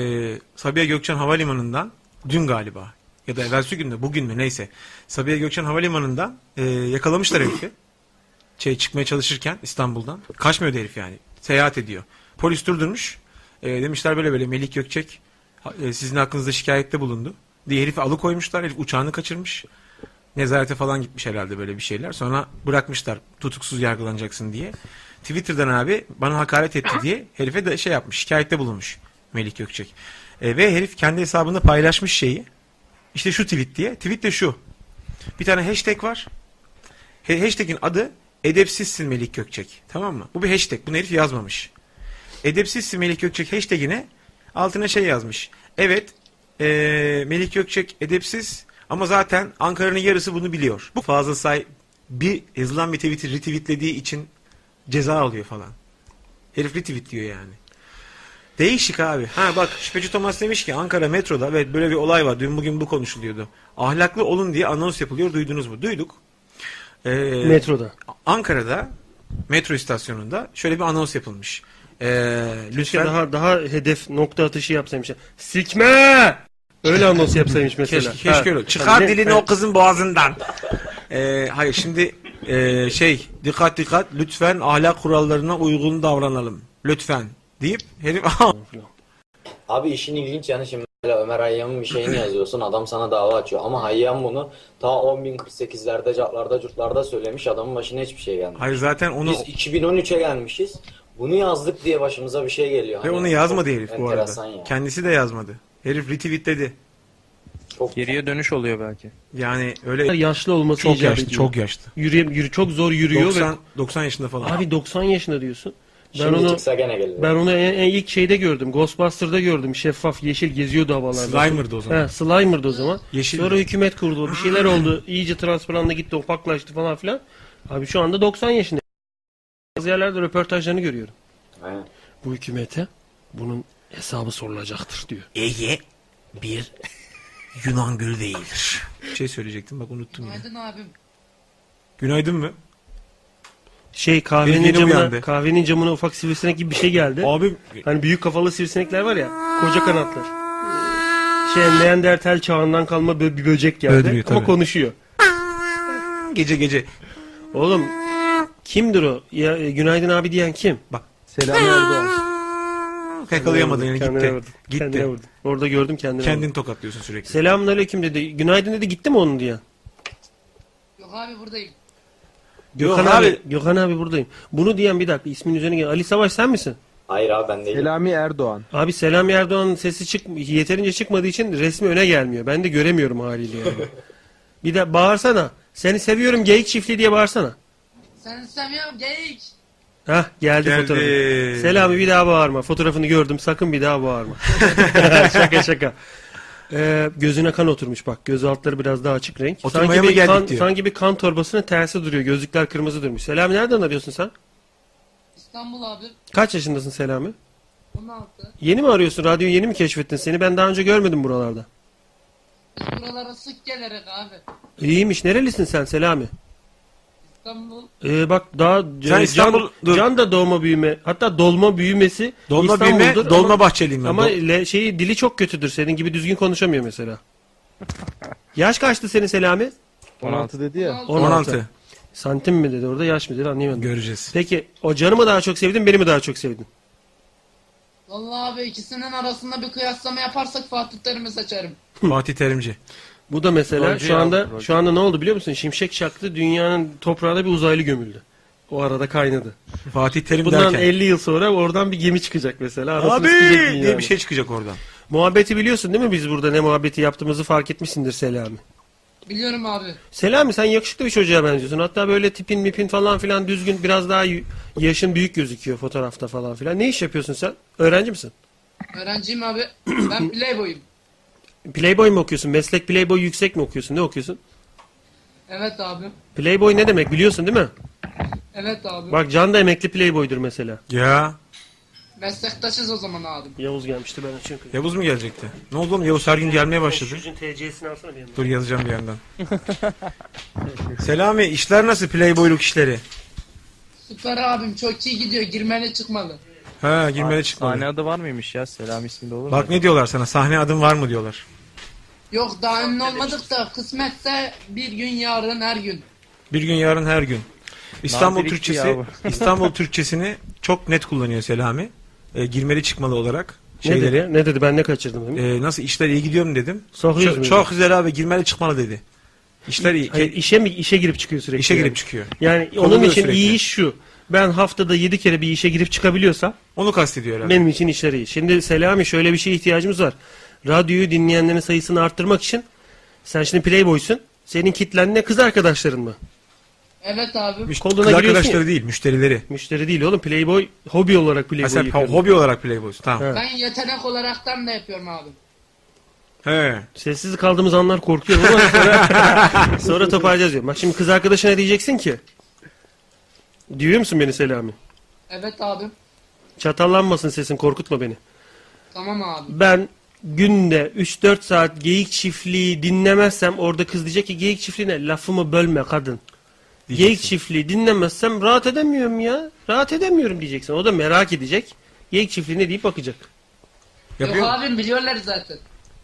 [SPEAKER 2] Sabiha Gökçen Havalimanı'ndan dün galiba ya da evvelsi gün de bugün mü neyse Sabiha Gökçen Havalimanı'ndan e, yakalamışlar herifi. Şey çıkmaya çalışırken İstanbul'dan. Kaçmıyor da herif yani. Seyahat ediyor. Polis durdurmuş. E, demişler böyle böyle Melik Gökçek ha- e, sizin hakkınızda şikayette bulundu. Diye herifi alıkoymuşlar. Herif uçağını kaçırmış. Nezarete falan gitmiş herhalde böyle bir şeyler. Sonra bırakmışlar tutuksuz yargılanacaksın diye. Twitter'dan abi bana hakaret etti diye herife de şey yapmış. Şikayette bulunmuş Melik Gökçek. E, ve herif kendi hesabında paylaşmış şeyi. İşte şu tweet diye. Tweet de şu. Bir tane hashtag var. He- hashtag'in adı edepsizsin Melik Gökçek. Tamam mı? Bu bir hashtag. Bunu herif yazmamış. Edepsizsin Melik Gökçek hashtag'ine altına şey yazmış. Evet eee Melik Gökçek edepsiz ama zaten Ankara'nın yarısı bunu biliyor. Bu fazla say bir yazılan bir tweet'i retweetlediği için ceza alıyor falan. Herif retweetliyor yani. Değişik abi. Ha bak Şüpheci Thomas demiş ki Ankara metroda ve böyle bir olay var. Dün bugün bu konuşuluyordu. Ahlaklı olun diye anons yapılıyor. Duydunuz mu? Duyduk. Ee,
[SPEAKER 3] Metroda.
[SPEAKER 2] Ankara'da metro istasyonunda şöyle bir anons yapılmış. Ee,
[SPEAKER 3] Keşke Şey, daha daha hedef nokta atışı yapsaymış. Sikme! Öyle anons yapsaymış mesela.
[SPEAKER 2] Keşke, keşke
[SPEAKER 3] Ha.
[SPEAKER 2] öyle. Çıkar
[SPEAKER 3] Ne-
[SPEAKER 2] dilini
[SPEAKER 3] Ha.
[SPEAKER 2] o kızın boğazından. Ee, hayır şimdi ee, şey dikkat dikkat lütfen ahlak kurallarına uygun davranalım. Lütfen deyip herif
[SPEAKER 1] Abi işin ilginç yani şimdi mesela Ömer Hayyam'ın bir şeyini yazıyorsun adam sana dava açıyor. Ama Hayyam bunu ta 10.048'lerde, cartlarda, curtlarda söylemiş adamın başına hiçbir şey gelmedi.
[SPEAKER 2] Hayır zaten onu
[SPEAKER 1] Biz 2013'e gelmişiz. Bunu yazdık diye başımıza bir şey geliyor.
[SPEAKER 2] ve
[SPEAKER 1] Hani
[SPEAKER 2] onu yazmadı
[SPEAKER 1] çok
[SPEAKER 2] herif bu
[SPEAKER 1] enteresan
[SPEAKER 2] arada.
[SPEAKER 1] ya.
[SPEAKER 2] Kendisi de yazmadı. Herif retweetledi.
[SPEAKER 4] Geriye dönüş oluyor belki.
[SPEAKER 2] Yani öyle
[SPEAKER 3] yaşlı olması
[SPEAKER 2] çok
[SPEAKER 3] icap
[SPEAKER 2] yaşlı,
[SPEAKER 3] ediyor.
[SPEAKER 2] çok yaşlı.
[SPEAKER 3] Yürüye, yürü, çok zor yürüyor
[SPEAKER 2] 90
[SPEAKER 3] ve
[SPEAKER 2] 90 yaşında falan.
[SPEAKER 3] Abi 90 yaşında diyorsun. Ben
[SPEAKER 2] Şimdi
[SPEAKER 3] onu
[SPEAKER 2] çıksa gene gelir.
[SPEAKER 3] Ben onu en, en ilk şeyde gördüm. Ghostbusters'da gördüm. Şeffaf yeşil geziyordu havalarda.
[SPEAKER 2] Slimer'dı o zaman.
[SPEAKER 3] He, Slimer'dı o zaman.
[SPEAKER 2] Yeşil
[SPEAKER 3] Sonra
[SPEAKER 2] mi?
[SPEAKER 3] hükümet kurdu. Bir şeyler oldu. İyice transferanda gitti, opaklaştı falan filan. Abi şu anda 90 yaşında. Bazı yerlerde röportajlarını görüyorum.
[SPEAKER 1] Aynen.
[SPEAKER 3] Bu hükümete bunun hesabı sorulacaktır diyor.
[SPEAKER 2] Ege bir Yunan gölü değildir. Bir şey söyleyecektim bak unuttum ya.
[SPEAKER 15] Günaydın abim.
[SPEAKER 2] Günaydın mı?
[SPEAKER 3] Şey
[SPEAKER 2] Benim
[SPEAKER 3] kahvenin
[SPEAKER 2] yeni
[SPEAKER 3] camına,
[SPEAKER 2] uyandı.
[SPEAKER 3] kahvenin camına ufak sivrisinek gibi bir şey geldi.
[SPEAKER 2] Abi
[SPEAKER 3] hani büyük kafalı sivrisinekler var ya, koca kanatlı. Şey Neandertal çağından kalma bö- bir böcek geldi
[SPEAKER 2] Öldürüyor
[SPEAKER 3] ama
[SPEAKER 2] tabii.
[SPEAKER 3] konuşuyor.
[SPEAKER 2] Gece gece.
[SPEAKER 3] Oğlum kimdir o? Ya, e, günaydın abi diyen kim?
[SPEAKER 2] Bak.
[SPEAKER 3] Selami Erdoğan.
[SPEAKER 2] Yakalayamadın yani
[SPEAKER 3] Kendine
[SPEAKER 2] gitti.
[SPEAKER 3] vurdum.
[SPEAKER 2] Gitti.
[SPEAKER 3] Kendine vurdum. Orada gördüm kendini.
[SPEAKER 2] Kendini tokatlıyorsun sürekli.
[SPEAKER 3] Selamun aleyküm dedi. Günaydın dedi gitti mi onun diyen?
[SPEAKER 15] Yok abi buradayım.
[SPEAKER 3] Gökhan
[SPEAKER 2] Yok
[SPEAKER 3] abi.
[SPEAKER 2] abi.
[SPEAKER 3] Gökhan abi buradayım. Bunu diyen bir dakika ismin üzerine gel. Ali Savaş sen misin?
[SPEAKER 1] Hayır abi ben değilim.
[SPEAKER 8] Selami Erdoğan.
[SPEAKER 3] Abi Selami Erdoğan'ın sesi çık yeterince çıkmadığı için resmi öne gelmiyor. Ben de göremiyorum haliyle yani. bir de bağırsana. Seni seviyorum geyik çiftliği diye bağırsana.
[SPEAKER 15] Sen istemiyorum geyik.
[SPEAKER 3] Hah geldi,
[SPEAKER 2] Geldi.
[SPEAKER 3] fotoğrafı. Selami bir daha bağırma. Fotoğrafını gördüm. Sakın bir daha bağırma. şaka şaka. Ee, gözüne kan oturmuş bak. Göz altları biraz daha açık renk.
[SPEAKER 2] Oturmaya
[SPEAKER 3] sanki
[SPEAKER 2] mı
[SPEAKER 3] bir
[SPEAKER 2] geldik
[SPEAKER 3] kan,
[SPEAKER 2] diyor.
[SPEAKER 3] sanki bir kan torbasının tersi duruyor. Gözlükler kırmızı durmuş. Selami nereden arıyorsun sen?
[SPEAKER 15] İstanbul abi.
[SPEAKER 3] Kaç yaşındasın Selami?
[SPEAKER 15] 16.
[SPEAKER 3] Yeni mi arıyorsun? Radyoyu yeni mi keşfettin? Seni ben daha önce görmedim buralarda.
[SPEAKER 15] Biz buralara sık gelerek abi.
[SPEAKER 3] İyiymiş. Nerelisin sen Selami?
[SPEAKER 15] İstanbul.
[SPEAKER 3] Ee, bak daha
[SPEAKER 2] Sen İstanbul-
[SPEAKER 3] can, can da doğma büyüme hatta dolma büyümesi
[SPEAKER 2] Dolma
[SPEAKER 3] İstanbul'dur
[SPEAKER 2] büyüme,
[SPEAKER 3] ama-
[SPEAKER 2] dolma bahçeliyim ben.
[SPEAKER 3] Ama
[SPEAKER 2] Dol-
[SPEAKER 3] le- şeyi dili çok kötüdür senin gibi düzgün konuşamıyor mesela. Yaş kaçtı senin Selami?
[SPEAKER 8] 16 dedi ya.
[SPEAKER 3] 16. Santim mi dedi orada yaş mı dedi anlayamadım.
[SPEAKER 2] Göreceğiz.
[SPEAKER 3] Peki o canı mı daha çok sevdin beni mi daha çok sevdin?
[SPEAKER 15] Vallahi abi ikisinin arasında bir kıyaslama yaparsak Fatih Terim'i seçerim.
[SPEAKER 2] Fatih Terimci.
[SPEAKER 3] Bu da mesela
[SPEAKER 2] Rolcü
[SPEAKER 3] şu
[SPEAKER 2] ya,
[SPEAKER 3] anda
[SPEAKER 2] rolcü.
[SPEAKER 3] şu anda ne oldu biliyor musun? Şimşek çaktı dünyanın toprağına bir uzaylı gömüldü. O arada kaynadı.
[SPEAKER 2] Fatih Terim
[SPEAKER 3] Bundan
[SPEAKER 2] derken.
[SPEAKER 3] 50 yıl sonra oradan bir gemi çıkacak mesela. Arasını
[SPEAKER 2] Abi
[SPEAKER 3] sıkacak
[SPEAKER 2] diye
[SPEAKER 3] dünyanın.
[SPEAKER 2] bir şey çıkacak oradan.
[SPEAKER 3] Muhabbeti biliyorsun değil mi biz burada ne muhabbeti yaptığımızı fark etmişsindir Selami.
[SPEAKER 15] Biliyorum abi.
[SPEAKER 3] Selami sen yakışıklı bir çocuğa benziyorsun. Hatta böyle tipin mipin falan filan düzgün biraz daha y- yaşın büyük gözüküyor fotoğrafta falan filan. Ne iş yapıyorsun sen? Öğrenci misin?
[SPEAKER 15] Öğrenciyim abi. Ben playboyum.
[SPEAKER 3] Playboy mu okuyorsun? Meslek Playboy yüksek mi okuyorsun? Ne okuyorsun?
[SPEAKER 15] Evet abi.
[SPEAKER 3] Playboy ne demek biliyorsun değil mi?
[SPEAKER 15] Evet abi.
[SPEAKER 3] Bak Can da emekli Playboy'dur mesela.
[SPEAKER 2] Ya.
[SPEAKER 15] Meslektaşız o zaman abi.
[SPEAKER 3] Yavuz gelmişti ben açıyorum.
[SPEAKER 2] Yavuz mu gelecekti? Ne oldu oğlum? Yavuz her gün gelmeye başladı.
[SPEAKER 3] TC'sini alsana bir yandan.
[SPEAKER 2] Dur yazacağım bir yandan. Selami işler nasıl playboyluk işleri?
[SPEAKER 15] Süper abim çok iyi gidiyor. Girmeli çıkmalı.
[SPEAKER 2] Ha girmeye çıkmadı.
[SPEAKER 4] Sahne adı var mıymış ya? Selam isminde olur mu?
[SPEAKER 2] Bak ne diyorlar sana? Sahne adın var mı diyorlar.
[SPEAKER 15] Yok daha ünlü olmadık da kısmetse bir gün yarın her gün.
[SPEAKER 2] Bir gün yarın her gün. İstanbul
[SPEAKER 15] Nadir iki
[SPEAKER 2] Türkçesi
[SPEAKER 15] ya bu.
[SPEAKER 2] İstanbul Türkçesini çok net kullanıyor Selami. E, girmeli çıkmalı olarak.
[SPEAKER 3] Ne dedi? Ne dedi? Ben ne kaçırdım?
[SPEAKER 2] E, nasıl işler iyi gidiyor mu dedim.
[SPEAKER 3] Sokuyoruz
[SPEAKER 2] çok,
[SPEAKER 3] muydu?
[SPEAKER 2] çok güzel abi girmeli çıkmalı dedi. İşler iyi.
[SPEAKER 3] Hayır, işe mi işe girip çıkıyor sürekli?
[SPEAKER 2] İşe girip
[SPEAKER 3] yani.
[SPEAKER 2] çıkıyor.
[SPEAKER 3] Yani onun
[SPEAKER 2] Kovuluyor
[SPEAKER 3] için
[SPEAKER 2] sürekli.
[SPEAKER 3] iyi iş şu. Ben haftada 7 kere bir işe girip çıkabiliyorsam
[SPEAKER 2] onu kastediyor herhalde.
[SPEAKER 3] Benim için işler iyi. Şimdi Selami şöyle bir şeye ihtiyacımız var. Radyoyu dinleyenlerin sayısını arttırmak için sen şimdi Playboy'sun. Senin kitlen ne kız arkadaşların mı?
[SPEAKER 15] Evet abi.
[SPEAKER 3] Koluna
[SPEAKER 2] Kız
[SPEAKER 3] giriyorsun
[SPEAKER 2] arkadaşları
[SPEAKER 3] ya.
[SPEAKER 2] değil müşterileri.
[SPEAKER 3] Müşteri değil oğlum Playboy hobi olarak
[SPEAKER 2] Ha, sen
[SPEAKER 3] Playboy'u
[SPEAKER 2] ho- hobi olarak playboysun. Tamam.
[SPEAKER 15] Ben yetenek olaraktan da yapıyorum abi.
[SPEAKER 2] He.
[SPEAKER 3] Sessiz kaldığımız anlar korkuyorum ama sonra, sonra toparlayacağız diyorum. Bak şimdi kız arkadaşına diyeceksin ki. Duyuyor musun beni Selami?
[SPEAKER 15] Evet abi.
[SPEAKER 3] Çatallanmasın sesin korkutma beni.
[SPEAKER 15] Tamam abi.
[SPEAKER 3] Ben günde 3-4 saat geyik çiftliği dinlemezsem orada kız diyecek ki geyik çiftliğine lafımı bölme kadın. Geyik çiftliği dinlemezsem rahat edemiyorum ya. Rahat edemiyorum diyeceksin. O da merak edecek. Geyik çiftliğine deyip bakacak.
[SPEAKER 15] Yok abim biliyorlar zaten.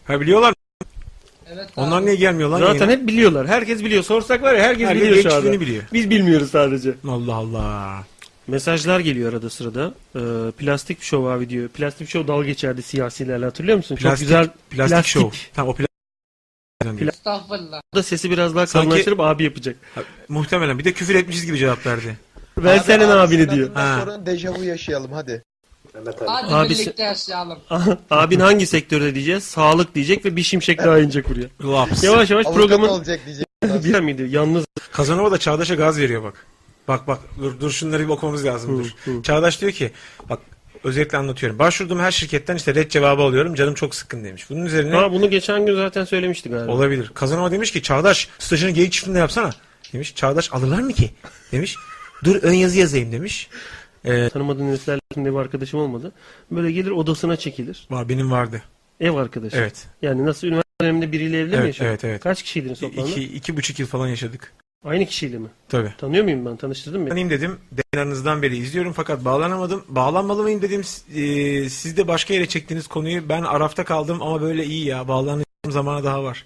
[SPEAKER 2] Ha biliyorlar.
[SPEAKER 15] Evet abi.
[SPEAKER 2] Onlar niye gelmiyor lan?
[SPEAKER 3] Zaten
[SPEAKER 2] yayına?
[SPEAKER 3] hep biliyorlar. Herkes biliyor. Sorsak var ya herkes,
[SPEAKER 2] Herkes
[SPEAKER 3] biliyor
[SPEAKER 2] geyik
[SPEAKER 3] şu anda.
[SPEAKER 2] çiftliğini biliyor.
[SPEAKER 3] Biz bilmiyoruz sadece.
[SPEAKER 2] Allah Allah.
[SPEAKER 3] Mesajlar geliyor arada sırada. Ee, plastik şova video. Plastik şov dalga geçerdi siyasilerle hatırlıyor musun?
[SPEAKER 2] Plastik-
[SPEAKER 3] Çok güzel
[SPEAKER 2] plastik şov. Tamam o plastik.
[SPEAKER 3] Pla-
[SPEAKER 15] Estağfurullah.
[SPEAKER 3] O da sesi biraz daha
[SPEAKER 2] Sanki-
[SPEAKER 3] kalınlaştırıp abi yapacak.
[SPEAKER 2] Muhtemelen bir de küfür etmişiz gibi cevap verdi.
[SPEAKER 3] Ben senin abini diyor.
[SPEAKER 11] Bundan sonra dejavu yaşayalım hadi.
[SPEAKER 15] Hadi
[SPEAKER 3] Abi
[SPEAKER 15] birlikte yaşayalım.
[SPEAKER 3] Abin hangi sektörde diyeceğiz? Sağlık diyecek ve bir şimşek daha inecek buraya.
[SPEAKER 2] Laps.
[SPEAKER 3] Yavaş yavaş
[SPEAKER 2] Avukat
[SPEAKER 3] programın...
[SPEAKER 2] olacak
[SPEAKER 11] diyecek.
[SPEAKER 3] Diğer miydi? Yalnız
[SPEAKER 2] Kazanova da Çağdaş'a gaz veriyor bak. Bak bak dur, dur şunları bir okumamız lazım dur. Çağdaş diyor ki bak özetle anlatıyorum. Başvurduğum her şirketten işte red cevabı alıyorum canım çok sıkkın demiş. Bunun üzerine
[SPEAKER 3] Ha, bunu geçen gün zaten söylemişti galiba.
[SPEAKER 2] olabilir. Kazanova demiş ki Çağdaş stajını geyik çiftliğinde yapsana. Demiş Çağdaş alırlar mı ki? Demiş dur ön yazı yazayım demiş.
[SPEAKER 3] Tanımadığın heriflerle bir arkadaşım olmadı. Böyle gelir odasına çekilir.
[SPEAKER 2] Var benim vardı.
[SPEAKER 3] Ev arkadaşı.
[SPEAKER 2] Evet.
[SPEAKER 3] Yani nasıl üniversite döneminde biriyle evli mi
[SPEAKER 2] Evet,
[SPEAKER 3] yaşadın?
[SPEAKER 2] evet, evet.
[SPEAKER 3] Kaç kişiydiniz toplamda?
[SPEAKER 2] İki, iki buçuk yıl falan yaşadık.
[SPEAKER 3] Aynı kişiyle mi?
[SPEAKER 2] Tabii.
[SPEAKER 3] Tanıyor muyum ben? Tanıştırdın mı? beni?
[SPEAKER 2] Tanıyayım dedim. Denizden beri izliyorum fakat bağlanamadım. Bağlanmalı mıyım dedim. Ee, siz de başka yere çektiğiniz konuyu. Ben Araf'ta kaldım ama böyle iyi ya. Bağlanacağım zamana daha var.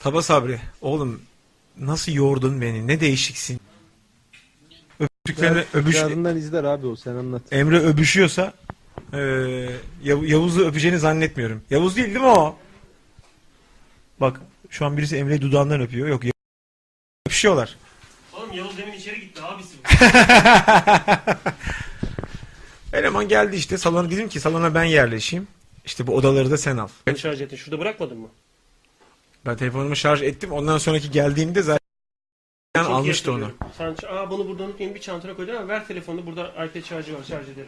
[SPEAKER 2] Taba Sabri. Oğlum nasıl yordun beni? Ne değişiksin? Öptüklerine öbüş...
[SPEAKER 8] Birazından izler abi o sen anlat.
[SPEAKER 2] Emre öbüşüyorsa ee, Yav- Yavuz'u öpeceğini zannetmiyorum. Yavuz değil değil mi o? Bak şu an birisi Emre'yi dudağından öpüyor. Yok Yav- öpüşüyorlar.
[SPEAKER 3] Oğlum Yavuz demin içeri gitti abisi.
[SPEAKER 2] Eleman geldi işte salona dedim ki salona ben yerleşeyim. İşte bu odaları da sen al.
[SPEAKER 3] Ben şarj ettin. Şurada bırakmadın mı?
[SPEAKER 2] Ben telefonumu şarj ettim. Ondan sonraki geldiğimde zaten
[SPEAKER 3] Çok iyi
[SPEAKER 2] almıştı onu.
[SPEAKER 3] hatırlıyorum. Sen ç- aa bunu burada unutmayın bir çantana koydun ama ver telefonunu burada iPad şarjı var şarj edelim.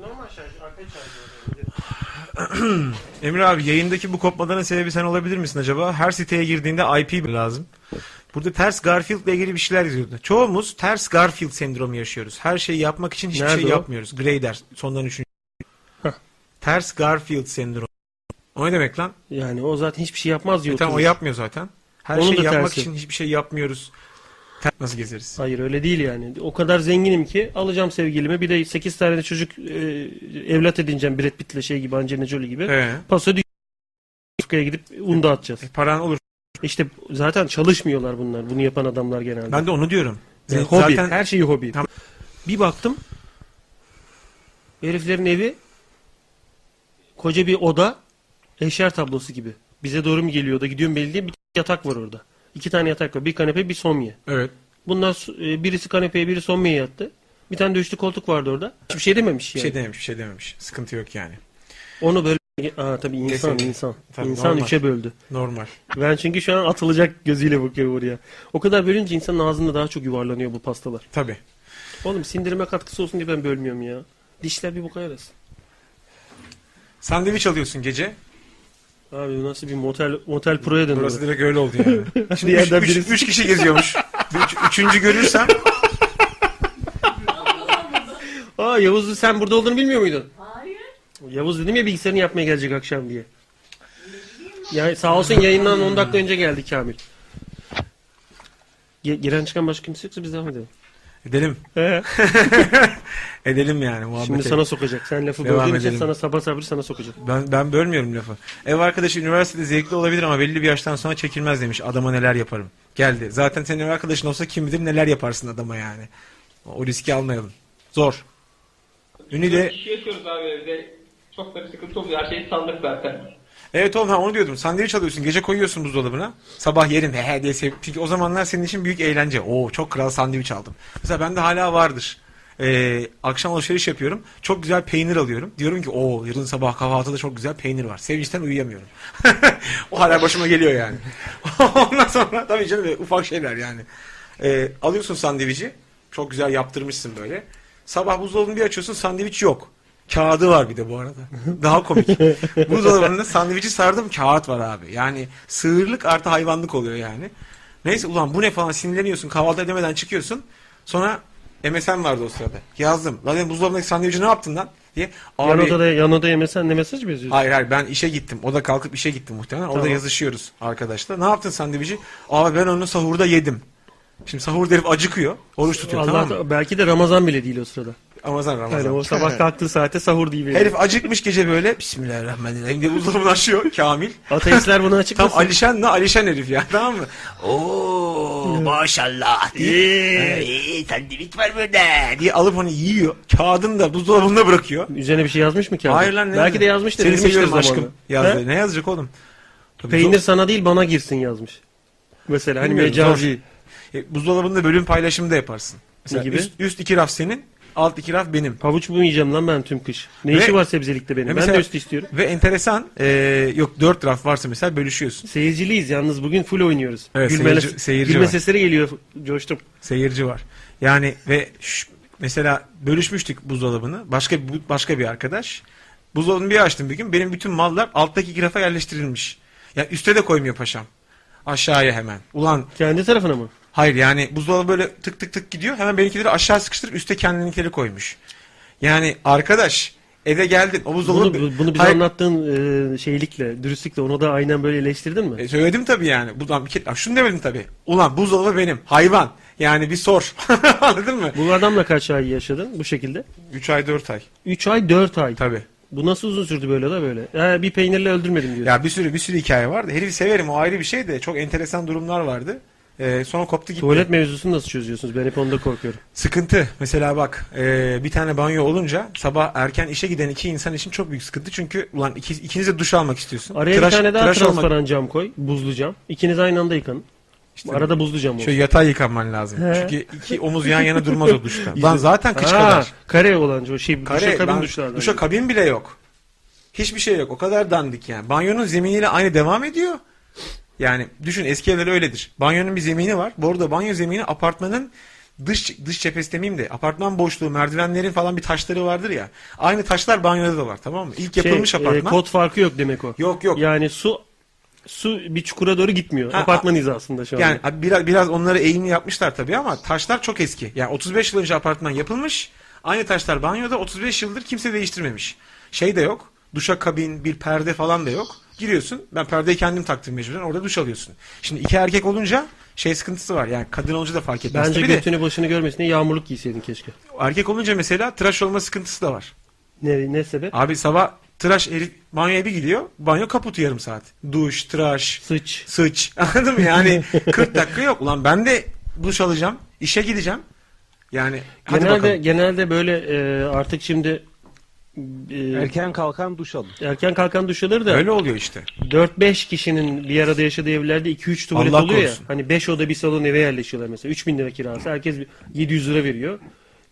[SPEAKER 3] Normal şarj, iPad şarjı var.
[SPEAKER 2] Emre abi yayındaki bu kopmadanın sebebi sen olabilir misin acaba? Her siteye girdiğinde IP lazım. Burada ters Garfield'la ilgili bir şeyler yazıyordu. Çoğumuz ters Garfield sendromu yaşıyoruz. Her şeyi yapmak için hiçbir
[SPEAKER 3] Nerede
[SPEAKER 2] şey
[SPEAKER 3] o?
[SPEAKER 2] yapmıyoruz. Grader sondan üçüncü. ters Garfield sendromu. O ne demek lan?
[SPEAKER 3] Yani o zaten hiçbir şey yapmaz diyor.
[SPEAKER 2] E tamam, o
[SPEAKER 3] oturuyor.
[SPEAKER 2] yapmıyor zaten. Her
[SPEAKER 3] Onun
[SPEAKER 2] şeyi
[SPEAKER 3] da
[SPEAKER 2] yapmak
[SPEAKER 3] tersi.
[SPEAKER 2] için hiçbir şey yapmıyoruz. Ter- Nasıl gezeriz?
[SPEAKER 3] Hayır öyle değil yani. O kadar zenginim ki alacağım sevgilimi bir de 8 tane de çocuk e, evlat edineceğim Brad Pitt'le şey gibi Angelina Jolie gibi.
[SPEAKER 2] Ee?
[SPEAKER 3] Paso Afrika'ya gidip un dağıtacağız.
[SPEAKER 2] paran olur.
[SPEAKER 3] İşte zaten çalışmıyorlar bunlar. Bunu yapan adamlar genelde.
[SPEAKER 2] Ben de onu diyorum.
[SPEAKER 3] Yani E,
[SPEAKER 2] Z-
[SPEAKER 3] hobi.
[SPEAKER 2] zaten-
[SPEAKER 3] Her şeyi hobi. Bir baktım. Heriflerin evi koca bir oda eşer tablosu gibi. Bize doğru mu geliyor da gidiyorum belli değil. Bir yatak var orada. İki tane yatak var. Bir kanepe bir somye.
[SPEAKER 2] Evet.
[SPEAKER 3] Bunlar su- e, birisi kanepeye biri somyeye yattı. Bir tane de üçlü koltuk vardı orada. Hiçbir şey dememiş
[SPEAKER 2] Bir
[SPEAKER 3] yani.
[SPEAKER 2] şey dememiş, bir şey dememiş. Sıkıntı yok yani.
[SPEAKER 3] Onu böyle Aa, tabii insan
[SPEAKER 2] Kesinlikle.
[SPEAKER 3] insan.
[SPEAKER 2] Tabii,
[SPEAKER 3] insan
[SPEAKER 2] normal.
[SPEAKER 3] üçe böldü.
[SPEAKER 2] Normal.
[SPEAKER 3] Ben çünkü şu an atılacak gözüyle bakıyorum oraya. O kadar bölünce insanın ağzında daha çok yuvarlanıyor bu pastalar.
[SPEAKER 2] Tabii.
[SPEAKER 3] Oğlum sindirime katkısı olsun diye ben bölmüyorum ya. Dişler bir boka yarasın.
[SPEAKER 2] Sandviç alıyorsun gece.
[SPEAKER 3] Abi bu nasıl bir motel motel proya döndü.
[SPEAKER 2] Burası direkt öyle oldu yani. Şimdi üç,
[SPEAKER 3] yerden
[SPEAKER 2] üç-
[SPEAKER 3] birisi-
[SPEAKER 2] üç kişi geziyormuş. Üç- üçüncü görürsem
[SPEAKER 3] Aa Yavuz sen burada olduğunu bilmiyor muydun? Hayır. Yavuz dedim ya bilgisayarını yapmaya gelecek akşam diye. Ya sağ olsun yayından 10 dakika önce geldi Kamil. Ge- giren çıkan başka kimse yoksa biz devam edelim.
[SPEAKER 2] edelim.
[SPEAKER 3] Ee?
[SPEAKER 2] edelim yani muhabbet.
[SPEAKER 3] Şimdi sana sokacak. Sen lafı
[SPEAKER 2] Devam
[SPEAKER 3] böldüğün için
[SPEAKER 2] edelim.
[SPEAKER 3] sana sabah sabır sana sokacak.
[SPEAKER 2] Ben, ben bölmüyorum lafı. Ev arkadaşı üniversitede zevkli olabilir ama belli bir yaştan sonra çekilmez demiş. Adama neler yaparım. Geldi. Zaten senin ev arkadaşın olsa kim bilir neler yaparsın adama yani. O riski almayalım. Zor. Ünlü de
[SPEAKER 14] İşi yaşıyoruz abi evde. Çok da bir sıkıntı oluyor. Her şeyi saldık zaten.
[SPEAKER 2] Evet oğlum ha onu diyordum. Sandviç alıyorsun. Gece koyuyorsun buzdolabına. Sabah yerim he he diye sev- Çünkü o zamanlar senin için büyük eğlence. Oo çok kral sandviç aldım. Mesela bende hala vardır. Ee, akşam alışveriş yapıyorum. Çok güzel peynir alıyorum. Diyorum ki o yarın sabah kahvaltıda çok güzel peynir var. Sevinçten uyuyamıyorum. o hala başıma geliyor yani. Ondan sonra tabii canım ufak şeyler yani. Ee, alıyorsun sandviçi. Çok güzel yaptırmışsın böyle. Sabah buzdolabını bir açıyorsun sandviç yok. Kağıdı var bir de bu arada. Daha komik. Buzdolabında sandviçi sardım kağıt var abi. Yani sığırlık artı hayvanlık oluyor yani. Neyse ulan bu ne falan sinirleniyorsun. Kahvaltı edemeden çıkıyorsun. Sonra MSN vardı o sırada. Yazdım. Lan dedim, buzdolabındaki sandviçi ne yaptın lan? Diye.
[SPEAKER 3] Yan odada, yan odada yemesen ne mesaj mı yazıyorsun?
[SPEAKER 2] Hayır hayır ben işe gittim. O da kalkıp işe gitti muhtemelen. Orada
[SPEAKER 3] Tamam.
[SPEAKER 2] yazışıyoruz arkadaşlar. Ne yaptın sandviçi? Abi ben onu sahurda yedim. Şimdi sahur herif acıkıyor. Oruç tutuyor
[SPEAKER 3] Allah
[SPEAKER 2] tamam mı?
[SPEAKER 3] belki de Ramazan bile değil o sırada.
[SPEAKER 2] Ramazan Ramazan.
[SPEAKER 3] Yani o sabah kalktığı saate sahur diye veriyor.
[SPEAKER 2] Herif acıkmış gece böyle Bismillahirrahmanirrahim diye buzdolabını açıyor Kamil.
[SPEAKER 3] Ateistler bunu açıklasın.
[SPEAKER 2] Tam Alişan ne Alişan herif ya tamam mı? Oo maşallah diye. "Ee, sandviç var burada diye alıp onu yiyor. Kağıdını da buzdolabında bırakıyor.
[SPEAKER 3] Üzerine bir şey yazmış mı kağıda?
[SPEAKER 2] Hayır lan ne
[SPEAKER 3] Belki de yazmıştır.
[SPEAKER 2] Seni
[SPEAKER 3] inmiştir
[SPEAKER 2] seviyorum
[SPEAKER 3] zamanında.
[SPEAKER 2] aşkım. Yazdı.
[SPEAKER 3] He?
[SPEAKER 2] Ne yazacak oğlum? Tabii
[SPEAKER 3] Peynir
[SPEAKER 2] zor-
[SPEAKER 3] sana değil bana girsin yazmış. Mesela hani
[SPEAKER 2] Bilmiyorum,
[SPEAKER 3] mecazi.
[SPEAKER 2] zor. E, buzdolabında bölüm paylaşımı da yaparsın. Mesela
[SPEAKER 3] Ne gibi?
[SPEAKER 2] Üst, üst iki raf senin, alt iki raf benim.
[SPEAKER 3] Havuç mu yiyeceğim lan ben tüm kış? Ne
[SPEAKER 2] Ve-
[SPEAKER 3] işi var sebzelikte benim?
[SPEAKER 2] Ve
[SPEAKER 3] ben
[SPEAKER 2] mesela-
[SPEAKER 3] de üstü istiyorum.
[SPEAKER 2] Ve enteresan e, yok dört raf varsa mesela bölüşüyorsun.
[SPEAKER 3] Seyirciliyiz yalnız bugün full oynuyoruz.
[SPEAKER 2] Evet,
[SPEAKER 3] Gülmele-
[SPEAKER 2] seyirci- seyirci
[SPEAKER 3] gülme
[SPEAKER 2] var.
[SPEAKER 3] sesleri geliyor. Coştum.
[SPEAKER 2] Seyirci var. Yani ve şş- mesela bölüşmüştük buzdolabını. Başka bu- başka bir arkadaş. Buzdolabını bir açtım bir gün. Benim bütün mallar alttaki iki rafa yerleştirilmiş. Ya üste de koymuyor paşam. Aşağıya hemen. Ulan
[SPEAKER 3] kendi tarafına mı?
[SPEAKER 2] Hayır yani buzdolabı böyle tık tık tık gidiyor. Hemen benimkileri aşağı sıkıştırıp üste kendininkileri koymuş. Yani arkadaş eve geldin. O buzdolabı
[SPEAKER 3] Bunu, bu- bunu bize
[SPEAKER 2] Hayır,
[SPEAKER 3] anlattığın e, şeylikle, dürüstlükle onu da aynen böyle eleştirdin mi?
[SPEAKER 2] E, söyledim tabii yani. Buradan bir kere, şunu demedim tabii. Ulan buzdolabı benim. Hayvan. Yani bir sor. Anladın mı?
[SPEAKER 3] Bu adamla kaç ay yaşadın bu şekilde?
[SPEAKER 2] 3 ay 4 ay.
[SPEAKER 3] 3 ay 4 ay.
[SPEAKER 2] Tabii.
[SPEAKER 3] Bu nasıl uzun sürdü böyle da böyle? Ha, bir peynirle öldürmedim diyorsun.
[SPEAKER 2] Ya bir sürü bir sürü hikaye vardı. Herifi severim o ayrı bir şey de çok enteresan durumlar vardı. E, sonra koptu gitti.
[SPEAKER 3] Tuvalet mevzusunu nasıl çözüyorsunuz? Ben hep onda korkuyorum.
[SPEAKER 2] Sıkıntı. Mesela bak e, bir tane banyo olunca sabah erken işe giden iki insan için çok büyük sıkıntı. Çünkü ulan iki, ikiniz de duş almak istiyorsun.
[SPEAKER 3] Araya bir tane daha
[SPEAKER 2] olmak-
[SPEAKER 3] transparan cam koy. Buzlu cam. İkiniz aynı anda yıkanın. Arada buzlu cam olsun.
[SPEAKER 2] Şöyle yatay yıkanman lazım.
[SPEAKER 3] He.
[SPEAKER 2] Çünkü iki omuz yan yana durmaz o duşta. Lan zaten kış
[SPEAKER 3] Ha,
[SPEAKER 2] kadar.
[SPEAKER 3] Kare olan o şey
[SPEAKER 2] Kare,
[SPEAKER 3] duşakabin
[SPEAKER 2] lan
[SPEAKER 3] duşlardan.
[SPEAKER 2] duşakabin bile yok. Hiçbir şey yok. O kadar dandik yani. Banyonun zeminiyle aynı devam ediyor. Yani düşün eski evler öyledir. Banyonun bir zemini var. Bu arada banyo zemini apartmanın dış dış cephesi demeyeyim de apartman boşluğu merdivenlerin falan bir taşları vardır ya. Aynı taşlar banyoda da var tamam mı? İlk yapılmış
[SPEAKER 3] Şey, e,
[SPEAKER 2] apartman.
[SPEAKER 3] kod farkı yok demek o.
[SPEAKER 2] Yok yok.
[SPEAKER 3] Yani su su bir çukura doğru gitmiyor.
[SPEAKER 2] Ha,
[SPEAKER 3] Apartman
[SPEAKER 2] a-
[SPEAKER 3] hizasında şu
[SPEAKER 2] Yani
[SPEAKER 3] anda.
[SPEAKER 2] abi biraz biraz onlara eğimli yapmışlar tabii ama taşlar çok eski. Yani 35 yıl önce apartman yapılmış. Aynı taşlar banyoda 35 yıldır kimse değiştirmemiş. Şey de yok. Duşa kabin, bir perde falan da yok. Giriyorsun. Ben perdeyi kendim taktım mecburen. Orada duş alıyorsun. Şimdi iki erkek olunca şey sıkıntısı var. Yani kadın olunca da fark etmez.
[SPEAKER 3] Bence
[SPEAKER 2] tabii de
[SPEAKER 3] götünü başını görmesin diye yağmurluk giyseydin keşke.
[SPEAKER 2] erkek olunca mesela tıraş olma sıkıntısı da var.
[SPEAKER 3] Ne, ne sebep?
[SPEAKER 2] Abi sabah Tıraş herif banyoya bir gidiyor. Banyo kaputu yarım saat. Duş, tıraş.
[SPEAKER 3] Sıç.
[SPEAKER 2] Sıç. Anladın mı? Yani 40 dakika yok. Ulan ben de duş alacağım. işe gideceğim. Yani hadi
[SPEAKER 3] Genelde
[SPEAKER 2] bakalım.
[SPEAKER 3] genelde böyle e, artık şimdi e,
[SPEAKER 8] Erken kalkan duş alır.
[SPEAKER 3] erken kalkan duş alır da
[SPEAKER 2] Öyle oluyor işte. E
[SPEAKER 3] 4-5 kişinin bir arada yaşadığı evlerde 2-3 tuvalet
[SPEAKER 2] Allah
[SPEAKER 3] oluyor
[SPEAKER 2] korusun.
[SPEAKER 3] ya. Hani 5 oda bir salon eve yerleşiyorlar mesela. 3000 lira kirası. Herkes bir- 700 lira veriyor.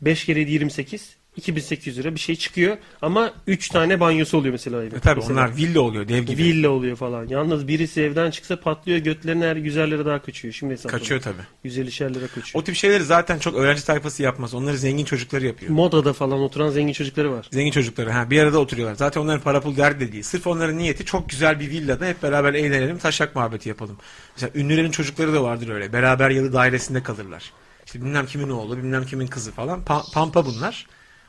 [SPEAKER 3] 5 kere 28 2800 lira bir şey çıkıyor ama 3 tane banyosu oluyor mesela evin.
[SPEAKER 2] E tabii
[SPEAKER 3] Mesela.
[SPEAKER 2] onlar villa oluyor dev gibi.
[SPEAKER 3] Villa oluyor falan. Yalnız birisi evden çıksa patlıyor götlerine her 100 lira daha kaçıyor. Şimdi hesapla.
[SPEAKER 2] Kaçıyor tabii.
[SPEAKER 3] 150'şer lira kaçıyor.
[SPEAKER 2] O tip şeyleri zaten çok öğrenci tayfası yapmaz. Onları zengin çocukları yapıyor.
[SPEAKER 3] Modada falan oturan zengin çocukları var.
[SPEAKER 2] Zengin çocukları ha bir arada oturuyorlar. Zaten onların para pul derdi de değil. Sırf onların niyeti çok güzel bir villada hep beraber eğlenelim, taşak muhabbeti yapalım. Mesela ünlülerin çocukları da vardır öyle. Beraber yalı dairesinde kalırlar. İşte bilmem kimin oğlu, bilmem kimin kızı falan. Pa- pampa bunlar.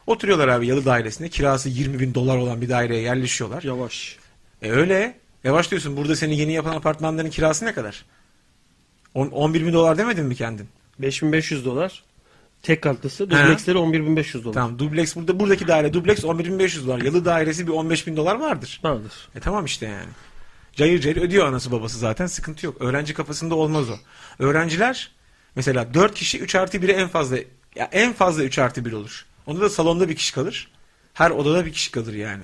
[SPEAKER 2] Oturuyorlar abi yalı dairesinde. Kirası 20 bin dolar olan bir daireye yerleşiyorlar.
[SPEAKER 3] Yavaş.
[SPEAKER 2] E öyle. Yavaş diyorsun. Burada seni yeni yapan apartmanların kirası ne kadar? On- 11 bin dolar demedin mi kendin?
[SPEAKER 3] 5500 dolar. Tek katlısı.
[SPEAKER 2] Ha.
[SPEAKER 3] Dubleksleri 11500 dolar.
[SPEAKER 2] Tamam dubleks burada buradaki daire dubleks 11.500 dolar. Yalı dairesi bir 15.000 dolar vardır.
[SPEAKER 3] Vardır.
[SPEAKER 2] E tamam işte yani. Cayır cayır ödüyor anası babası zaten sıkıntı yok. Öğrenci kafasında olmaz o. Öğrenciler mesela 4 kişi 3 artı 1'e en fazla ya en fazla 3 artı 1 olur. Onda da salonda bir kişi kalır. Her odada bir kişi kalır yani.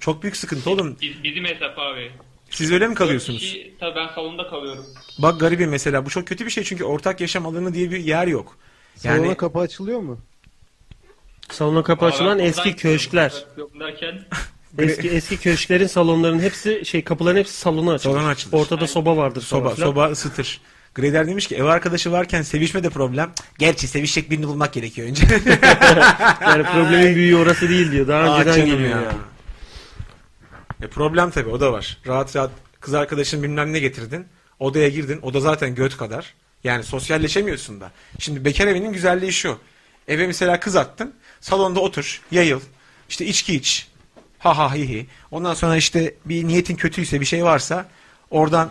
[SPEAKER 2] Çok büyük sıkıntı oğlum.
[SPEAKER 14] Biz, bizim hesap abi.
[SPEAKER 2] Siz öyle mi kalıyorsunuz?
[SPEAKER 14] Ki, tabii ben salonda kalıyorum.
[SPEAKER 2] Bak garibim mesela bu çok kötü bir şey çünkü ortak yaşam alanı diye bir yer yok. Yani
[SPEAKER 8] Salona kapı açılıyor mu?
[SPEAKER 3] Salona kapı
[SPEAKER 14] Abi,
[SPEAKER 3] açılan
[SPEAKER 14] buradan
[SPEAKER 3] eski köşkler.
[SPEAKER 14] Yok derken
[SPEAKER 3] Eski eski köşklerin salonların hepsi şey kapıların hepsi salona açılır.
[SPEAKER 2] Salona açılır.
[SPEAKER 3] Ortada soba vardır. falan
[SPEAKER 2] Soba,
[SPEAKER 3] filan.
[SPEAKER 2] soba ısıtır. Greder demiş ki ev arkadaşı varken sevişme de problem. Gerçi sevişecek birini bulmak gerekiyor önce.
[SPEAKER 3] Yani problemin büyüğü orası değil diyor. Daha
[SPEAKER 2] Ah
[SPEAKER 3] önceden
[SPEAKER 2] canım
[SPEAKER 3] geliyor
[SPEAKER 2] ya.
[SPEAKER 3] yani.
[SPEAKER 2] E problem tabii o da var. Rahat rahat kız arkadaşın bilmem ne getirdin. Odaya girdin. Oda zaten göt kadar. Yani sosyalleşemiyorsun da. Şimdi bekar evinin güzelliği şu. Eve mesela kız attın. Salonda otur. Yayıl. İşte içki iç. Ha ha hi hi. Ondan sonra işte bir niyetin kötüyse bir şey varsa oradan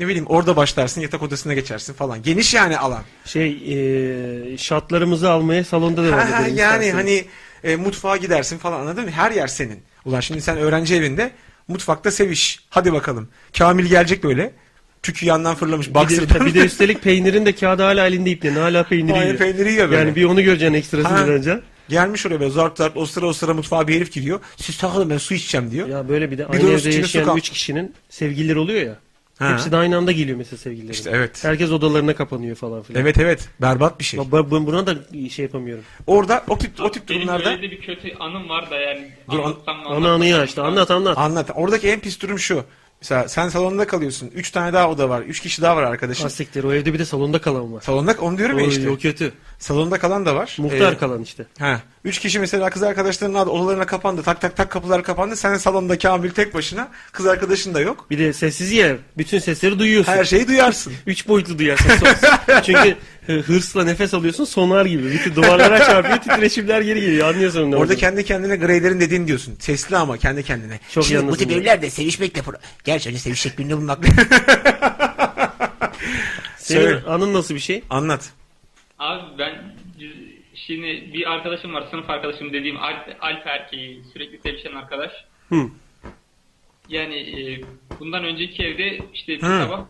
[SPEAKER 2] ne bileyim orada başlarsın yatak odasına geçersin falan. Geniş yani alan.
[SPEAKER 3] Şey eee, şatlarımızı almaya salonda devam
[SPEAKER 2] Ha, ha,
[SPEAKER 3] edelim.
[SPEAKER 2] yani
[SPEAKER 3] isterseniz.
[SPEAKER 2] hani e, mutfağa gidersin falan anladın mı? Her yer senin. Ulan şimdi sen öğrenci evinde mutfakta seviş. Hadi bakalım. Kamil gelecek böyle. Tükü yandan fırlamış.
[SPEAKER 3] bir de,
[SPEAKER 2] Boxer'dan.
[SPEAKER 3] tabii bir de üstelik peynirin de kağıdı hala elinde ipliğinde. Hala peyniri
[SPEAKER 2] Aynen,
[SPEAKER 3] yiyor.
[SPEAKER 2] peyniri yiyor böyle.
[SPEAKER 3] Yani bir onu göreceksin ekstrasını
[SPEAKER 2] Ha.
[SPEAKER 3] önce.
[SPEAKER 2] Gelmiş oraya böyle zarp zarp o sıra o sıra mutfağa bir herif giriyor. Siz takılın ben su içeceğim diyor.
[SPEAKER 3] Ya böyle bir de
[SPEAKER 2] de
[SPEAKER 3] aynı
[SPEAKER 2] onun
[SPEAKER 3] evde
[SPEAKER 2] içine su
[SPEAKER 3] yaşayan
[SPEAKER 2] kal-
[SPEAKER 3] 3 kişinin sevgilileri oluyor ya.
[SPEAKER 2] Ha.
[SPEAKER 3] Hepsi de aynı anda geliyor mesela sevgilileri.
[SPEAKER 2] İşte evet.
[SPEAKER 3] Herkes odalarına kapanıyor falan filan.
[SPEAKER 2] Evet evet. Berbat bir şey.
[SPEAKER 3] Ba- ba- Ben buna da şey yapamıyorum.
[SPEAKER 2] Orada o tip, o tip
[SPEAKER 14] benim
[SPEAKER 2] durumlarda
[SPEAKER 14] böyle de bir kötü anım var da yani.
[SPEAKER 2] Dur, an-
[SPEAKER 14] anlatsam mı
[SPEAKER 3] Ana anıyı açtı. Anlat anlat.
[SPEAKER 2] Anlat. Oradaki en pis durum şu. Mesela sen salonda kalıyorsun. Üç tane daha oda var. Üç kişi daha var arkadaşın.
[SPEAKER 3] Ha siktir o evde bir de salonda kalan var.
[SPEAKER 2] Salonda onu diyorum ya
[SPEAKER 3] Oy,
[SPEAKER 2] işte.
[SPEAKER 3] O kötü.
[SPEAKER 2] Salonda kalan da var.
[SPEAKER 3] Muhtar
[SPEAKER 2] Ee,
[SPEAKER 3] kalan işte.
[SPEAKER 2] He. Üç kişi mesela kız arkadaşlarının adı odalarına kapandı. Tak tak tak kapılar kapandı. Sen salonda Kamil tek başına. Kız arkadaşın da yok.
[SPEAKER 3] Bir de sessiz yer. Bütün sesleri duyuyorsun.
[SPEAKER 2] Her şey- şeyi duyarsın.
[SPEAKER 3] Üç boyutlu duyarsın. son- Çünkü e, hırsla nefes alıyorsun sonar gibi. Bütün duvarlara çarpıyor titreşimler geri geliyor. Anlıyorsun ne
[SPEAKER 2] Orada
[SPEAKER 3] olduğunu.
[SPEAKER 2] kendi kendine greylerin dediğini diyorsun. Sesli ama kendi kendine.
[SPEAKER 3] Çok
[SPEAKER 6] Şimdi bu
[SPEAKER 3] yalnızım.
[SPEAKER 6] tip
[SPEAKER 3] ya.
[SPEAKER 6] evlerde sevişmekle... pro- Gerçi önce sevişecek birini bulmak...
[SPEAKER 3] Senin
[SPEAKER 2] Söyle.
[SPEAKER 3] anın nasıl bir şey?
[SPEAKER 2] Anlat.
[SPEAKER 14] Abi ben şimdi bir arkadaşım var sınıf arkadaşım dediğim Alp, Alp erkeği sürekli sevişen arkadaş.
[SPEAKER 3] Hı.
[SPEAKER 14] Yani e, bundan önceki evde işte bir
[SPEAKER 2] Hı.
[SPEAKER 14] sabah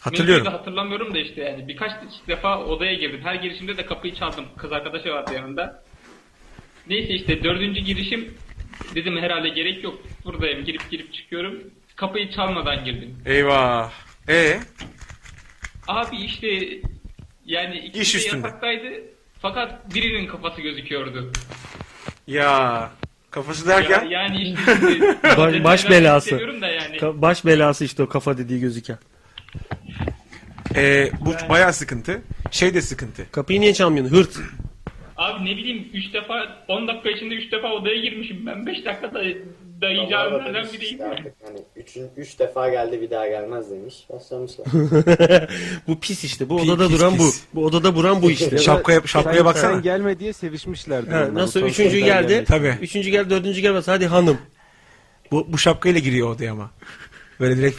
[SPEAKER 2] Hatırlıyorum.
[SPEAKER 14] Mevzuyu da hatırlamıyorum da işte yani birkaç defa odaya girdim. Her girişimde de kapıyı çaldım. Kız arkadaşı vardı yanında. Neyse işte dördüncü girişim dedim herhalde gerek yok. Buradayım girip girip çıkıyorum. Kapıyı çalmadan girdim.
[SPEAKER 2] Eyvah. E
[SPEAKER 14] Abi işte yani
[SPEAKER 2] İş
[SPEAKER 14] ikisi de
[SPEAKER 2] üstünde.
[SPEAKER 14] yataktaydı. Fakat birinin kafası gözüküyordu.
[SPEAKER 2] ya kafası
[SPEAKER 14] Ya,
[SPEAKER 2] derken
[SPEAKER 14] yani işte şimdi-
[SPEAKER 3] Ba- baş belası.
[SPEAKER 14] Seviyorum da yani.
[SPEAKER 3] Ka- baş belası işte o kafa dediği gözüken.
[SPEAKER 2] Ee, bu bayağı sıkıntı. Şey de sıkıntı.
[SPEAKER 3] Kapıyı niye çalmıyorsun? Hırt.
[SPEAKER 14] Abi ne bileyim 3 defa 10 dakika içinde 3 defa odaya girmişim ben 5 dakikada dayayacağım
[SPEAKER 1] Vallahi
[SPEAKER 14] nereden
[SPEAKER 1] bakıyoruz
[SPEAKER 14] bileyim.
[SPEAKER 1] işte artık. Hani üç, üç defa geldi bir daha gelmez demiş. Başlamışlar.
[SPEAKER 3] bu pis işte. Bu
[SPEAKER 2] Pi-
[SPEAKER 3] odada
[SPEAKER 2] pis,
[SPEAKER 3] duran
[SPEAKER 2] pis.
[SPEAKER 3] bu. Bu odada buran bu işte.
[SPEAKER 2] Şapkaya- şapkaya
[SPEAKER 8] sen,
[SPEAKER 2] baksana.
[SPEAKER 8] Sen gelme diye sevişmişlerdi.
[SPEAKER 3] Ha,
[SPEAKER 8] onlar.
[SPEAKER 3] nasıl
[SPEAKER 8] Utanç
[SPEAKER 3] üçüncü
[SPEAKER 8] neden
[SPEAKER 3] geldi?
[SPEAKER 8] gelmedi?
[SPEAKER 2] Tabii.
[SPEAKER 3] Üçüncü geldi, dördüncü gelmez. Hadi hanım.
[SPEAKER 2] Bu, bu şapkayla giriyor odaya ama. Böyle direkt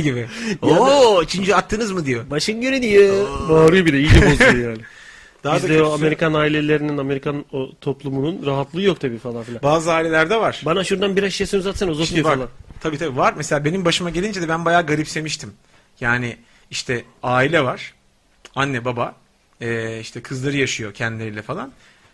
[SPEAKER 2] gibi.
[SPEAKER 3] Ya da-
[SPEAKER 2] Oo, üçüncü attınız mı diyor.
[SPEAKER 3] Başın görünüyor. Bağırıyor bir de iyice bozuyor yani.
[SPEAKER 2] Daha da şey-
[SPEAKER 3] Bizde o
[SPEAKER 2] kötüsü-
[SPEAKER 3] Amerikan ailelerinin, Amerikan o toplumunun rahatlığı yok tabii falan filan.
[SPEAKER 2] Bazı ailelerde var.
[SPEAKER 3] Bana şuradan bir şişesini uzatsana uzatıyor
[SPEAKER 2] bak,
[SPEAKER 3] falan.
[SPEAKER 2] Tabii tabii var. Mesela benim başıma gelince de ben bayağı garipsemiştim. Yani işte aile var. Anne baba. Ee, işte kızları yaşıyor kendileriyle falan.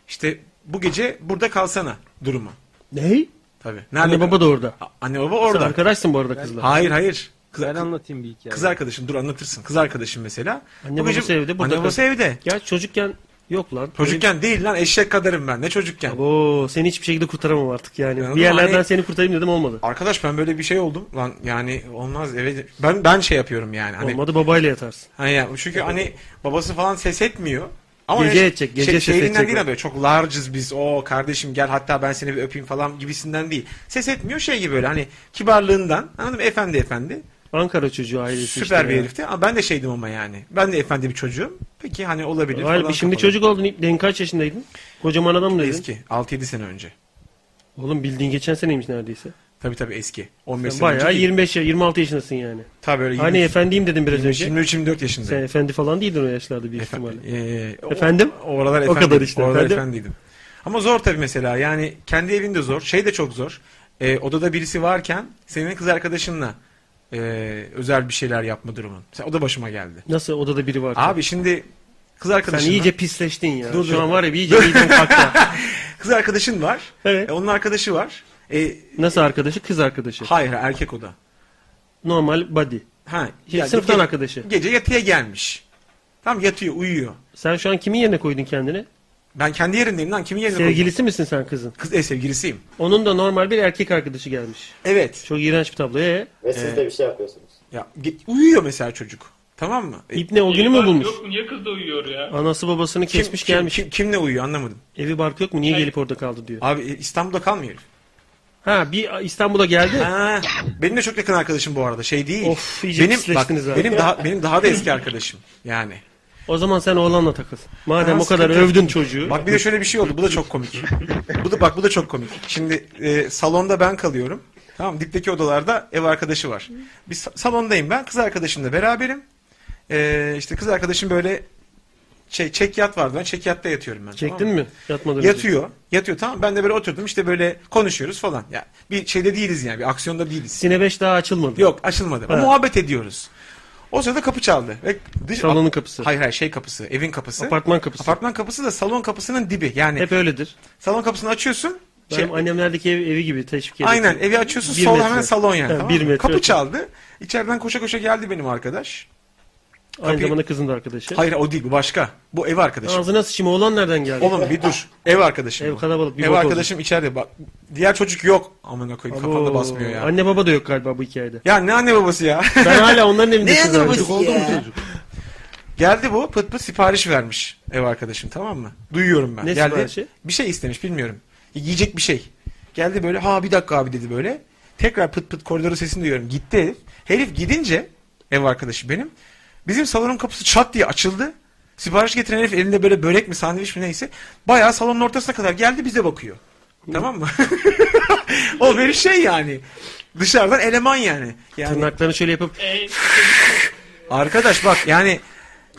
[SPEAKER 2] İşte bu gece burada kalsana durumu.
[SPEAKER 3] Ne?
[SPEAKER 2] Tabii.
[SPEAKER 3] Anne baba da orada.
[SPEAKER 2] Anne baba orada.
[SPEAKER 3] Sen arkadaşsın bu arada kızla.
[SPEAKER 2] Hayır hayır. Kız,
[SPEAKER 8] ben anlatayım bir hikaye.
[SPEAKER 2] Kız arkadaşım dur anlatırsın. Kız arkadaşım mesela.
[SPEAKER 3] Anne
[SPEAKER 2] Bu gece-
[SPEAKER 3] babası evde. Burada
[SPEAKER 2] Anne babası
[SPEAKER 3] kal-
[SPEAKER 2] evde.
[SPEAKER 3] Ya çocukken yok lan.
[SPEAKER 2] Çocukken değil lan eşek kadarım ben. Ne çocukken.
[SPEAKER 3] Oo seni hiçbir şekilde kurtaramam artık yani.
[SPEAKER 2] Yani
[SPEAKER 3] bir yerlerden
[SPEAKER 2] hani-
[SPEAKER 3] seni kurtarayım dedim olmadı.
[SPEAKER 2] Arkadaş ben böyle bir şey oldum. Lan yani olmaz eve ben ben şey yapıyorum yani. Hani,
[SPEAKER 3] Olmadı babayla yatarsın.
[SPEAKER 2] Hani ya, çünkü hani babası falan ses etmiyor. Ama
[SPEAKER 3] Gece
[SPEAKER 2] öyle-
[SPEAKER 3] edecek, gece ses
[SPEAKER 2] şehrinden
[SPEAKER 3] edecek
[SPEAKER 2] değil
[SPEAKER 3] o.
[SPEAKER 2] abi. Çok large'ız biz. O kardeşim gel hatta ben seni bir öpeyim falan gibisinden değil. Ses etmiyor şey gibi böyle hani kibarlığından. Anladın mı? Efendi efendi.
[SPEAKER 3] Ankara çocuğu ailesi
[SPEAKER 2] Süper
[SPEAKER 3] işte
[SPEAKER 2] bir
[SPEAKER 3] ya.
[SPEAKER 2] herifti. Ama ben de şeydim ama yani. Ben de efendi bir çocuğum. Peki hani olabilir
[SPEAKER 3] Hayır
[SPEAKER 2] falan
[SPEAKER 3] bir şimdi
[SPEAKER 2] kafalı.
[SPEAKER 3] çocuk oldun. İlk kaç yaşındaydın? Kocaman adam mıydın?
[SPEAKER 2] Eski. 6-7 sene önce.
[SPEAKER 3] Oğlum bildiğin geçen seneymiş neredeyse.
[SPEAKER 2] Tabii tabii eski. 15
[SPEAKER 3] Sen
[SPEAKER 2] sene önce
[SPEAKER 3] bayağı
[SPEAKER 2] değil.
[SPEAKER 3] 25 ya- 26 yaşındasın yani.
[SPEAKER 2] Tabii öyle
[SPEAKER 3] Hani
[SPEAKER 2] 23
[SPEAKER 3] efendiyim dedim biraz
[SPEAKER 2] 23,
[SPEAKER 3] önce.
[SPEAKER 2] 23 24 yaşındayım.
[SPEAKER 3] Sen efendi falan değildin o yaşlarda büyük ihtimalle.
[SPEAKER 2] e, o-
[SPEAKER 3] efendim?
[SPEAKER 2] Oralar
[SPEAKER 3] O
[SPEAKER 2] efendim.
[SPEAKER 3] kadar işte.
[SPEAKER 2] Oralar
[SPEAKER 3] efendim.
[SPEAKER 2] efendiydim. Ama zor tabii mesela. Yani kendi evinde zor. Şey de çok zor. Ee, odada birisi varken senin kız arkadaşınla e, özel bir şeyler yapma durumun. Mesela o da başıma geldi.
[SPEAKER 3] Nasıl odada biri var?
[SPEAKER 2] Abi şimdi kız arkadaşın
[SPEAKER 3] Sen iyice pisleştin ya.
[SPEAKER 2] Dur,
[SPEAKER 3] Şu
[SPEAKER 2] dur.
[SPEAKER 3] an var ya bir iyice iyice kalktı.
[SPEAKER 2] kız arkadaşın var. E, onun arkadaşı var. E,
[SPEAKER 3] Nasıl arkadaşı? Kız arkadaşı.
[SPEAKER 2] Hayır erkek o da.
[SPEAKER 3] Normal body.
[SPEAKER 2] Ha,
[SPEAKER 3] sınıftan
[SPEAKER 2] ge-
[SPEAKER 3] arkadaşı.
[SPEAKER 2] Gece yatıya gelmiş. Tam yatıyor, uyuyor.
[SPEAKER 3] Sen şu an kimin yerine koydun kendini?
[SPEAKER 2] Ben kendi yerindeyim lan. Kimin yerine koydum?
[SPEAKER 3] Sevgilisi misin sen kızın?
[SPEAKER 2] Kız e, sevgilisiyim.
[SPEAKER 3] Onun da normal bir erkek arkadaşı gelmiş.
[SPEAKER 2] Evet.
[SPEAKER 3] Çok iğrenç bir tablo. Ee?
[SPEAKER 1] Ve siz de bir şey yapıyorsunuz.
[SPEAKER 2] Ya ge- uyuyor mesela çocuk. Tamam mı? E,
[SPEAKER 3] İpne o günü mü bulmuş?
[SPEAKER 14] Yok mu? Niye kız da uyuyor ya?
[SPEAKER 3] Anası babasını
[SPEAKER 2] Kim-
[SPEAKER 3] kesmiş
[SPEAKER 2] kim-
[SPEAKER 3] gelmiş.
[SPEAKER 2] kim- kimle uyuyor anlamadım.
[SPEAKER 3] Evi barkı yok mu? Niye
[SPEAKER 2] Hayır.
[SPEAKER 3] gelip orada kaldı diyor.
[SPEAKER 2] Abi e, İstanbul'da kalmıyor.
[SPEAKER 3] Ha bir İstanbul'a geldi.
[SPEAKER 2] Ha, benim de çok yakın arkadaşım bu arada. Şey değil.
[SPEAKER 3] Of, iyice
[SPEAKER 2] benim
[SPEAKER 3] pisleştiniz abi.
[SPEAKER 2] benim daha benim daha da eski arkadaşım. Yani.
[SPEAKER 3] O zaman sen oğlanla takıl. Madem
[SPEAKER 2] Ha,
[SPEAKER 3] o kadar
[SPEAKER 2] sıkıntı yok.
[SPEAKER 3] övdün çocuğu.
[SPEAKER 2] Bak bir de şöyle bir şey oldu. Bu da çok komik. bu da bak bu da çok komik. Şimdi e, salonda ben kalıyorum. Tamam mı? dipteki odalarda ev arkadaşı var. Biz sa- salondayım ben. Kız arkadaşımla beraberim. E, işte kız arkadaşım böyle şey çek yat vardı. Ben çek yatta yatıyorum ben.
[SPEAKER 3] Çektin
[SPEAKER 2] tamam mı?
[SPEAKER 3] mi? Yatmadan önce.
[SPEAKER 2] Yatıyor. Yatıyor tamam. Ben de böyle oturdum işte böyle konuşuyoruz falan. Ya bir şeyde değiliz yani. Bir aksiyonda değiliz.
[SPEAKER 3] Sine 5 daha açılmadı.
[SPEAKER 2] Yok açılmadı. Ama
[SPEAKER 3] Ha.
[SPEAKER 2] Muhabbet ediyoruz. O sırada kapı çaldı. Ve dış-
[SPEAKER 3] Salonun kapısı.
[SPEAKER 2] Hayır hayır şey kapısı. Evin kapısı.
[SPEAKER 3] Apartman kapısı.
[SPEAKER 2] Apartman kapısı da salon kapısının dibi. Yani
[SPEAKER 3] Hep öyledir.
[SPEAKER 2] salon kapısını açıyorsun.
[SPEAKER 3] Ben
[SPEAKER 2] şey-
[SPEAKER 3] annemlerdeki ev, evi gibi teşvik ediyorum.
[SPEAKER 2] aynen evi açıyorsun
[SPEAKER 3] Bir
[SPEAKER 2] sol
[SPEAKER 3] metre.
[SPEAKER 2] hemen salon yani.
[SPEAKER 3] Ha,
[SPEAKER 2] tamam
[SPEAKER 3] bir
[SPEAKER 2] mı?
[SPEAKER 3] metre.
[SPEAKER 2] Kapı çaldı. İçeriden koşa koşa geldi benim arkadaş.
[SPEAKER 3] Aynı
[SPEAKER 2] Kapıyı-
[SPEAKER 3] zamanda kızın da arkadaşı.
[SPEAKER 2] Hayır o değil bu başka. Bu ev arkadaşım.
[SPEAKER 3] Ağzına sıçayım oğlan nereden geldi?
[SPEAKER 2] Oğlum bir dur. Ev arkadaşım.
[SPEAKER 3] Ev
[SPEAKER 2] bu.
[SPEAKER 3] kalabalık bir
[SPEAKER 2] Ev
[SPEAKER 3] bok
[SPEAKER 2] arkadaşım içeride bak. Diğer çocuk yok. Amına koyayım
[SPEAKER 3] Abo,
[SPEAKER 2] kafanda basmıyor ya.
[SPEAKER 3] Anne baba da yok galiba bu hikayede.
[SPEAKER 2] Ya ne anne babası ya?
[SPEAKER 3] Ben hala onların evinde
[SPEAKER 2] Ne
[SPEAKER 3] kız
[SPEAKER 2] anne
[SPEAKER 3] arıyorum.
[SPEAKER 2] babası
[SPEAKER 3] Oldu mu
[SPEAKER 2] ya?
[SPEAKER 3] çocuk?
[SPEAKER 2] Geldi bu pıt pıt sipariş vermiş ev arkadaşım tamam mı? Duyuyorum ben.
[SPEAKER 3] Ne
[SPEAKER 2] Geldi,
[SPEAKER 3] siparişi?
[SPEAKER 2] Bir şey istemiş bilmiyorum. Yiyecek bir şey. Geldi böyle ha bir dakika abi dedi böyle. Tekrar pıt pıt koridorun sesini duyuyorum. Gitti herif. Herif gidince ev arkadaşı benim. Bizim salonun kapısı çat diye açıldı. Sipariş getiren herif elinde böyle börek mi sandviç mi neyse. Bayağı salonun ortasına kadar geldi bize bakıyor. Tamam mı? o bir şey yani. Dışarıdan eleman yani. yani
[SPEAKER 3] Tırnaklarını şöyle yapıp
[SPEAKER 2] Arkadaş bak yani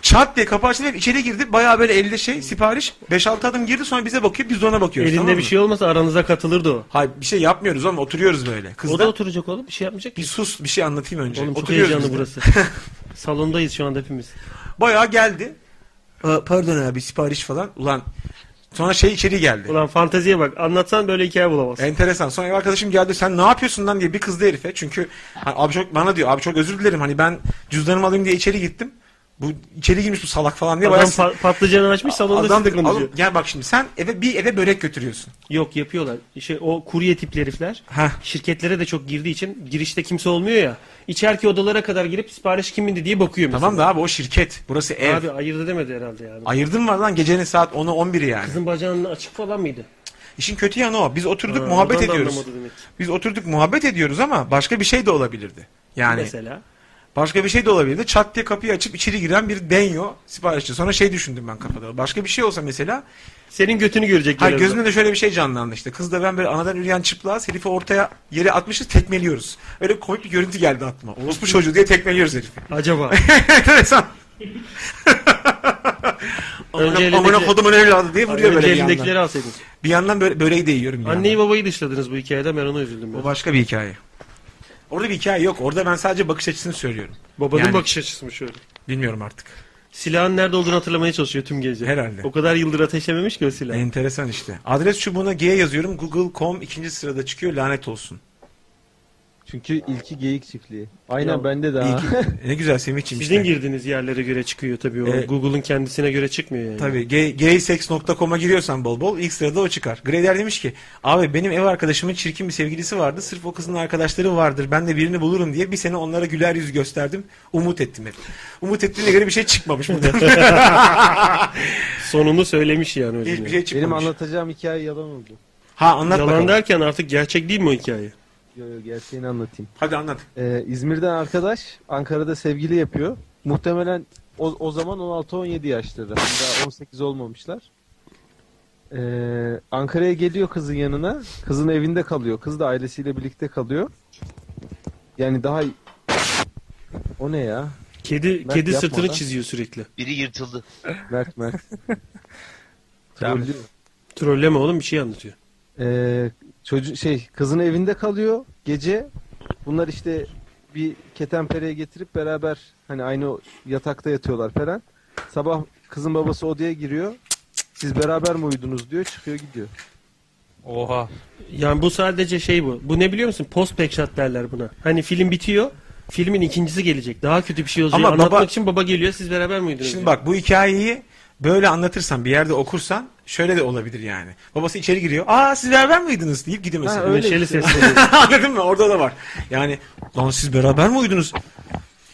[SPEAKER 2] çat diye kapı açtı ve içeri girdi. Bayağı böyle elde şey sipariş. 5-6 adım girdi sonra bize bakıyor biz de ona bakıyoruz.
[SPEAKER 3] elinde
[SPEAKER 2] tamam
[SPEAKER 3] bir
[SPEAKER 2] mı?
[SPEAKER 3] şey olmasa aranıza katılırdı o.
[SPEAKER 2] Hayır bir şey yapmıyoruz ama oturuyoruz böyle. Kızla.
[SPEAKER 3] O da oturacak oğlum bir şey yapmayacak.
[SPEAKER 2] Bir sus bir şey anlatayım önce.
[SPEAKER 3] Oğlum çok
[SPEAKER 2] Oturuyoruz
[SPEAKER 3] heyecanlı
[SPEAKER 2] biz de.
[SPEAKER 3] burası. Salondayız şu anda hepimiz.
[SPEAKER 2] Bayağı geldi. Aa, Pardon abi sipariş falan. Ulan sonra şey içeri geldi.
[SPEAKER 3] Ulan fanteziye bak anlatsan böyle hikaye bulamazsın.
[SPEAKER 2] Enteresan. Sonra ev arkadaşım geldi sen ne yapıyorsun lan diye bir kızdı herife. Çünkü hani abi çok bana diyor abi çok özür dilerim hani ben cüzdanımı alayım diye içeri gittim. Bu içeri girmiş bu salak falan diye.
[SPEAKER 3] Adam
[SPEAKER 2] bayağı-
[SPEAKER 3] pa- patlıcanı açmış salonda
[SPEAKER 2] Adam da-
[SPEAKER 3] sizi konuşuyor.
[SPEAKER 2] Oğlum, Gel bak şimdi sen eve bir eve börek götürüyorsun.
[SPEAKER 3] Yok yapıyorlar. Şey, o kurye tipli herifler şirketlere de çok girdiği için girişte kimse olmuyor ya. İçerki odalara kadar girip sipariş kimindi diye bakıyor mesela.
[SPEAKER 2] Tamam da abi o şirket. Burası ev.
[SPEAKER 3] Abi ayırdı demedi herhalde yani.
[SPEAKER 2] Ayırdın mı lan gecenin saat 10'u 11'i yani.
[SPEAKER 3] Kızın bacağının açık falan mıydı?
[SPEAKER 2] İşin kötü yanı o. Biz oturduk
[SPEAKER 3] Ha,
[SPEAKER 2] muhabbet
[SPEAKER 3] oradan da
[SPEAKER 2] ediyoruz.
[SPEAKER 3] anlamadı demek.
[SPEAKER 2] Biz oturduk muhabbet ediyoruz ama başka bir şey de olabilirdi. Yani
[SPEAKER 3] Mesela?
[SPEAKER 2] Başka bir şey de olabilirdi. Çat diye kapıyı açıp içeri giren bir denyo siparişçi. Sonra şey düşündüm ben kafada. Başka bir şey olsa mesela.
[SPEAKER 3] Senin götünü görecek.
[SPEAKER 2] Hayır
[SPEAKER 3] gelen
[SPEAKER 2] gözümde de şöyle bir şey canlandı işte. Kız da ben böyle anadan üreyen çıplaz herifi ortaya yere atmışız tekmeliyoruz. Öyle komik bir görüntü geldi aklıma. Orospu çocuğu diye tekmeliyoruz herifi.
[SPEAKER 3] Acaba?
[SPEAKER 2] Enteresan. Amına- amına kodumun evladı diye vuruyor böyle bir yandan.
[SPEAKER 3] elindekileri alsaydınız.
[SPEAKER 2] Bir yandan böyle, böreği de yiyorum. Bir
[SPEAKER 3] Anneyi babayı dışladınız bu hikayede ben ona üzüldüm.
[SPEAKER 2] O başka bir hikaye. Orada bir hikaye yok. Orada ben sadece bakış açısını söylüyorum.
[SPEAKER 3] Babanın
[SPEAKER 2] Yani-
[SPEAKER 3] bakış açısı mı şöyle?
[SPEAKER 2] Bilmiyorum artık.
[SPEAKER 3] Silahın nerede olduğunu hatırlamaya çalışıyor tüm gece.
[SPEAKER 2] Herhalde.
[SPEAKER 3] O kadar yıldır ateşlememiş ki o silah.
[SPEAKER 2] Enteresan işte. Adres çubuğuna G yazıyorum. Google.com ikinci sırada çıkıyor. Lanet olsun.
[SPEAKER 8] Çünkü ilki geyik çiftliği. Aynen
[SPEAKER 3] Ya,
[SPEAKER 8] bende de ha.
[SPEAKER 2] ne güzel Semih'ciğim
[SPEAKER 3] Sizin girdiğiniz yerlere göre çıkıyor tabii. O
[SPEAKER 2] Ee,
[SPEAKER 3] Google'ın kendisine göre çıkmıyor yani.
[SPEAKER 2] Tabii gay- gaysex.com'a giriyorsan bol bol ilk sırada o çıkar. Grader demiş ki abi benim ev arkadaşımın çirkin bir sevgilisi vardı. Sırf o kızın arkadaşları vardır. Ben de birini bulurum diye bir sene onlara güler yüz gösterdim. Umut ettim hep. Umut ettiğine göre bir şey çıkmamış burada.
[SPEAKER 3] Sonunu söylemiş yani özüne.
[SPEAKER 2] Hiçbir şey çıkmamış.
[SPEAKER 8] Benim anlatacağım hikaye yalan oldu.
[SPEAKER 2] Ha anlat
[SPEAKER 3] Yalan
[SPEAKER 2] bakalım.
[SPEAKER 3] derken artık gerçek değil mi o hikaye?
[SPEAKER 8] Yo, yo, gerçeğini anlatayım.
[SPEAKER 2] Hadi anlat.
[SPEAKER 8] Ee, İzmir'den arkadaş Ankara'da sevgili yapıyor. Muhtemelen o, o zaman 16-17 yaşları. Daha 18 olmamışlar. Ee, Ankara'ya geliyor kızın yanına. Kızın evinde kalıyor. Kız da ailesiyle birlikte kalıyor. Yani daha... O ne ya?
[SPEAKER 3] Kedi
[SPEAKER 8] Mert
[SPEAKER 3] kedi
[SPEAKER 8] yapma
[SPEAKER 3] sırtını
[SPEAKER 8] lan.
[SPEAKER 3] çiziyor sürekli.
[SPEAKER 7] Biri yırtıldı.
[SPEAKER 8] Mert Mert. Trollüyor.
[SPEAKER 3] Trolleme oğlum bir şey anlatıyor.
[SPEAKER 8] Ee, çocuğu şey kızın evinde kalıyor gece. Bunlar işte bir ketenpereye getirip beraber hani aynı yatakta yatıyorlar falan. Sabah kızın babası odaya giriyor. Siz beraber mi uyudunuz diyor. Çıkıyor gidiyor.
[SPEAKER 4] Oha.
[SPEAKER 3] Yani bu sadece şey bu. Bu ne biliyor musun? Post pack shot derler buna. Hani film bitiyor. Filmin ikincisi gelecek. Daha kötü bir şey olacak.
[SPEAKER 2] Ama
[SPEAKER 3] Anlatmak
[SPEAKER 2] baba-
[SPEAKER 3] için baba geliyor. Siz beraber mi uyudunuz?
[SPEAKER 2] Şimdi
[SPEAKER 3] diyor.
[SPEAKER 2] bak bu hikayeyi böyle anlatırsan bir yerde okursan şöyle de olabilir yani. Babası içeri giriyor. Aa siz beraber miydiniz deyip gidiyor mesela.
[SPEAKER 3] Ha, öyle Neşeli işte. sesle
[SPEAKER 2] Anladın mı? Orada da var. Yani lan siz beraber mi uyudunuz?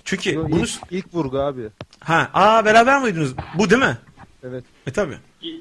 [SPEAKER 2] Çünkü E, bunu...
[SPEAKER 8] İlk, ilk vurgu abi.
[SPEAKER 2] Ha, aa beraber mi uyudunuz? Bu değil mi?
[SPEAKER 8] Evet.
[SPEAKER 2] E tabi.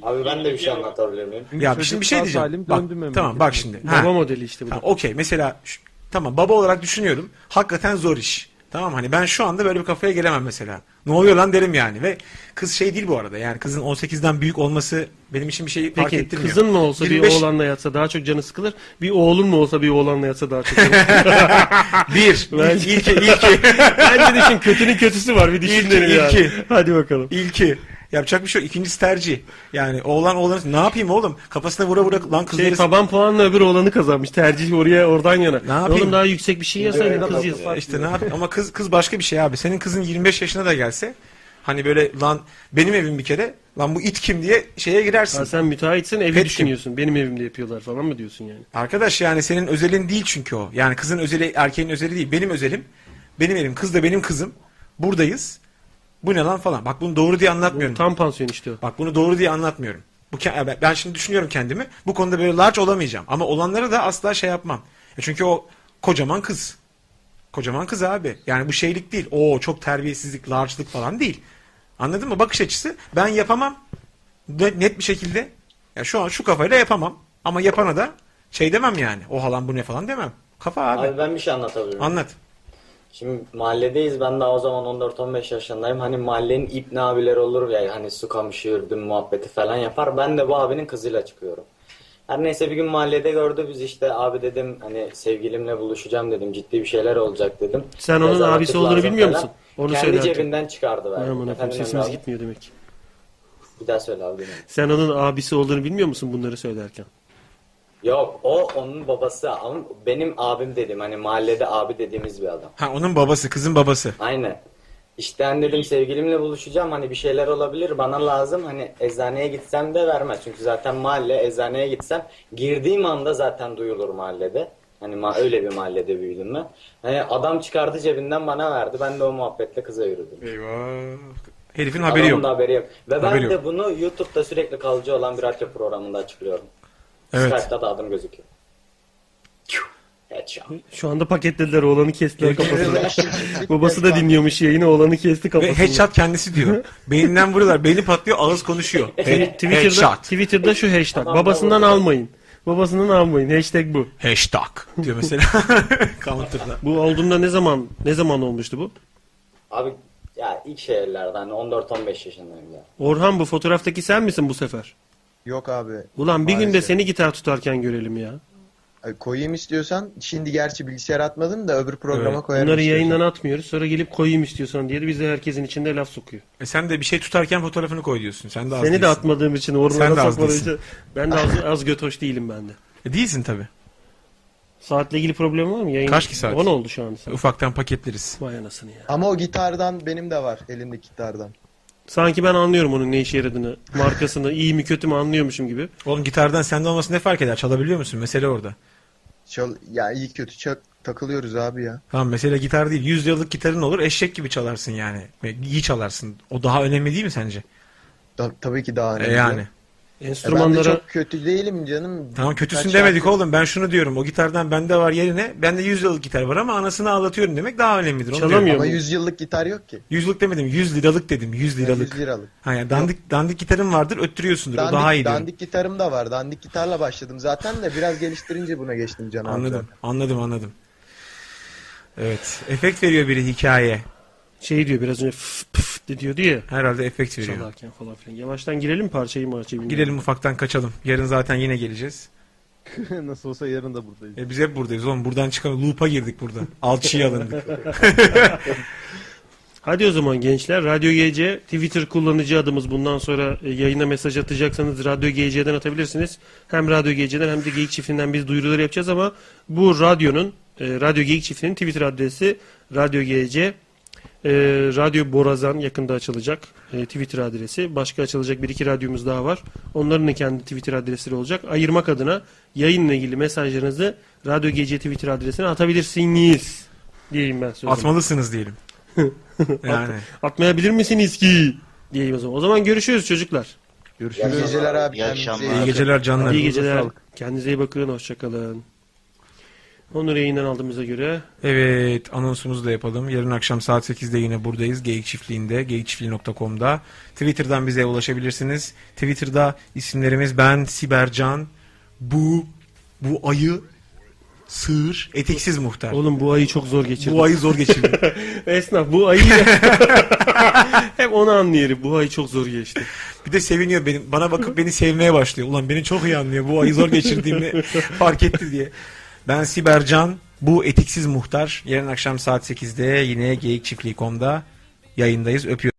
[SPEAKER 1] Abi ben de bir şey anlatabilir miyim?
[SPEAKER 2] Ya şimdi bir şey diyeceğim. bak, tamam bak şimdi.
[SPEAKER 3] Baba modeli işte bu da.
[SPEAKER 2] Tamam, Okey mesela şu- tamam baba olarak düşünüyorum. Hakikaten zor iş. Tamam hani ben şu anda böyle bir kafaya gelemem mesela. Ne oluyor lan derim yani ve kız şey değil bu arada yani kızın 18'den büyük olması benim için bir şey fark
[SPEAKER 3] Peki
[SPEAKER 2] ettirmiyor.
[SPEAKER 3] kızın mı olsa bir
[SPEAKER 2] 25
[SPEAKER 3] oğlanla yatsa daha çok canı sıkılır. Bir oğlun mu olsa bir oğlanla yatsa daha çok canı
[SPEAKER 2] Bir.
[SPEAKER 3] Bence,
[SPEAKER 2] İlki, ilki.
[SPEAKER 3] Bence düşün kötünün kötüsü var bir düşün
[SPEAKER 2] İlki,
[SPEAKER 3] derim yani.
[SPEAKER 2] ilki.
[SPEAKER 3] Hadi bakalım.
[SPEAKER 2] İlki. Yapacak bir şey yok. İkincisi tercih. Yani oğlan oğlan ne yapayım oğlum? Kafasına vura vura lan kızları...
[SPEAKER 3] Şey, taban puanla öbür oğlanı kazanmış. Tercih oraya oradan yana. Ne
[SPEAKER 2] yapayım?
[SPEAKER 3] Oğlum daha yüksek bir şey yazsaydın
[SPEAKER 2] Evet,
[SPEAKER 3] kız
[SPEAKER 2] ama-
[SPEAKER 3] yazsaydın.
[SPEAKER 2] İşte ne yapayım ama kız kız başka bir şey abi. Senin kızın 25 yaşına da gelse hani böyle lan benim evim bir kere lan bu it kim diye şeye girersin.
[SPEAKER 3] Ha, sen müteahhitsin evi
[SPEAKER 2] Pet kim?
[SPEAKER 3] düşünüyorsun. Benim evimde yapıyorlar falan mı diyorsun yani?
[SPEAKER 2] Arkadaş yani senin özelin değil çünkü o. Yani kızın özeli erkeğin özeli değil. Benim özelim. Benim evim. Kız da benim kızım. Buradayız. Bu ne lan falan. Bak bunu doğru diye anlatmıyorum.
[SPEAKER 3] tam pansiyon işte o.
[SPEAKER 2] Bak bunu doğru diye anlatmıyorum. Bu ke- ben- ben şimdi düşünüyorum kendimi. Bu konuda böyle large olamayacağım. Ama olanlara da asla şey yapmam. E Çünkü o kocaman kız. Kocaman kız abi. Yani bu şeylik değil. Oo çok terbiyesizlik, larçlık falan değil. Anladın mı? Bakış açısı ben yapamam. Ne- Net bir şekilde. Ya şu an şu kafayla yapamam. Ama yapana da şey demem yani. O halan bu ne falan demem. Kafa abi.
[SPEAKER 1] Abi ben bir şey anlatabilir miyim?
[SPEAKER 2] Anlat.
[SPEAKER 1] Şimdi mahalledeyiz. Ben daha o zaman 14-15 yaşındayım. Hani mahallenin ipni abileri olur ya. Hani su kamışı yürüdüm muhabbeti falan yapar. Ben de bu abinin kızıyla çıkıyorum. Her neyse bir gün mahallede gördü biz işte abi dedim hani sevgilimle buluşacağım dedim ciddi bir şeyler olacak dedim.
[SPEAKER 3] Sen onun
[SPEAKER 1] Prezervatif
[SPEAKER 3] abisi olduğunu
[SPEAKER 1] lazım
[SPEAKER 3] bilmiyor
[SPEAKER 1] falan.
[SPEAKER 3] musun? Onu
[SPEAKER 1] Kendi
[SPEAKER 3] söyle artık.
[SPEAKER 1] cebinden çıkardı
[SPEAKER 3] Aman
[SPEAKER 1] verdi.
[SPEAKER 3] Allah'ım,
[SPEAKER 1] Efendim
[SPEAKER 3] sesimiz
[SPEAKER 1] abi?
[SPEAKER 3] gitmiyor demek.
[SPEAKER 1] Bir daha söyle abi. dinle.
[SPEAKER 3] Sen onun abisi olduğunu bilmiyor musun bunları söylerken?
[SPEAKER 1] Yok o onun babası ama benim abim dedim hani mahallede abi dediğimiz bir adam.
[SPEAKER 2] Ha onun babası, kızın babası.
[SPEAKER 1] Aynen. İşte ben dedim sevgilimle buluşacağım hani bir şeyler olabilir bana lazım hani eczaneye gitsem de vermez. Çünkü zaten mahalle eczaneye gitsem girdiğim anda zaten duyulur mahallede. Hani ma- öyle bir mahallede büyüdüm ben. Hani adam çıkardı cebinden bana verdi. Ben de o muhabbetle kıza yürüdüm.
[SPEAKER 2] Eyvah. Herifin haberi
[SPEAKER 1] Adamın
[SPEAKER 2] yok.
[SPEAKER 1] da haberi yok. Ve
[SPEAKER 2] Haberi
[SPEAKER 1] ben de
[SPEAKER 2] yok.
[SPEAKER 1] bunu YouTube'da sürekli kalıcı olan bir radyo programında açıklıyorum.
[SPEAKER 2] Evet.
[SPEAKER 1] Skype'da da adım gözüküyor. Headshot.
[SPEAKER 3] Şu anda paketlediler oğlanı kestiler kafasına.
[SPEAKER 1] Gerçekten.
[SPEAKER 3] Babası da dinliyormuş yayını oğlanı kesti
[SPEAKER 2] Ve
[SPEAKER 3] kafasına.
[SPEAKER 2] headshot kendisi diyor. Beyninden vuruyorlar. Beyni patlıyor, ağız konuşuyor.
[SPEAKER 3] Twi-
[SPEAKER 2] Head-
[SPEAKER 3] Twitter'da,
[SPEAKER 2] headshot.
[SPEAKER 3] Twitter'da şu hashtag.
[SPEAKER 2] Adam da
[SPEAKER 3] Babasından almayın. Babasından almayın. Hashtag bu.
[SPEAKER 2] Hashtag diyor mesela. Counter'da.
[SPEAKER 3] Bu olduğunda ne zaman ne zaman olmuştu bu?
[SPEAKER 1] Abi ya ilk şehirlerden hani 14-15 yaşındayım ya.
[SPEAKER 3] Orhan bu fotoğraftaki sen misin bu sefer?
[SPEAKER 11] Yok abi.
[SPEAKER 3] Ulan bir
[SPEAKER 11] Maalesef.
[SPEAKER 3] gün de seni gitar tutarken görelim ya.
[SPEAKER 11] Ay, e, Koyayım istiyorsan şimdi gerçi bilgisayar atmadım da öbür programa koyarım.
[SPEAKER 3] Bunları
[SPEAKER 11] istiyorsan.
[SPEAKER 3] yayından atmıyoruz. Sonra gelip koyayım istiyorsan diye de bize herkesin içinde laf sokuyor.
[SPEAKER 2] E sen de bir şey tutarken fotoğrafını koy diyorsun. Sen de az
[SPEAKER 3] Seni de
[SPEAKER 2] değilsin.
[SPEAKER 3] atmadığım için
[SPEAKER 2] Sen de
[SPEAKER 3] ormana
[SPEAKER 2] az
[SPEAKER 3] sokmadığım
[SPEAKER 2] değilsin.
[SPEAKER 3] için ben de az, az göt hoş değilim ben de.
[SPEAKER 2] E değilsin tabi.
[SPEAKER 3] Saatle ilgili problem var mı? Yayın...
[SPEAKER 2] Kaç ki saat?
[SPEAKER 3] 10 oldu şu an. saat.
[SPEAKER 2] Ufaktan paketleriz.
[SPEAKER 3] Vay anasını ya.
[SPEAKER 11] Ama o gitardan benim de var elindeki gitardan.
[SPEAKER 3] Sanki ben anlıyorum onun ne işe yaradığını. Markasını iyi mi kötü mü anlıyormuşum gibi.
[SPEAKER 2] Oğlum gitardan sende olması ne fark eder? Çalabiliyor musun? Mesele orada.
[SPEAKER 11] Çal ya iyi kötü çak takılıyoruz abi ya.
[SPEAKER 2] Tamam mesele gitar değil. 100 yıllık gitarın olur eşek gibi çalarsın yani. Ve İyi çalarsın. O daha önemli değil mi sence?
[SPEAKER 11] tabii ki
[SPEAKER 2] E
[SPEAKER 11] daha önemli.
[SPEAKER 2] yani.
[SPEAKER 11] E ben de çok kötü değilim canım.
[SPEAKER 2] Tamam kötüsün
[SPEAKER 11] Birkaç
[SPEAKER 2] demedik
[SPEAKER 11] şarkı-
[SPEAKER 2] oğlum. Ben şunu diyorum. O gitardan bende var yerine. Bende 100 yıllık gitar var ama anasını ağlatıyorum demek daha önemlidir. Onu diyorum.
[SPEAKER 11] Ama 100 yıllık gitar yok ki.
[SPEAKER 2] Yüzlük demedim. 100 liralık dedim. 100 liralık.
[SPEAKER 11] 100 liralık.
[SPEAKER 2] Ha yani dandik dandik gitarın vardır, öttürüyorsundur.
[SPEAKER 11] Dandik,
[SPEAKER 2] o daha iyi diyorum.
[SPEAKER 11] dandik gitarım da var. Dandik gitarla başladım zaten de biraz geliştirince buna geçtim canım.
[SPEAKER 2] Anladım. Anladım, anladım. Evet. Efekt veriyor biri hikaye.
[SPEAKER 3] Şey diyor biraz önce püf püf de diyordu ya.
[SPEAKER 2] Herhalde efekt veriyor.
[SPEAKER 3] Çalarken falan filan. Yavaştan girelim mi parçayı marçayı bilmiyorum.
[SPEAKER 2] Girelim ufaktan kaçalım. Yarın zaten yine geleceğiz.
[SPEAKER 8] Nasıl olsa yarın da buradayız.
[SPEAKER 2] E biz hep buradayız oğlum. Buradan çıkalım. Loop'a girdik burada. Alçıya alındık.
[SPEAKER 3] Hadi o zaman gençler Radyo GC Twitter kullanıcı adımız bundan sonra e, yayına mesaj atacaksanız Radyo GC'den atabilirsiniz. Hem Radyo GC'den hem de Geyik Çiftliği'nden biz duyuruları yapacağız ama bu radyonun e, Radyo Geyik Çiftliği'nin Twitter adresi Radyo GC e, Radyo Borazan yakında açılacak e, Twitter adresi. Başka açılacak bir iki radyomuz daha var. Onların da kendi Twitter adresleri olacak. Ayırmak adına yayınla ilgili mesajlarınızı Radyo GC Twitter adresine atabilirsiniz diyeyim ben size. o zaman.
[SPEAKER 2] Atmalısınız diyelim. Yani.
[SPEAKER 3] At- atmayabilir misiniz ki? Diyeyim o zaman. O zaman görüşürüz çocuklar.
[SPEAKER 11] Görüşürüz. İyi geceler abi, İyi kendinize iyi akşamlar. bakın.
[SPEAKER 3] İyi geceler canlar. İyi geceler.
[SPEAKER 2] Sağlık.
[SPEAKER 3] Kendinize iyi bakın. Hoşçakalın. Onur yayından aldığımıza göre
[SPEAKER 2] Evet anonsumuzu da yapalım. Yarın akşam saat 8'de yine buradayız. Geyik Çiftliği'nde, geyikçiftliği.com'da. Twitter'dan bize ulaşabilirsiniz. Twitter'da isimlerimiz ben, Sibercan, bu, bu ayı, sığır, eteksiz muhtar.
[SPEAKER 3] Oğlum bu ayı çok zor geçirdim.
[SPEAKER 2] Bu ayı zor geçirdim.
[SPEAKER 3] Esnaf bu ayı Hep onu anlayarım. Bu ayı çok zor geçti.
[SPEAKER 2] Bir de seviniyor benim. Bana bakıp beni sevmeye başlıyor. Ulan beni çok iyi anlıyor. Bu ayı zor geçirdiğimi fark etti diye. Ben Sibercan. Bu etiksiz muhtar. Yarın akşam saat 8'de yine geyikçiftliği.com'da yayındayız. Öpüyorum.